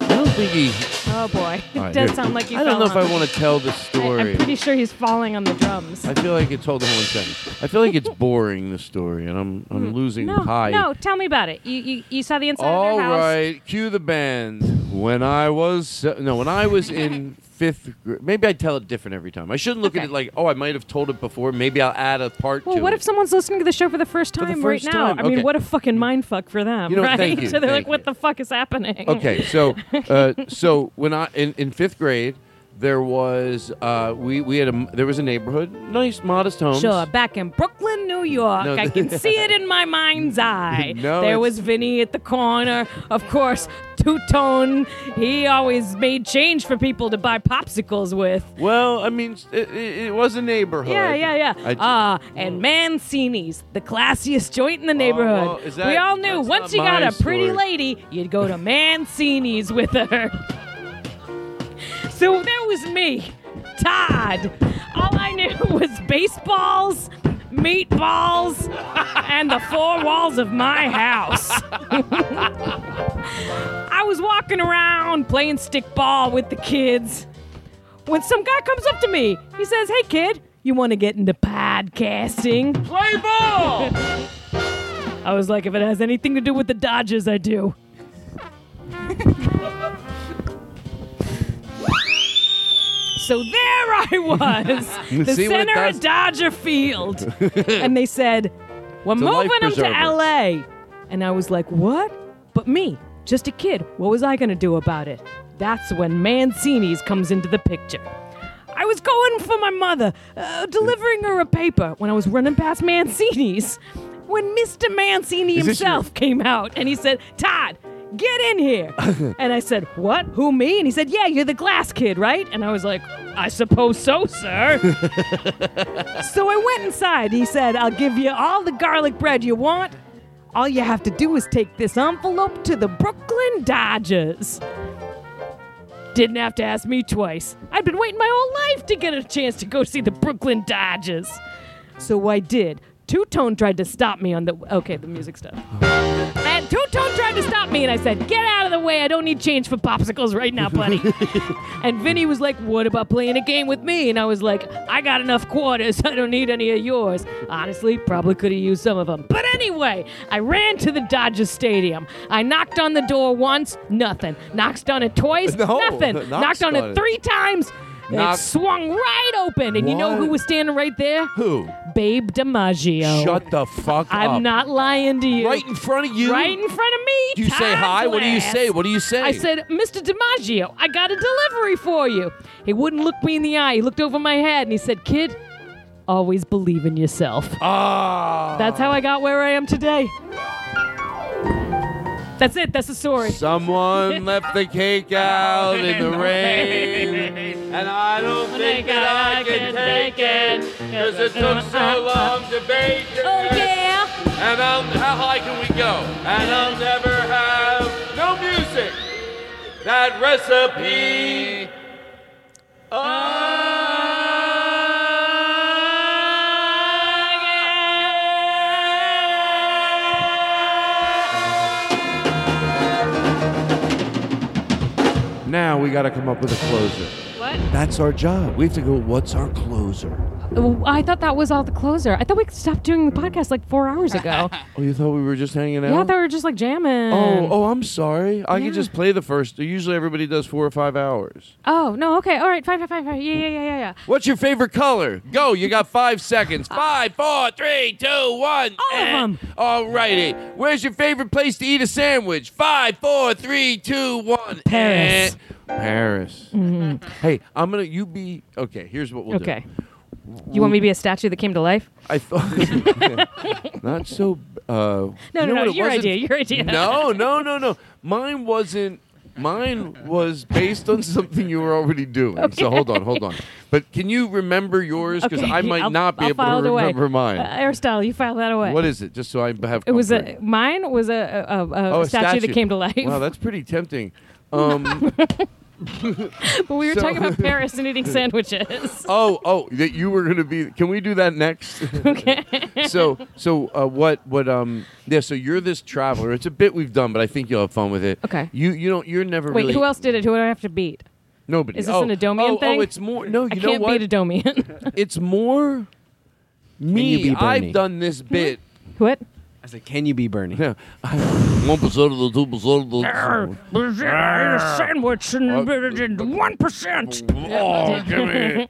S2: I don't think he.
S4: Oh boy, it
S2: All right,
S4: does
S2: here.
S4: sound like he.
S2: I don't
S4: fell
S2: know if
S4: on
S2: I
S4: them.
S2: want to tell the
S4: I-
S2: story.
S4: I'm pretty sure he's falling on the drums.
S2: I feel like it's hold on one second. I feel like it's boring the story, and I'm I'm losing
S4: Hmm. no,
S2: high.
S4: no, tell me about it. You you, you saw the inside of
S2: All
S4: their house.
S2: right, cue the band. When I was se- no, when I was in fifth grade, maybe I tell it different every time. I shouldn't look at it like, oh, I might have told it before. Maybe I'll add a part
S4: Well,
S2: to
S4: what
S2: it.
S4: if someone's listening to the show for the first
S2: the
S4: time
S2: first
S4: right now?
S2: time,
S4: I mean,
S2: okay.
S4: what a fucking mind fuck for them,
S2: You know,
S4: right?
S2: thank you,
S4: so they're
S2: thank
S4: like, "What the fuck is happening?"
S2: Okay, so uh, so when I in, in fifth grade, there was uh, we we had a m- there was a neighborhood, nice modest homes.
S4: Sure, back in Brooklyn, New York.
S2: No,
S4: I
S2: th-
S4: can see it in my mind's eye.
S2: No,
S4: there
S2: it's-
S4: was Vinny at the corner, of course, two tone. He always made change for people to buy popsicles with.
S2: Well, I mean, it, it, it was a neighborhood.
S4: Yeah, yeah,
S2: I
S4: yeah.
S2: j-
S4: Ah, and Mancini's, the classiest joint in the neighborhood.
S2: well, Oh, is that-
S4: we all knew
S2: that's not
S4: once you got
S2: my
S4: a pretty
S2: story.
S4: lady, you'd go to Mancini's with her. So there was me, Todd. All I knew was baseballs, meatballs, and the four walls of my house. I was walking around playing stickball with the kids when some guy comes up to me. He says, Hey, kid, you want to get into podcasting? Play ball! I was like, If it has anything to do with the Dodgers, I do. So there I was, the
S14: See what it
S4: center
S14: does?
S4: of Dodger Field. and they said, We're
S14: It's a life
S4: moving them to
S14: preserver.
S4: LA. And I was like, What? But me, just a kid, what was I going to do about it? That's when Mancini's comes into the picture. I was going for my mother, uh, delivering her a paper when I was running past Mancini's. When Mr. Mancini
S14: Is this your-
S4: himself came out and he said, Todd, get in here. and I said, What? Who, me? And he said, Yeah, you're the glass kid, right? And I was like, I suppose so, sir. so I went inside. He said, I'll give you all the garlic bread you want. All you have to do is take this envelope to the Brooklyn Dodgers. Didn't have to ask me twice. I'd been waiting my whole life to get a chance to go see the Brooklyn Dodgers. So I did. Two Tone tried to stop me on the. Okay, the music stuff. And Two Tone tried to stop me, and I said, Get out of the way. I don't need change for popsicles right now, buddy. and Vinny was like, What about playing a game with me? And I was like, I got enough quarters. I don't need any of yours. Honestly, probably could have used some of them. But anyway, I ran to the Dodgers Stadium. I knocked on the door once, nothing. Knocked on it twice,
S14: No,
S4: nothing.
S14: knocks
S4: Knocked on
S14: on it.
S4: it three times.
S2: Knock-
S4: It swung right open. And you know
S2: What?
S4: who was standing right there?
S2: Who?
S4: Babe DiMaggio.
S2: Shut the fuck
S4: I'm
S2: up.
S4: not lying to you. Right
S2: in front of you?
S4: Right in front of me.
S2: Do you say
S4: Todd
S2: hi? What do you
S4: Glass.
S2: say? What do you say?
S4: I said, Mr. DiMaggio, I got a delivery for you. He wouldn't look me in the eye. He looked over my head and he said, Kid, always believe in yourself.
S2: Ah.
S4: That's how I got where I am today. That's it. That's the story.
S2: Someone left the cake out in the rain. And I don't think that I can take it. Cause it took so long to bake it. Oh,
S14: yeah.
S2: And I'll, how high can we go? And I'll never have no music. That recipe. Now we gotta come up with a closer.
S4: What?
S2: That's our job. We have to go, what's our closer?
S4: Oh, I thought that was all the closer. I thought we stopped doing the podcast like four hours ago.
S2: Oh, you thought we were just hanging out?
S4: yeah, they were just like jamming.
S2: Oh, oh, I'm sorry. I
S4: Um, Yeah.
S2: could just play the first. Usually everybody does four or five hours.
S4: Oh, no, okay, all right, fine, fine, fine, fine. Yeah, yeah, yeah, yeah, yeah.
S2: What's your favorite color? Go. You got five seconds. Five, four, three, two, one. All of them. All righty. Where's your favorite place to eat a sandwich? Five, four, three, two, one.
S4: Paris.
S2: Eh. Paris. Hey, I'm gonna. You be okay. Here's what we'll
S4: Okay.
S2: do.
S4: You want me to be a statue that came to life?
S2: I thought. Not so. Uh,
S4: No,
S2: you know
S4: no, no,
S2: what it
S4: your
S2: wasn't?
S4: idea, your idea.
S2: No, no, no, no. Mine wasn't. Mine was based on something you were already doing. So hold on, hold on. But can you remember yours? Because I
S4: Okay,
S2: might
S4: I'll-
S2: not be
S4: I'll
S2: able
S4: file it
S2: to
S4: away.
S2: remember mine.
S4: Uh, Aristotle, you filed that away.
S2: What is it? Just so I have.
S4: It was
S2: comfort.
S4: a mine was a a, a, a
S2: Oh, a
S4: statue, that came to life.
S2: Wow, that's pretty tempting. Um,
S4: but we were
S2: so-
S4: talking about Paris and eating sandwiches.
S2: oh, oh, that you were going to be. Can we do that next? Okay. so, so uh, what? What? Um, yeah. So you're this traveler. It's a bit we've done, but I think you'll have fun with it.
S4: Okay.
S2: You, you don't. You're never
S4: Wait,
S2: really.
S4: who else did it? Who do I have to beat?
S2: Nobody.
S4: Is this
S2: oh,
S4: an Adomian
S2: oh,
S4: thing?
S2: Oh, it's more. No, you
S4: I
S2: know
S4: can't
S2: what?
S4: beat Adomian.
S2: it's more
S12: you
S2: me.
S12: be
S2: I've
S12: Bernie?
S2: done this bit.
S4: What?
S12: I said, can you be Bernie?
S2: Yeah. One percent of the two percent of
S12: the.
S4: sandwich and one percent.
S2: Oh, give me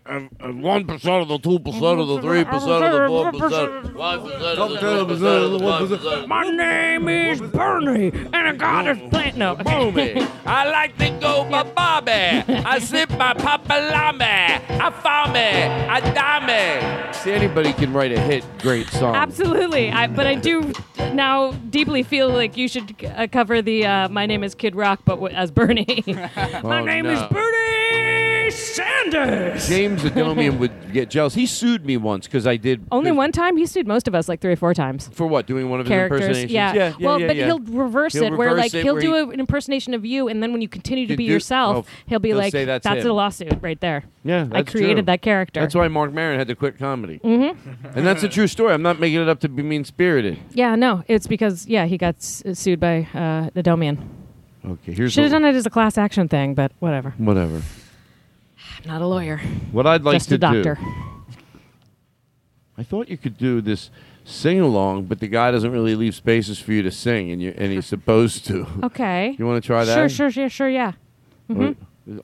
S2: one percent of the two percent of the three percent of the four percent, five percent of the two percent of the one percent.
S4: My name is Bernie, and I got a plant. No, okay.
S2: Boomy. I like to go my Bobby. I sip my papalame. I farm it. I dame. See, anybody can write a hit, great song.
S4: Absolutely, I, but I do now deeply feel like you should uh, cover the uh, "My name is Kid Rock," but w- as Bernie. My
S2: Oh,
S4: name is
S2: no.
S4: Bernie Sanders.
S2: James Adomian would get jealous. He sued me once because I did
S4: Only one time he sued most of us, like three or four times.
S2: for what doing one of his
S4: Characters,
S2: impersonations.
S4: yeah. well, but
S2: yeah.
S4: he'll reverse
S2: He'll
S4: it where
S2: reverse
S4: like
S2: it
S4: he'll
S2: where
S4: do
S2: he-
S4: a- an impersonation of you, and then when you continue to
S2: You
S4: be
S2: do-
S4: yourself,
S2: oh,
S4: he'll be
S2: they'll
S4: like,
S2: say
S4: "That's,
S2: that's
S4: a
S2: him."
S4: lawsuit right there."
S2: Yeah,
S4: I
S2: that's
S4: created
S2: true.
S4: that character.
S2: That's why Mark Maron had to quit comedy.
S4: Mm-hmm.
S2: And that's a true story. I'm not making it up to be mean spirited.
S4: Yeah, no, it's because yeah he got s- sued by uh, the Domian.
S2: Okay, here's
S4: Should have
S2: what-
S4: done it as a class action thing, but whatever.
S2: whatever.
S4: I'm not a lawyer.
S2: What I'd like
S4: Just
S2: to
S4: a doctor.
S2: do. I thought you could do this sing along, but the guy doesn't really leave spaces for you to sing, and you and he's supposed to.
S4: Okay. mm-hmm.
S2: You want to try that?
S4: Sure, sure, sure, sure. Yeah.
S2: Or-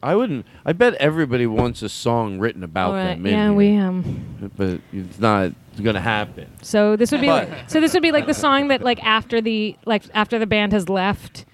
S2: I wouldn't. I bet everybody wants a song written about
S4: All right,
S2: them. in
S4: Yeah,
S2: here,
S4: we um.
S2: But it's not going to happen.
S4: So this would be
S2: But-
S4: like, so this would be like the song that like after the like after the band has left,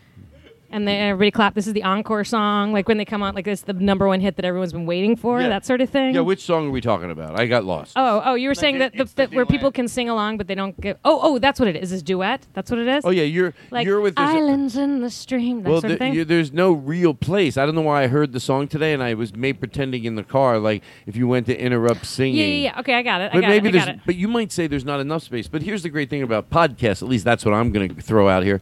S4: and then everybody clap. This is the encore song. Like when they come on, like it's the number one hit that everyone's been waiting for. That sort of thing.
S2: Yeah, which song are we talking about? I got lost.
S4: Oh, oh! You were saying that, the, that where people can sing along, but they don't get. Oh, oh! That's what it is. Is duet? That's what it is.
S2: Oh, yeah, you're-
S4: like
S2: you're with this-
S4: islands in the stream. That
S2: well,
S4: sort of
S2: there-
S4: thing.
S2: you- there's no real place. I don't know why I heard the song today, and I was made pretending in the car, like if you went to interrupt singing.
S4: yeah, yeah, yeah. Okay, I got it. I
S2: But
S4: got
S2: maybe
S4: it. I
S2: there's,
S4: got it.
S2: but you might say there's not enough space. But here's the great thing about podcasts. At least that's what I'm going to throw out here.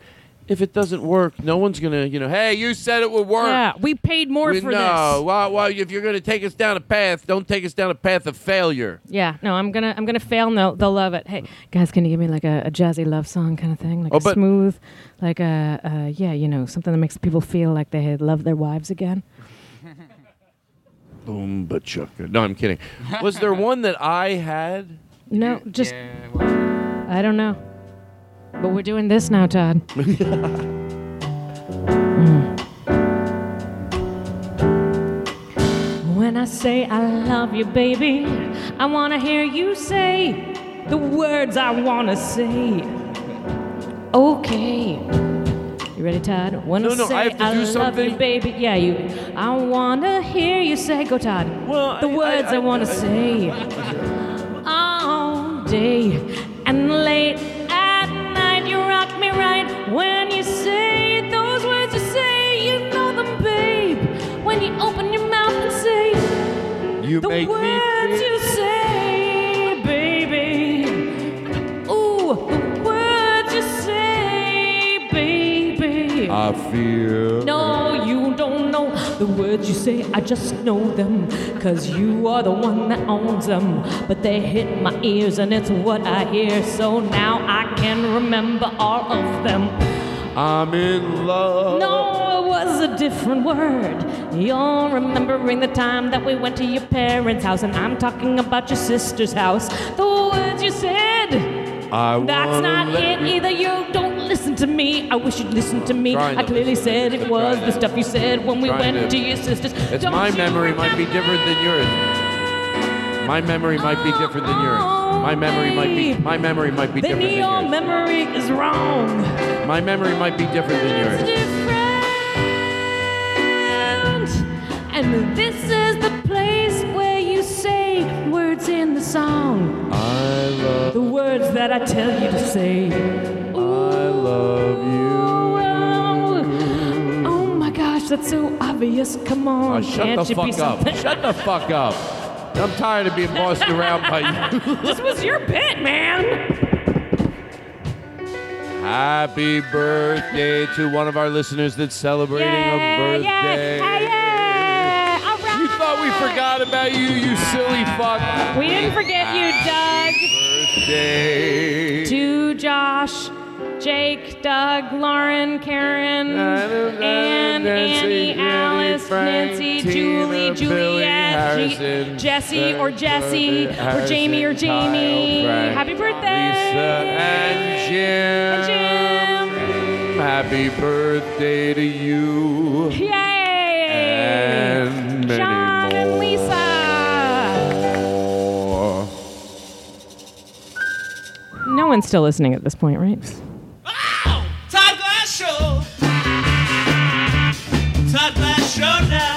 S2: If it doesn't work, no one's going to, you know, hey, you said it would work.
S4: Yeah, we paid more
S2: We-
S4: for
S2: no,
S4: this.
S2: Well, well, if you're going to take us down a path, don't take us down a path of failure.
S4: Yeah, no, I'm gonna I'm gonna fail. No, they'll love it. Hey, guys, can you give me like a, a jazzy love song kind of thing, like
S2: Oh,
S4: a
S2: but-
S4: smooth, like a uh, yeah, you know, something that makes people feel like they love their wives again.
S2: Boom, bachuka. No, I'm kidding. Was there one that I had?
S4: No, just I don't know, but we're doing this now, Todd. Mm. When I say I love you, baby, I wanna hear you say the words I wanna say. Okay. You ready, Todd? When
S2: No,
S4: I
S2: no,
S4: say
S2: I have to do
S4: love you,
S2: something.
S4: baby, yeah, you. I wanna hear you say, go, Todd. the words I, wanna say all day and late at night. You rock me right when you say those words you say. You know them, babe. When you open your mouth and say
S2: You
S4: the
S2: make me
S4: words you say, baby. Ooh, the words you say, baby.
S2: I fear.
S4: No, you don't know the words you say. I just know them. Cause you are the one that owns them. But they hit my ears and it's what I hear. So now I can remember all of them.
S2: I'm in love.
S11: No, it was a different word. You're remembering the time that we went to your parents' house, and I'm talking about your sister's house. The words you said.
S2: I
S11: That's
S2: wanna
S11: not
S2: let
S11: it
S2: you-
S11: either. You don't listen to me. I wish you'd listen to me.
S2: Trying to
S11: I clearly
S2: listen.
S11: said it was
S2: Trying
S11: the
S2: to-
S11: stuff you said when we
S2: trying
S11: went
S2: to-
S11: to, your sister's.
S2: It's
S11: Don't
S2: my
S11: you
S2: memory might be different than yours. My memory might be different than yours. My memory might be. My memory might be
S11: Then
S2: different than
S11: your
S2: yours.
S11: memory is wrong.
S2: My memory might be different than yours.
S11: And this is the place where you say words in the song.
S2: I love.
S11: The words that I tell you to say.
S2: I love you.
S11: Oh my gosh, that's so obvious. Come on,
S2: Oh, shut
S11: can't
S2: the
S11: you be
S2: fuck up.
S11: something-
S2: Shut the fuck up. I'm tired of being bossed around by you.
S11: this was your bit, man.
S2: Happy birthday to one of our listeners that's celebrating a birthday. You thought we forgot about you, you silly fuck.
S11: We didn't forget you, Doug.
S2: Birthday.
S11: To Josh, Jake, Doug, Lauren, Karen, Anne,
S2: Nancy,
S11: Annie,
S2: Jenny,
S11: Alice,
S2: Frank,
S11: Nancy,
S2: Tina,
S11: Julie,
S2: Billy,
S11: Juliet, G-
S2: Harrison,
S11: Jesse or
S2: Frank,
S11: Jesse,
S2: Jordan,
S11: or Jamie or
S2: Harrison,
S11: Jamie.
S2: Kyle, Frank,
S11: Happy birthday.
S2: Lisa and Jim. Happy birthday to you.
S11: Yay!
S2: And many
S11: John
S2: more.
S11: and Lisa. No one's still listening at this point, right?
S1: Todd Glass Show. Todd Glass Show now.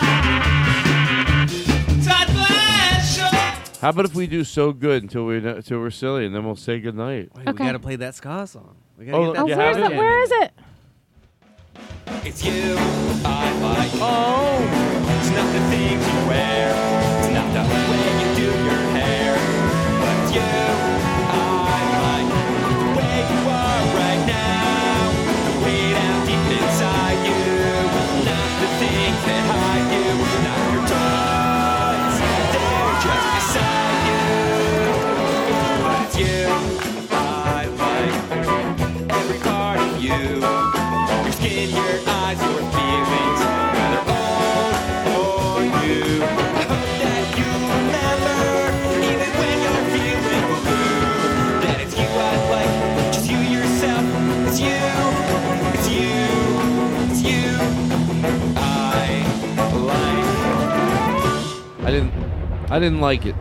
S1: Todd Glass Show.
S2: How about if we do so good until we until we're silly and then we'll say goodnight?
S12: We gotta play that ska song. We gotta
S2: Oh,
S12: get that
S2: you
S12: ska
S2: have
S12: jam
S2: it?
S12: in.
S4: Where is it?
S1: It's you, I like. Oh, it's not the things you wear, it's not the way you do your hair, but it's you, I like. The way you are right now, the way down deep inside you, not the things that hide you, not your toys, they're just beside you, but it's you, I like. Every part of you. Your skin, your eyes, your feelings, whether old or new. I hope that you remember, even when you're feeling blue, that it's you I like, just you yourself. It's you, it's you, it's you. I like.
S2: I didn't. I didn't like it.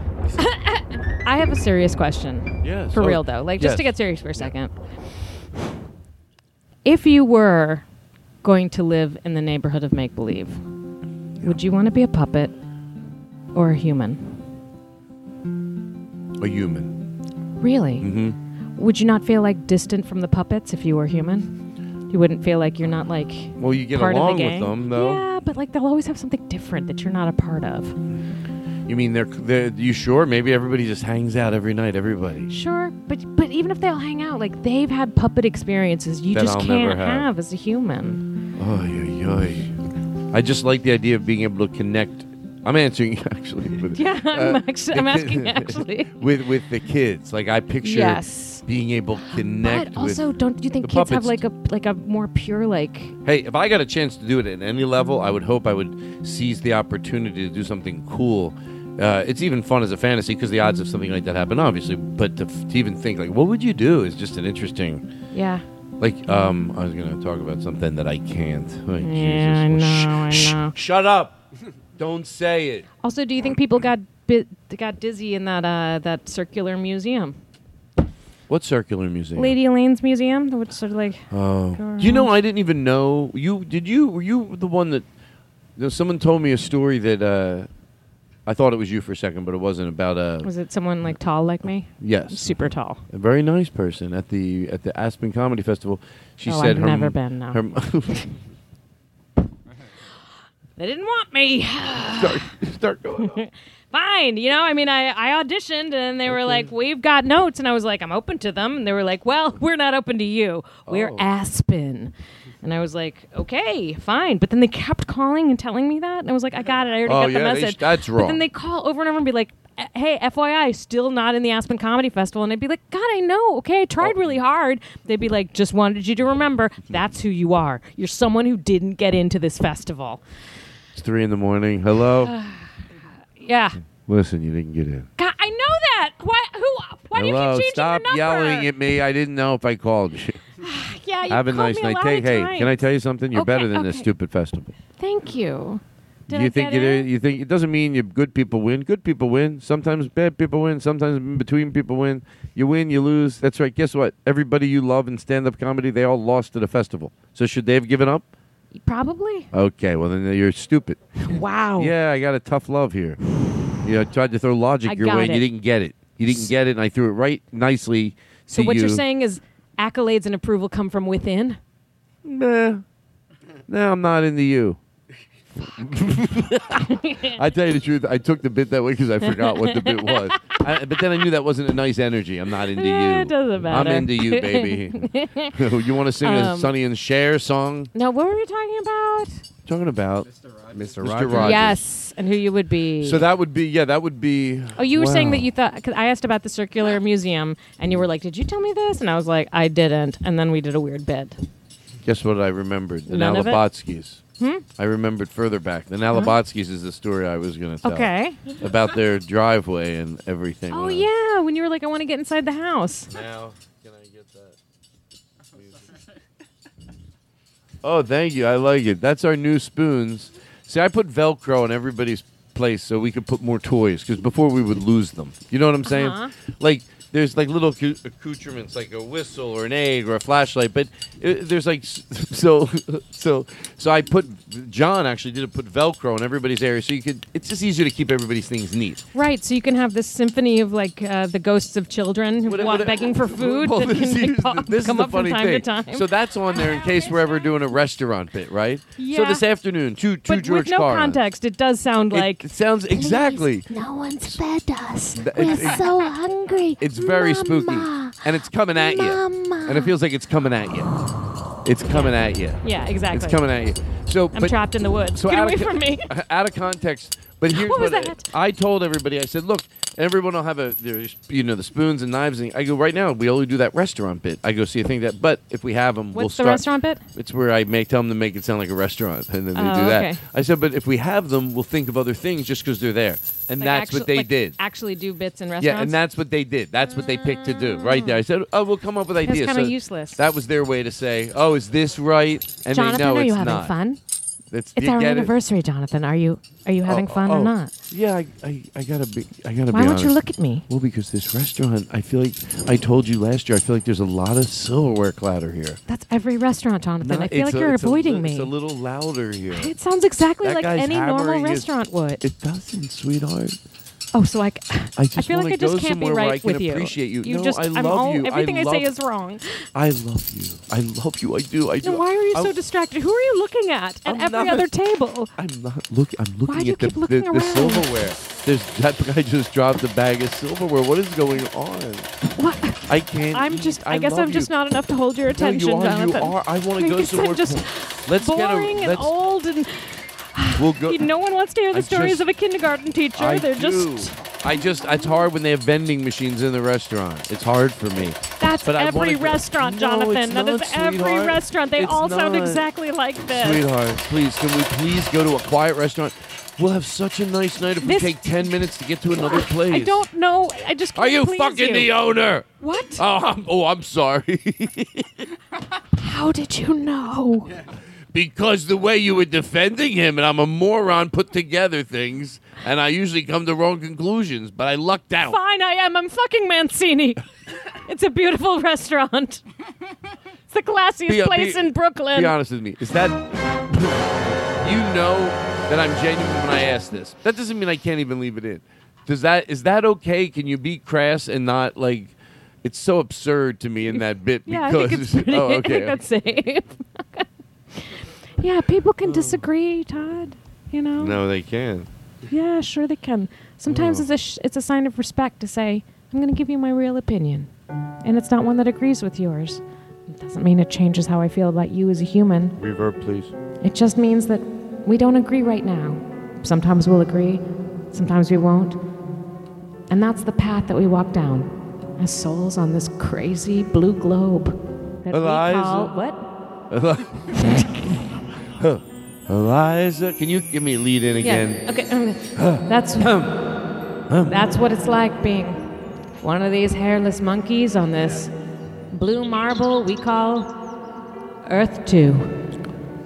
S4: I have a serious question.
S2: Yes.
S4: For
S2: Oh,
S4: real though, like just to
S2: yes.
S4: get serious for a second. If you were going to live in the neighborhood of make believe, would you want to be a puppet or a human?
S2: A human.
S4: Really?
S2: Mm-hmm.
S4: Would you not feel like distant from the puppets if you were human? You wouldn't feel like you're not like
S2: Well, you get
S4: part
S2: along
S4: of the gang.
S2: with them, though.
S4: Yeah, but like they'll always have something different that you're not a part of.
S2: You mean they're, they're? You sure? Maybe everybody just hangs out every night. Everybody.
S4: Sure, but but even if they all hang out, like they've had puppet experiences you
S2: That
S4: just
S2: I'll never
S4: can't
S2: have.
S4: as a human.
S2: Oy, oy, oy. I just like the idea of being able to connect. I'm answering you actually. With,
S4: Yeah, I'm
S2: uh,
S4: actually, I'm
S2: the kid-
S4: asking actually.
S2: with with the kids. Like I picture
S4: Yes.
S2: being able to connect.
S4: But also,
S2: with
S4: don't you think
S2: the
S4: kids have
S2: puppets.
S4: like a like a more pure like?
S2: Hey, if I got a chance to do it at any level, I would hope I would seize the opportunity to do something cool. Uh, it's even fun as a fantasy because the odds of something like that happen, obviously. But to, f- to even think like, what would you do is just an interesting.
S4: Yeah.
S2: Like, um, I was gonna talk about something that I can't. Oh,
S4: Yeah, I
S2: Jesus. Well,
S4: know, I know.
S2: shut up! Don't say it.
S4: Also, do you think people got bit got dizzy in that uh that circular museum,
S2: What circular museum?
S4: Lady Elaine's museum, which sort of like
S2: Oh,
S4: go
S2: you know,
S4: around?
S2: I didn't even know you. Did you? Were you the one that? You know, someone told me a story that uh, I thought it was you for a second, but it wasn't about a.
S4: was it someone like tall like me?
S2: Yes.
S4: Super tall.
S2: A very nice person at the at the Aspen Comedy Festival. She
S4: Oh,
S2: said
S4: I've
S2: her
S4: never
S2: m-
S4: been, no.
S2: her m-
S4: They didn't want me.
S2: start, start going. on.
S4: Fine, you know, I mean, I, I auditioned and they were like, "We've got notes," and I was like, "I'm open to them," and they were like, "Well, we're not open to you. We're
S11: Oh.
S4: Aspen," and I was like, "Okay, fine." But then they kept calling and telling me that, and I was like, "I got it. I already
S2: Oh,
S4: got
S2: yeah,
S4: the
S2: they
S4: message."
S2: sh- that's
S4: But
S2: wrong.
S4: then they call over and over and be like, uh, hey, FYI, still not in the Aspen Comedy Festival. And I'd be like, God, I know. Okay, I tried
S2: Oh.
S4: really hard. They'd be like, just wanted you to remember that's who you are. You're someone who didn't get into this festival.
S2: It's three in the morning. Hello.
S4: Yeah.
S2: Listen, you didn't get in.
S4: God, I know that. Why, who, why do you
S2: Hello.
S4: keep changing
S2: Stop
S4: your number?
S2: yelling at me. I didn't know if I called you.
S4: Yeah, you
S2: Have a
S4: called
S2: nice
S4: me
S2: night.
S4: lot
S2: Take-
S4: of
S2: hey,
S4: times.
S2: can I tell you something? You're
S4: Okay,
S2: better than this
S4: okay.
S2: stupid festival.
S4: Thank you. Did
S2: you
S4: I
S2: think
S4: get
S2: it, you think it doesn't mean you good people win. Good people win. Sometimes bad people win. Sometimes in between people win. You win, you lose. That's right. Guess what? Everybody you love in stand-up comedy, they all lost at a festival. So should they have given up?
S4: Probably.
S2: Okay, well then you're stupid.
S4: Wow.
S2: Yeah, I got a tough love here. You know, I tried to throw logic
S4: I
S2: your
S4: got
S2: way, and you
S4: it.
S2: didn't get it. You didn't get it, and I threw it right nicely.
S4: So
S2: to
S4: what you're
S2: you.
S4: saying is accolades and approval come from within?
S2: Nah. No, I'm not into you. I tell you the truth, I took the bit that way because I forgot what the bit was. I, but then I knew that wasn't a nice energy. I'm not into you.
S4: Eh, it doesn't matter.
S2: I'm into you, baby. you want to sing a
S4: Um,
S2: Sonny and Cher song?
S4: No, what were we talking about?
S2: Talking about Mr. Rogers.
S4: Yes, and who you would be.
S2: So that would be yeah, that would be.
S4: Oh, you were saying
S2: Wow.
S4: that you thought cause I asked about the circular museum, and you were like, "Did you tell me this?" And I was like, "I didn't." And then we did a weird bit.
S2: Guess what I remembered? The
S4: None of it?
S2: Nalabotskis.
S4: Hmm?
S2: I remembered further back. The Nalabotskis is the story I was going to tell.
S4: Okay.
S2: About their driveway and everything. Uh,
S4: Oh yeah, when you were like, "I want to get inside the house."
S2: Now, can I get that? Oh, thank you. I like it. That's our new spoons. See, I put Velcro in everybody's place so we could put more toys because before we would lose them. You know what I'm saying?
S23: Uh-huh.
S2: Like, there's like little accu- accoutrements like a whistle or an egg or a flashlight, but it, there's like s- so so so. I put John actually did put Velcro in everybody's area so you could. It's just easier to keep everybody's things neat.
S4: Right, so you can have this symphony of like uh, the ghosts of children who walk begging for food
S2: Well,
S4: that
S2: this
S4: can
S2: is-
S4: like, pop-
S2: this is
S4: come
S2: the
S4: up
S2: funny
S4: from time to
S2: thing.
S4: time.
S2: So that's on there in case we're ever doing a restaurant bit, right? So
S4: Yeah.
S2: this afternoon, two two
S4: but
S2: George
S4: with no
S2: Carlin.
S4: context, it does sound
S2: It-
S4: like
S2: it sounds exactly.
S16: No one's fed us.
S2: Th-
S16: We're
S2: it's- it's-
S16: so hungry.
S2: It's very spooky,
S16: Mama.
S2: and it's coming at you,
S16: Mama.
S2: and it feels like it's coming at you. It's coming at you.
S4: Yeah, exactly.
S2: It's coming at you. So
S4: I'm
S2: but-
S4: trapped in the woods.
S2: So
S4: Get
S2: out
S4: away
S2: of,
S4: from me.
S2: Out of context. But here's
S4: What was
S2: I-
S4: that?
S2: I, told everybody. I said, look, everyone will have a there's you know the spoons and knives. And I go right now. We only do that restaurant bit. I go see a thing that. But if we have them, we'll
S4: What's the
S2: start.
S4: restaurant bit?
S2: It's where I make tell them to make it sound like a restaurant, and then they
S4: Oh,
S2: do that.
S4: okay.
S2: I said, but if we have them, we'll think of other things just because they're there, and
S4: Like
S2: that's
S4: actu-
S2: what they
S4: like
S2: did.
S4: Actually, do bits in restaurants.
S2: Yeah, and that's what they did. That's what they picked to do right there. I said, "Oh, we'll come up with
S4: That's
S2: ideas."
S4: kinda
S2: So
S4: useless.
S2: That was their way to say, "Oh, is this right?" And
S4: Jonathan,
S2: they know
S4: are
S2: it's
S4: you having
S2: not.
S4: fun?
S2: That's,
S4: It's
S2: you
S4: our
S2: get it?
S4: anniversary, Jonathan. Are you are you having
S2: Oh,
S4: fun
S2: oh,
S4: or not?
S2: Yeah, I, I, I gotta be. I gotta
S4: Why
S2: be
S4: won't you
S2: honest.
S4: look at me?
S2: Well, because this restaurant, I feel like I told you last year. I feel like there's a lot of silverware clatter here.
S4: That's every restaurant, Jonathan.
S2: No,
S4: I feel
S2: it's
S4: like
S2: a-
S4: you're
S2: it's a
S4: avoiding
S2: li-
S4: me.
S2: It's a little louder here.
S4: It sounds exactly
S2: That
S4: like
S2: guy's
S4: any normal
S2: hammering his-
S4: restaurant would.
S2: It doesn't, sweetheart.
S4: Oh, so I, c-
S2: I just
S4: feel like
S2: wanna
S4: I just
S2: go
S4: can't be
S2: somewhere where I
S4: right
S2: can
S4: with you.
S2: appreciate you. No,
S4: just,
S2: I
S4: am
S2: love
S4: all,
S2: you. I
S4: Everything I,
S2: love-
S4: say is wrong.
S2: I love you. I love you. I do. I do.
S4: Then why are you
S2: I-
S4: so distracted? Who are you looking at at
S2: I'm
S4: every
S2: not-
S4: other table?
S2: I'm not look. I'm looking
S4: do you
S2: at the,
S4: keep looking
S2: the, the
S4: around?
S2: silverware. There's that guy just dropped a bag of silverware. What is going on?
S4: What?
S2: I can't.
S4: I'm
S2: eat.
S4: just.
S2: I,
S4: I, guess
S2: love
S4: I'm
S2: you.
S4: just not enough to hold your attention,
S2: no, you are,
S4: Jonathan.
S2: You are. I want to
S4: I
S2: go
S4: guess I'm
S2: somewhere.
S4: just
S2: let's
S4: boring
S2: get a.
S4: and
S2: Let's,
S4: old, and
S2: We'll go.
S4: no one wants to hear the
S2: I
S4: stories
S2: just-
S4: of a kindergarten teacher.
S2: I
S4: They're
S2: do.
S4: just.
S2: I just. It's hard when they have vending machines in the restaurant. It's hard for me.
S4: That's
S2: but I wanna
S4: every
S2: go-
S4: restaurant,
S2: No,
S4: Jonathan.
S2: it's
S4: that is
S2: not,
S4: every
S2: sweetheart.
S4: restaurant. They
S2: It's
S4: all sound
S2: not.
S4: exactly like this.
S2: Sweetheart, please, can we please go to a quiet restaurant? We'll have such a nice night if
S4: This-
S2: we take ten minutes to get to another place.
S4: I don't know. I just.
S2: Are
S4: can't
S2: you
S4: please
S2: fucking
S4: you.
S2: the uh, owner?
S4: What?
S2: Oh, I'm, oh, I'm sorry.
S4: How did you know?
S2: because the way you were defending him, and I'm a moron, put together things, and I usually come to wrong conclusions, but I lucked out.
S4: Fine, I am. I'm fucking Mancini. it's a beautiful restaurant. It's the classiest
S2: Be-
S4: place
S2: be-
S4: in Brooklyn.
S2: Be honest with me. Is that you know that I'm genuine when I ask this? That doesn't mean I can't even leave it in. Does that is that okay? Can you be crass and not like? It's so absurd to me in that bit
S4: yeah, I
S2: because
S4: think it's pretty.
S2: oh
S4: I think
S2: okay.
S4: that's safe. yeah, people can disagree, Todd. You know.
S2: Oh. No, Oh. they can.
S4: Yeah, sure they can. Sometimes it's a sh- it's a sign of respect to say, "I'm going to give you my real opinion," and it's not one that agrees with yours. It doesn't mean it changes how I feel about you as a human.
S2: Reverb, please.
S4: It just means that we don't agree right now. Sometimes we'll agree, sometimes we won't. And that's the path that we walk down as souls on this crazy blue globe that
S2: Eliza.
S4: we call what?
S2: Eli- Eliza, can you give me a lead in again?
S4: Yeah. Okay. um, that's that's what it's like being one of these hairless monkeys on this blue marble we call Earth Two.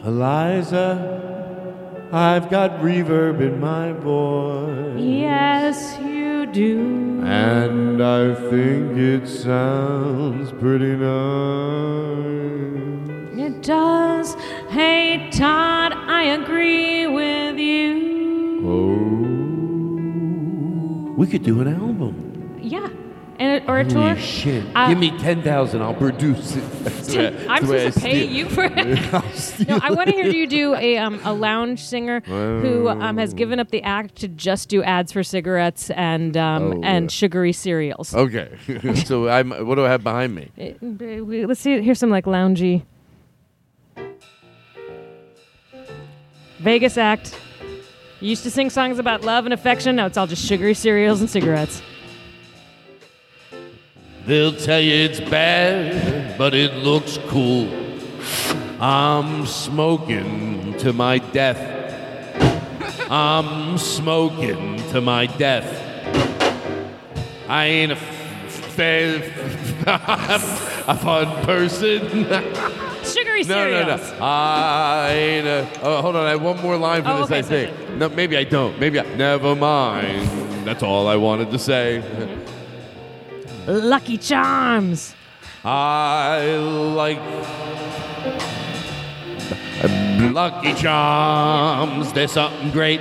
S2: Eliza, I've got reverb in my voice.
S4: Yes, you do.
S2: And I think it sounds pretty nice.
S4: It does. Hey, Todd, I agree with you.
S2: Oh. We could do an album.
S4: Yeah. And or a
S2: Holy
S4: tour.
S2: shit.
S4: Uh,
S2: Give me 10000 I'll produce it. That's the way- that's
S4: I'm
S2: the way
S4: supposed
S2: I
S4: to pay
S2: steal-
S4: you for
S2: I'll
S4: it. no, I want to hear you do a um, a lounge singer who um, has given up the act to just do ads for cigarettes and um,
S2: Oh,
S4: and
S2: yeah.
S4: sugary cereals.
S2: Okay. so I'm, what do I have behind me?
S4: Uh, we- Let's see. Here's some like loungy. Vegas act. Used to sing songs about love and affection. Now it's all just sugary cereals and cigarettes.
S24: They'll tell you it's bad, but it looks cool. I'm smoking to my death. I'm smoking to my death. I ain't a f- f- f- a fun person.
S4: Sugary
S24: no, no, no.
S4: cereals.
S2: I ain't a. Oh, hold on. I have one more line for
S4: Oh,
S2: this,
S4: okay,
S2: I
S4: sorry,
S2: think. No, maybe I don't. Maybe I. Never mind. That's all I wanted to say.
S4: Lucky Charms.
S2: I like.
S24: Lucky Charms, they're something great.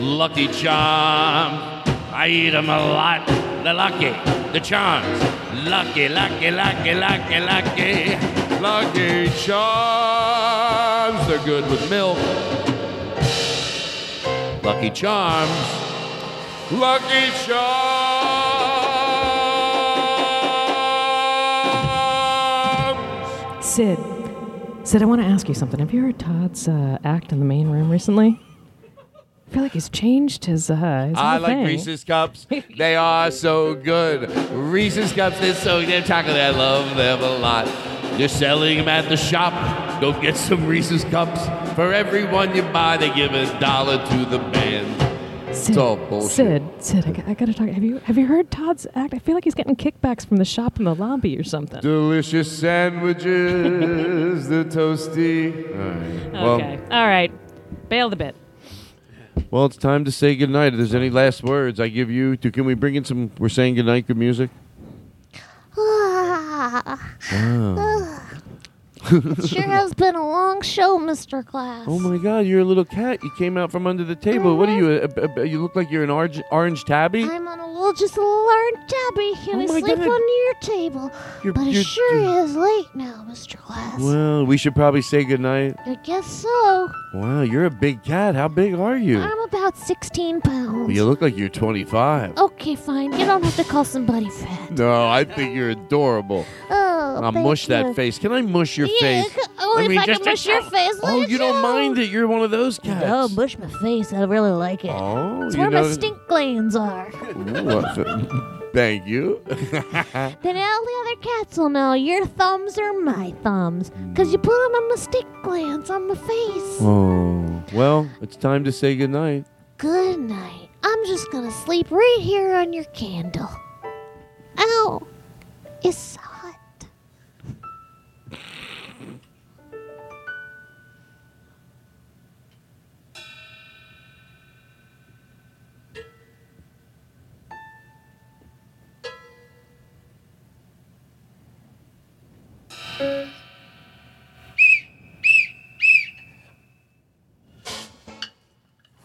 S24: Lucky Charms, I eat them a lot. The lucky, the charms. Lucky, lucky, lucky, lucky, lucky.
S2: Lucky Charms, they're good with milk. Lucky Charms. Lucky Charms.
S4: Sid, Sid, I want to ask you something. Have you heard Todd's uh, act in the main room recently? I feel like he's changed his. Uh, his
S2: I
S4: whole
S2: like
S4: thing.
S2: Reese's Cups. They are so good. Reese's Cups, they're so good. Chocolate, I love them a lot.
S24: They're selling them at the shop. Go get some Reese's cups. For every one you buy, they give a dollar to the band.
S4: Sid, Sid, Sid, I, got to talk. Have you have you heard Todd's act? I feel like he's getting kickbacks from the shop in the lobby or something.
S2: Delicious sandwiches, the toasty. All right. Well,
S4: okay, all right, bail the bit.
S2: well, it's time to say goodnight. If there's any last words I give you, to, can we bring in some, we're saying goodnight, good music? Wow.
S16: It sure has been a long show, Mr. Glass.
S2: Oh my God! You're a little cat. You came out from under the table. What are you? A, a, a- you look like you're an orange, orange tabby.
S16: I'm on a little, just a little orange tabby. Can
S2: Oh
S16: I
S2: my
S16: sleep
S2: God.
S16: under your table?
S2: You're-
S16: but
S2: you're-
S16: it sure is late now, Mr. Glass.
S2: well, we should probably say goodnight.
S16: I guess so.
S2: Wow, you're a big cat. How big are you?
S16: I'm about 16 pounds.
S2: You look like Hmm. you're 25.
S16: Okay, fine. You don't have to call somebody fat.
S2: No, I think you're adorable.
S16: Oh,
S2: I'll
S16: thank
S2: mush
S16: you.
S2: that face. Can I mush your
S16: Yeah,
S2: face?
S16: c- oh,
S2: I
S16: if
S2: mean,
S16: I
S2: just
S16: can mush your face,
S2: Oh,
S16: look
S2: you don't
S16: at
S2: mind it. You're one of those cats.
S16: Oh, mush my face. I really like it.
S2: Oh,
S16: it's
S2: you
S16: where
S2: know.
S16: my stink glands are.
S2: Ooh, uh, Thank you.
S16: Then all the other cats will know your thumbs are my thumbs. Because you put them on my stink glands on my face.
S2: oh, well, it's time to say goodnight.
S16: Good night. I'm just going to sleep right here on your candle. Ow. It's hot.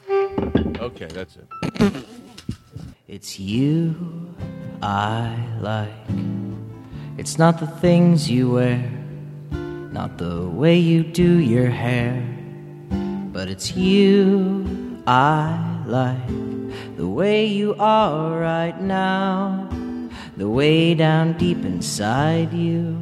S2: Okay, that's it.
S1: It's you I like. It's not the things you wear, not the way you do your hair, but it's you I like. The way you are right now, the way down deep inside you,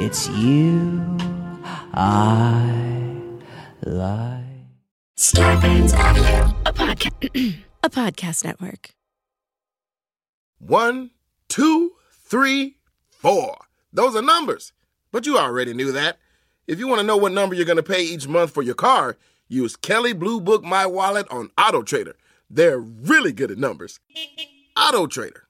S1: It's you I like.
S2: Scarpins Avenue.
S16: A podcast. a podcast network.
S6: One, two, three, four. Those are numbers, but you already knew that. If you want to know what number you're going to pay each month for your car, use Kelly Blue Book My Wallet on Auto Trader. They're really good at numbers. Auto Trader.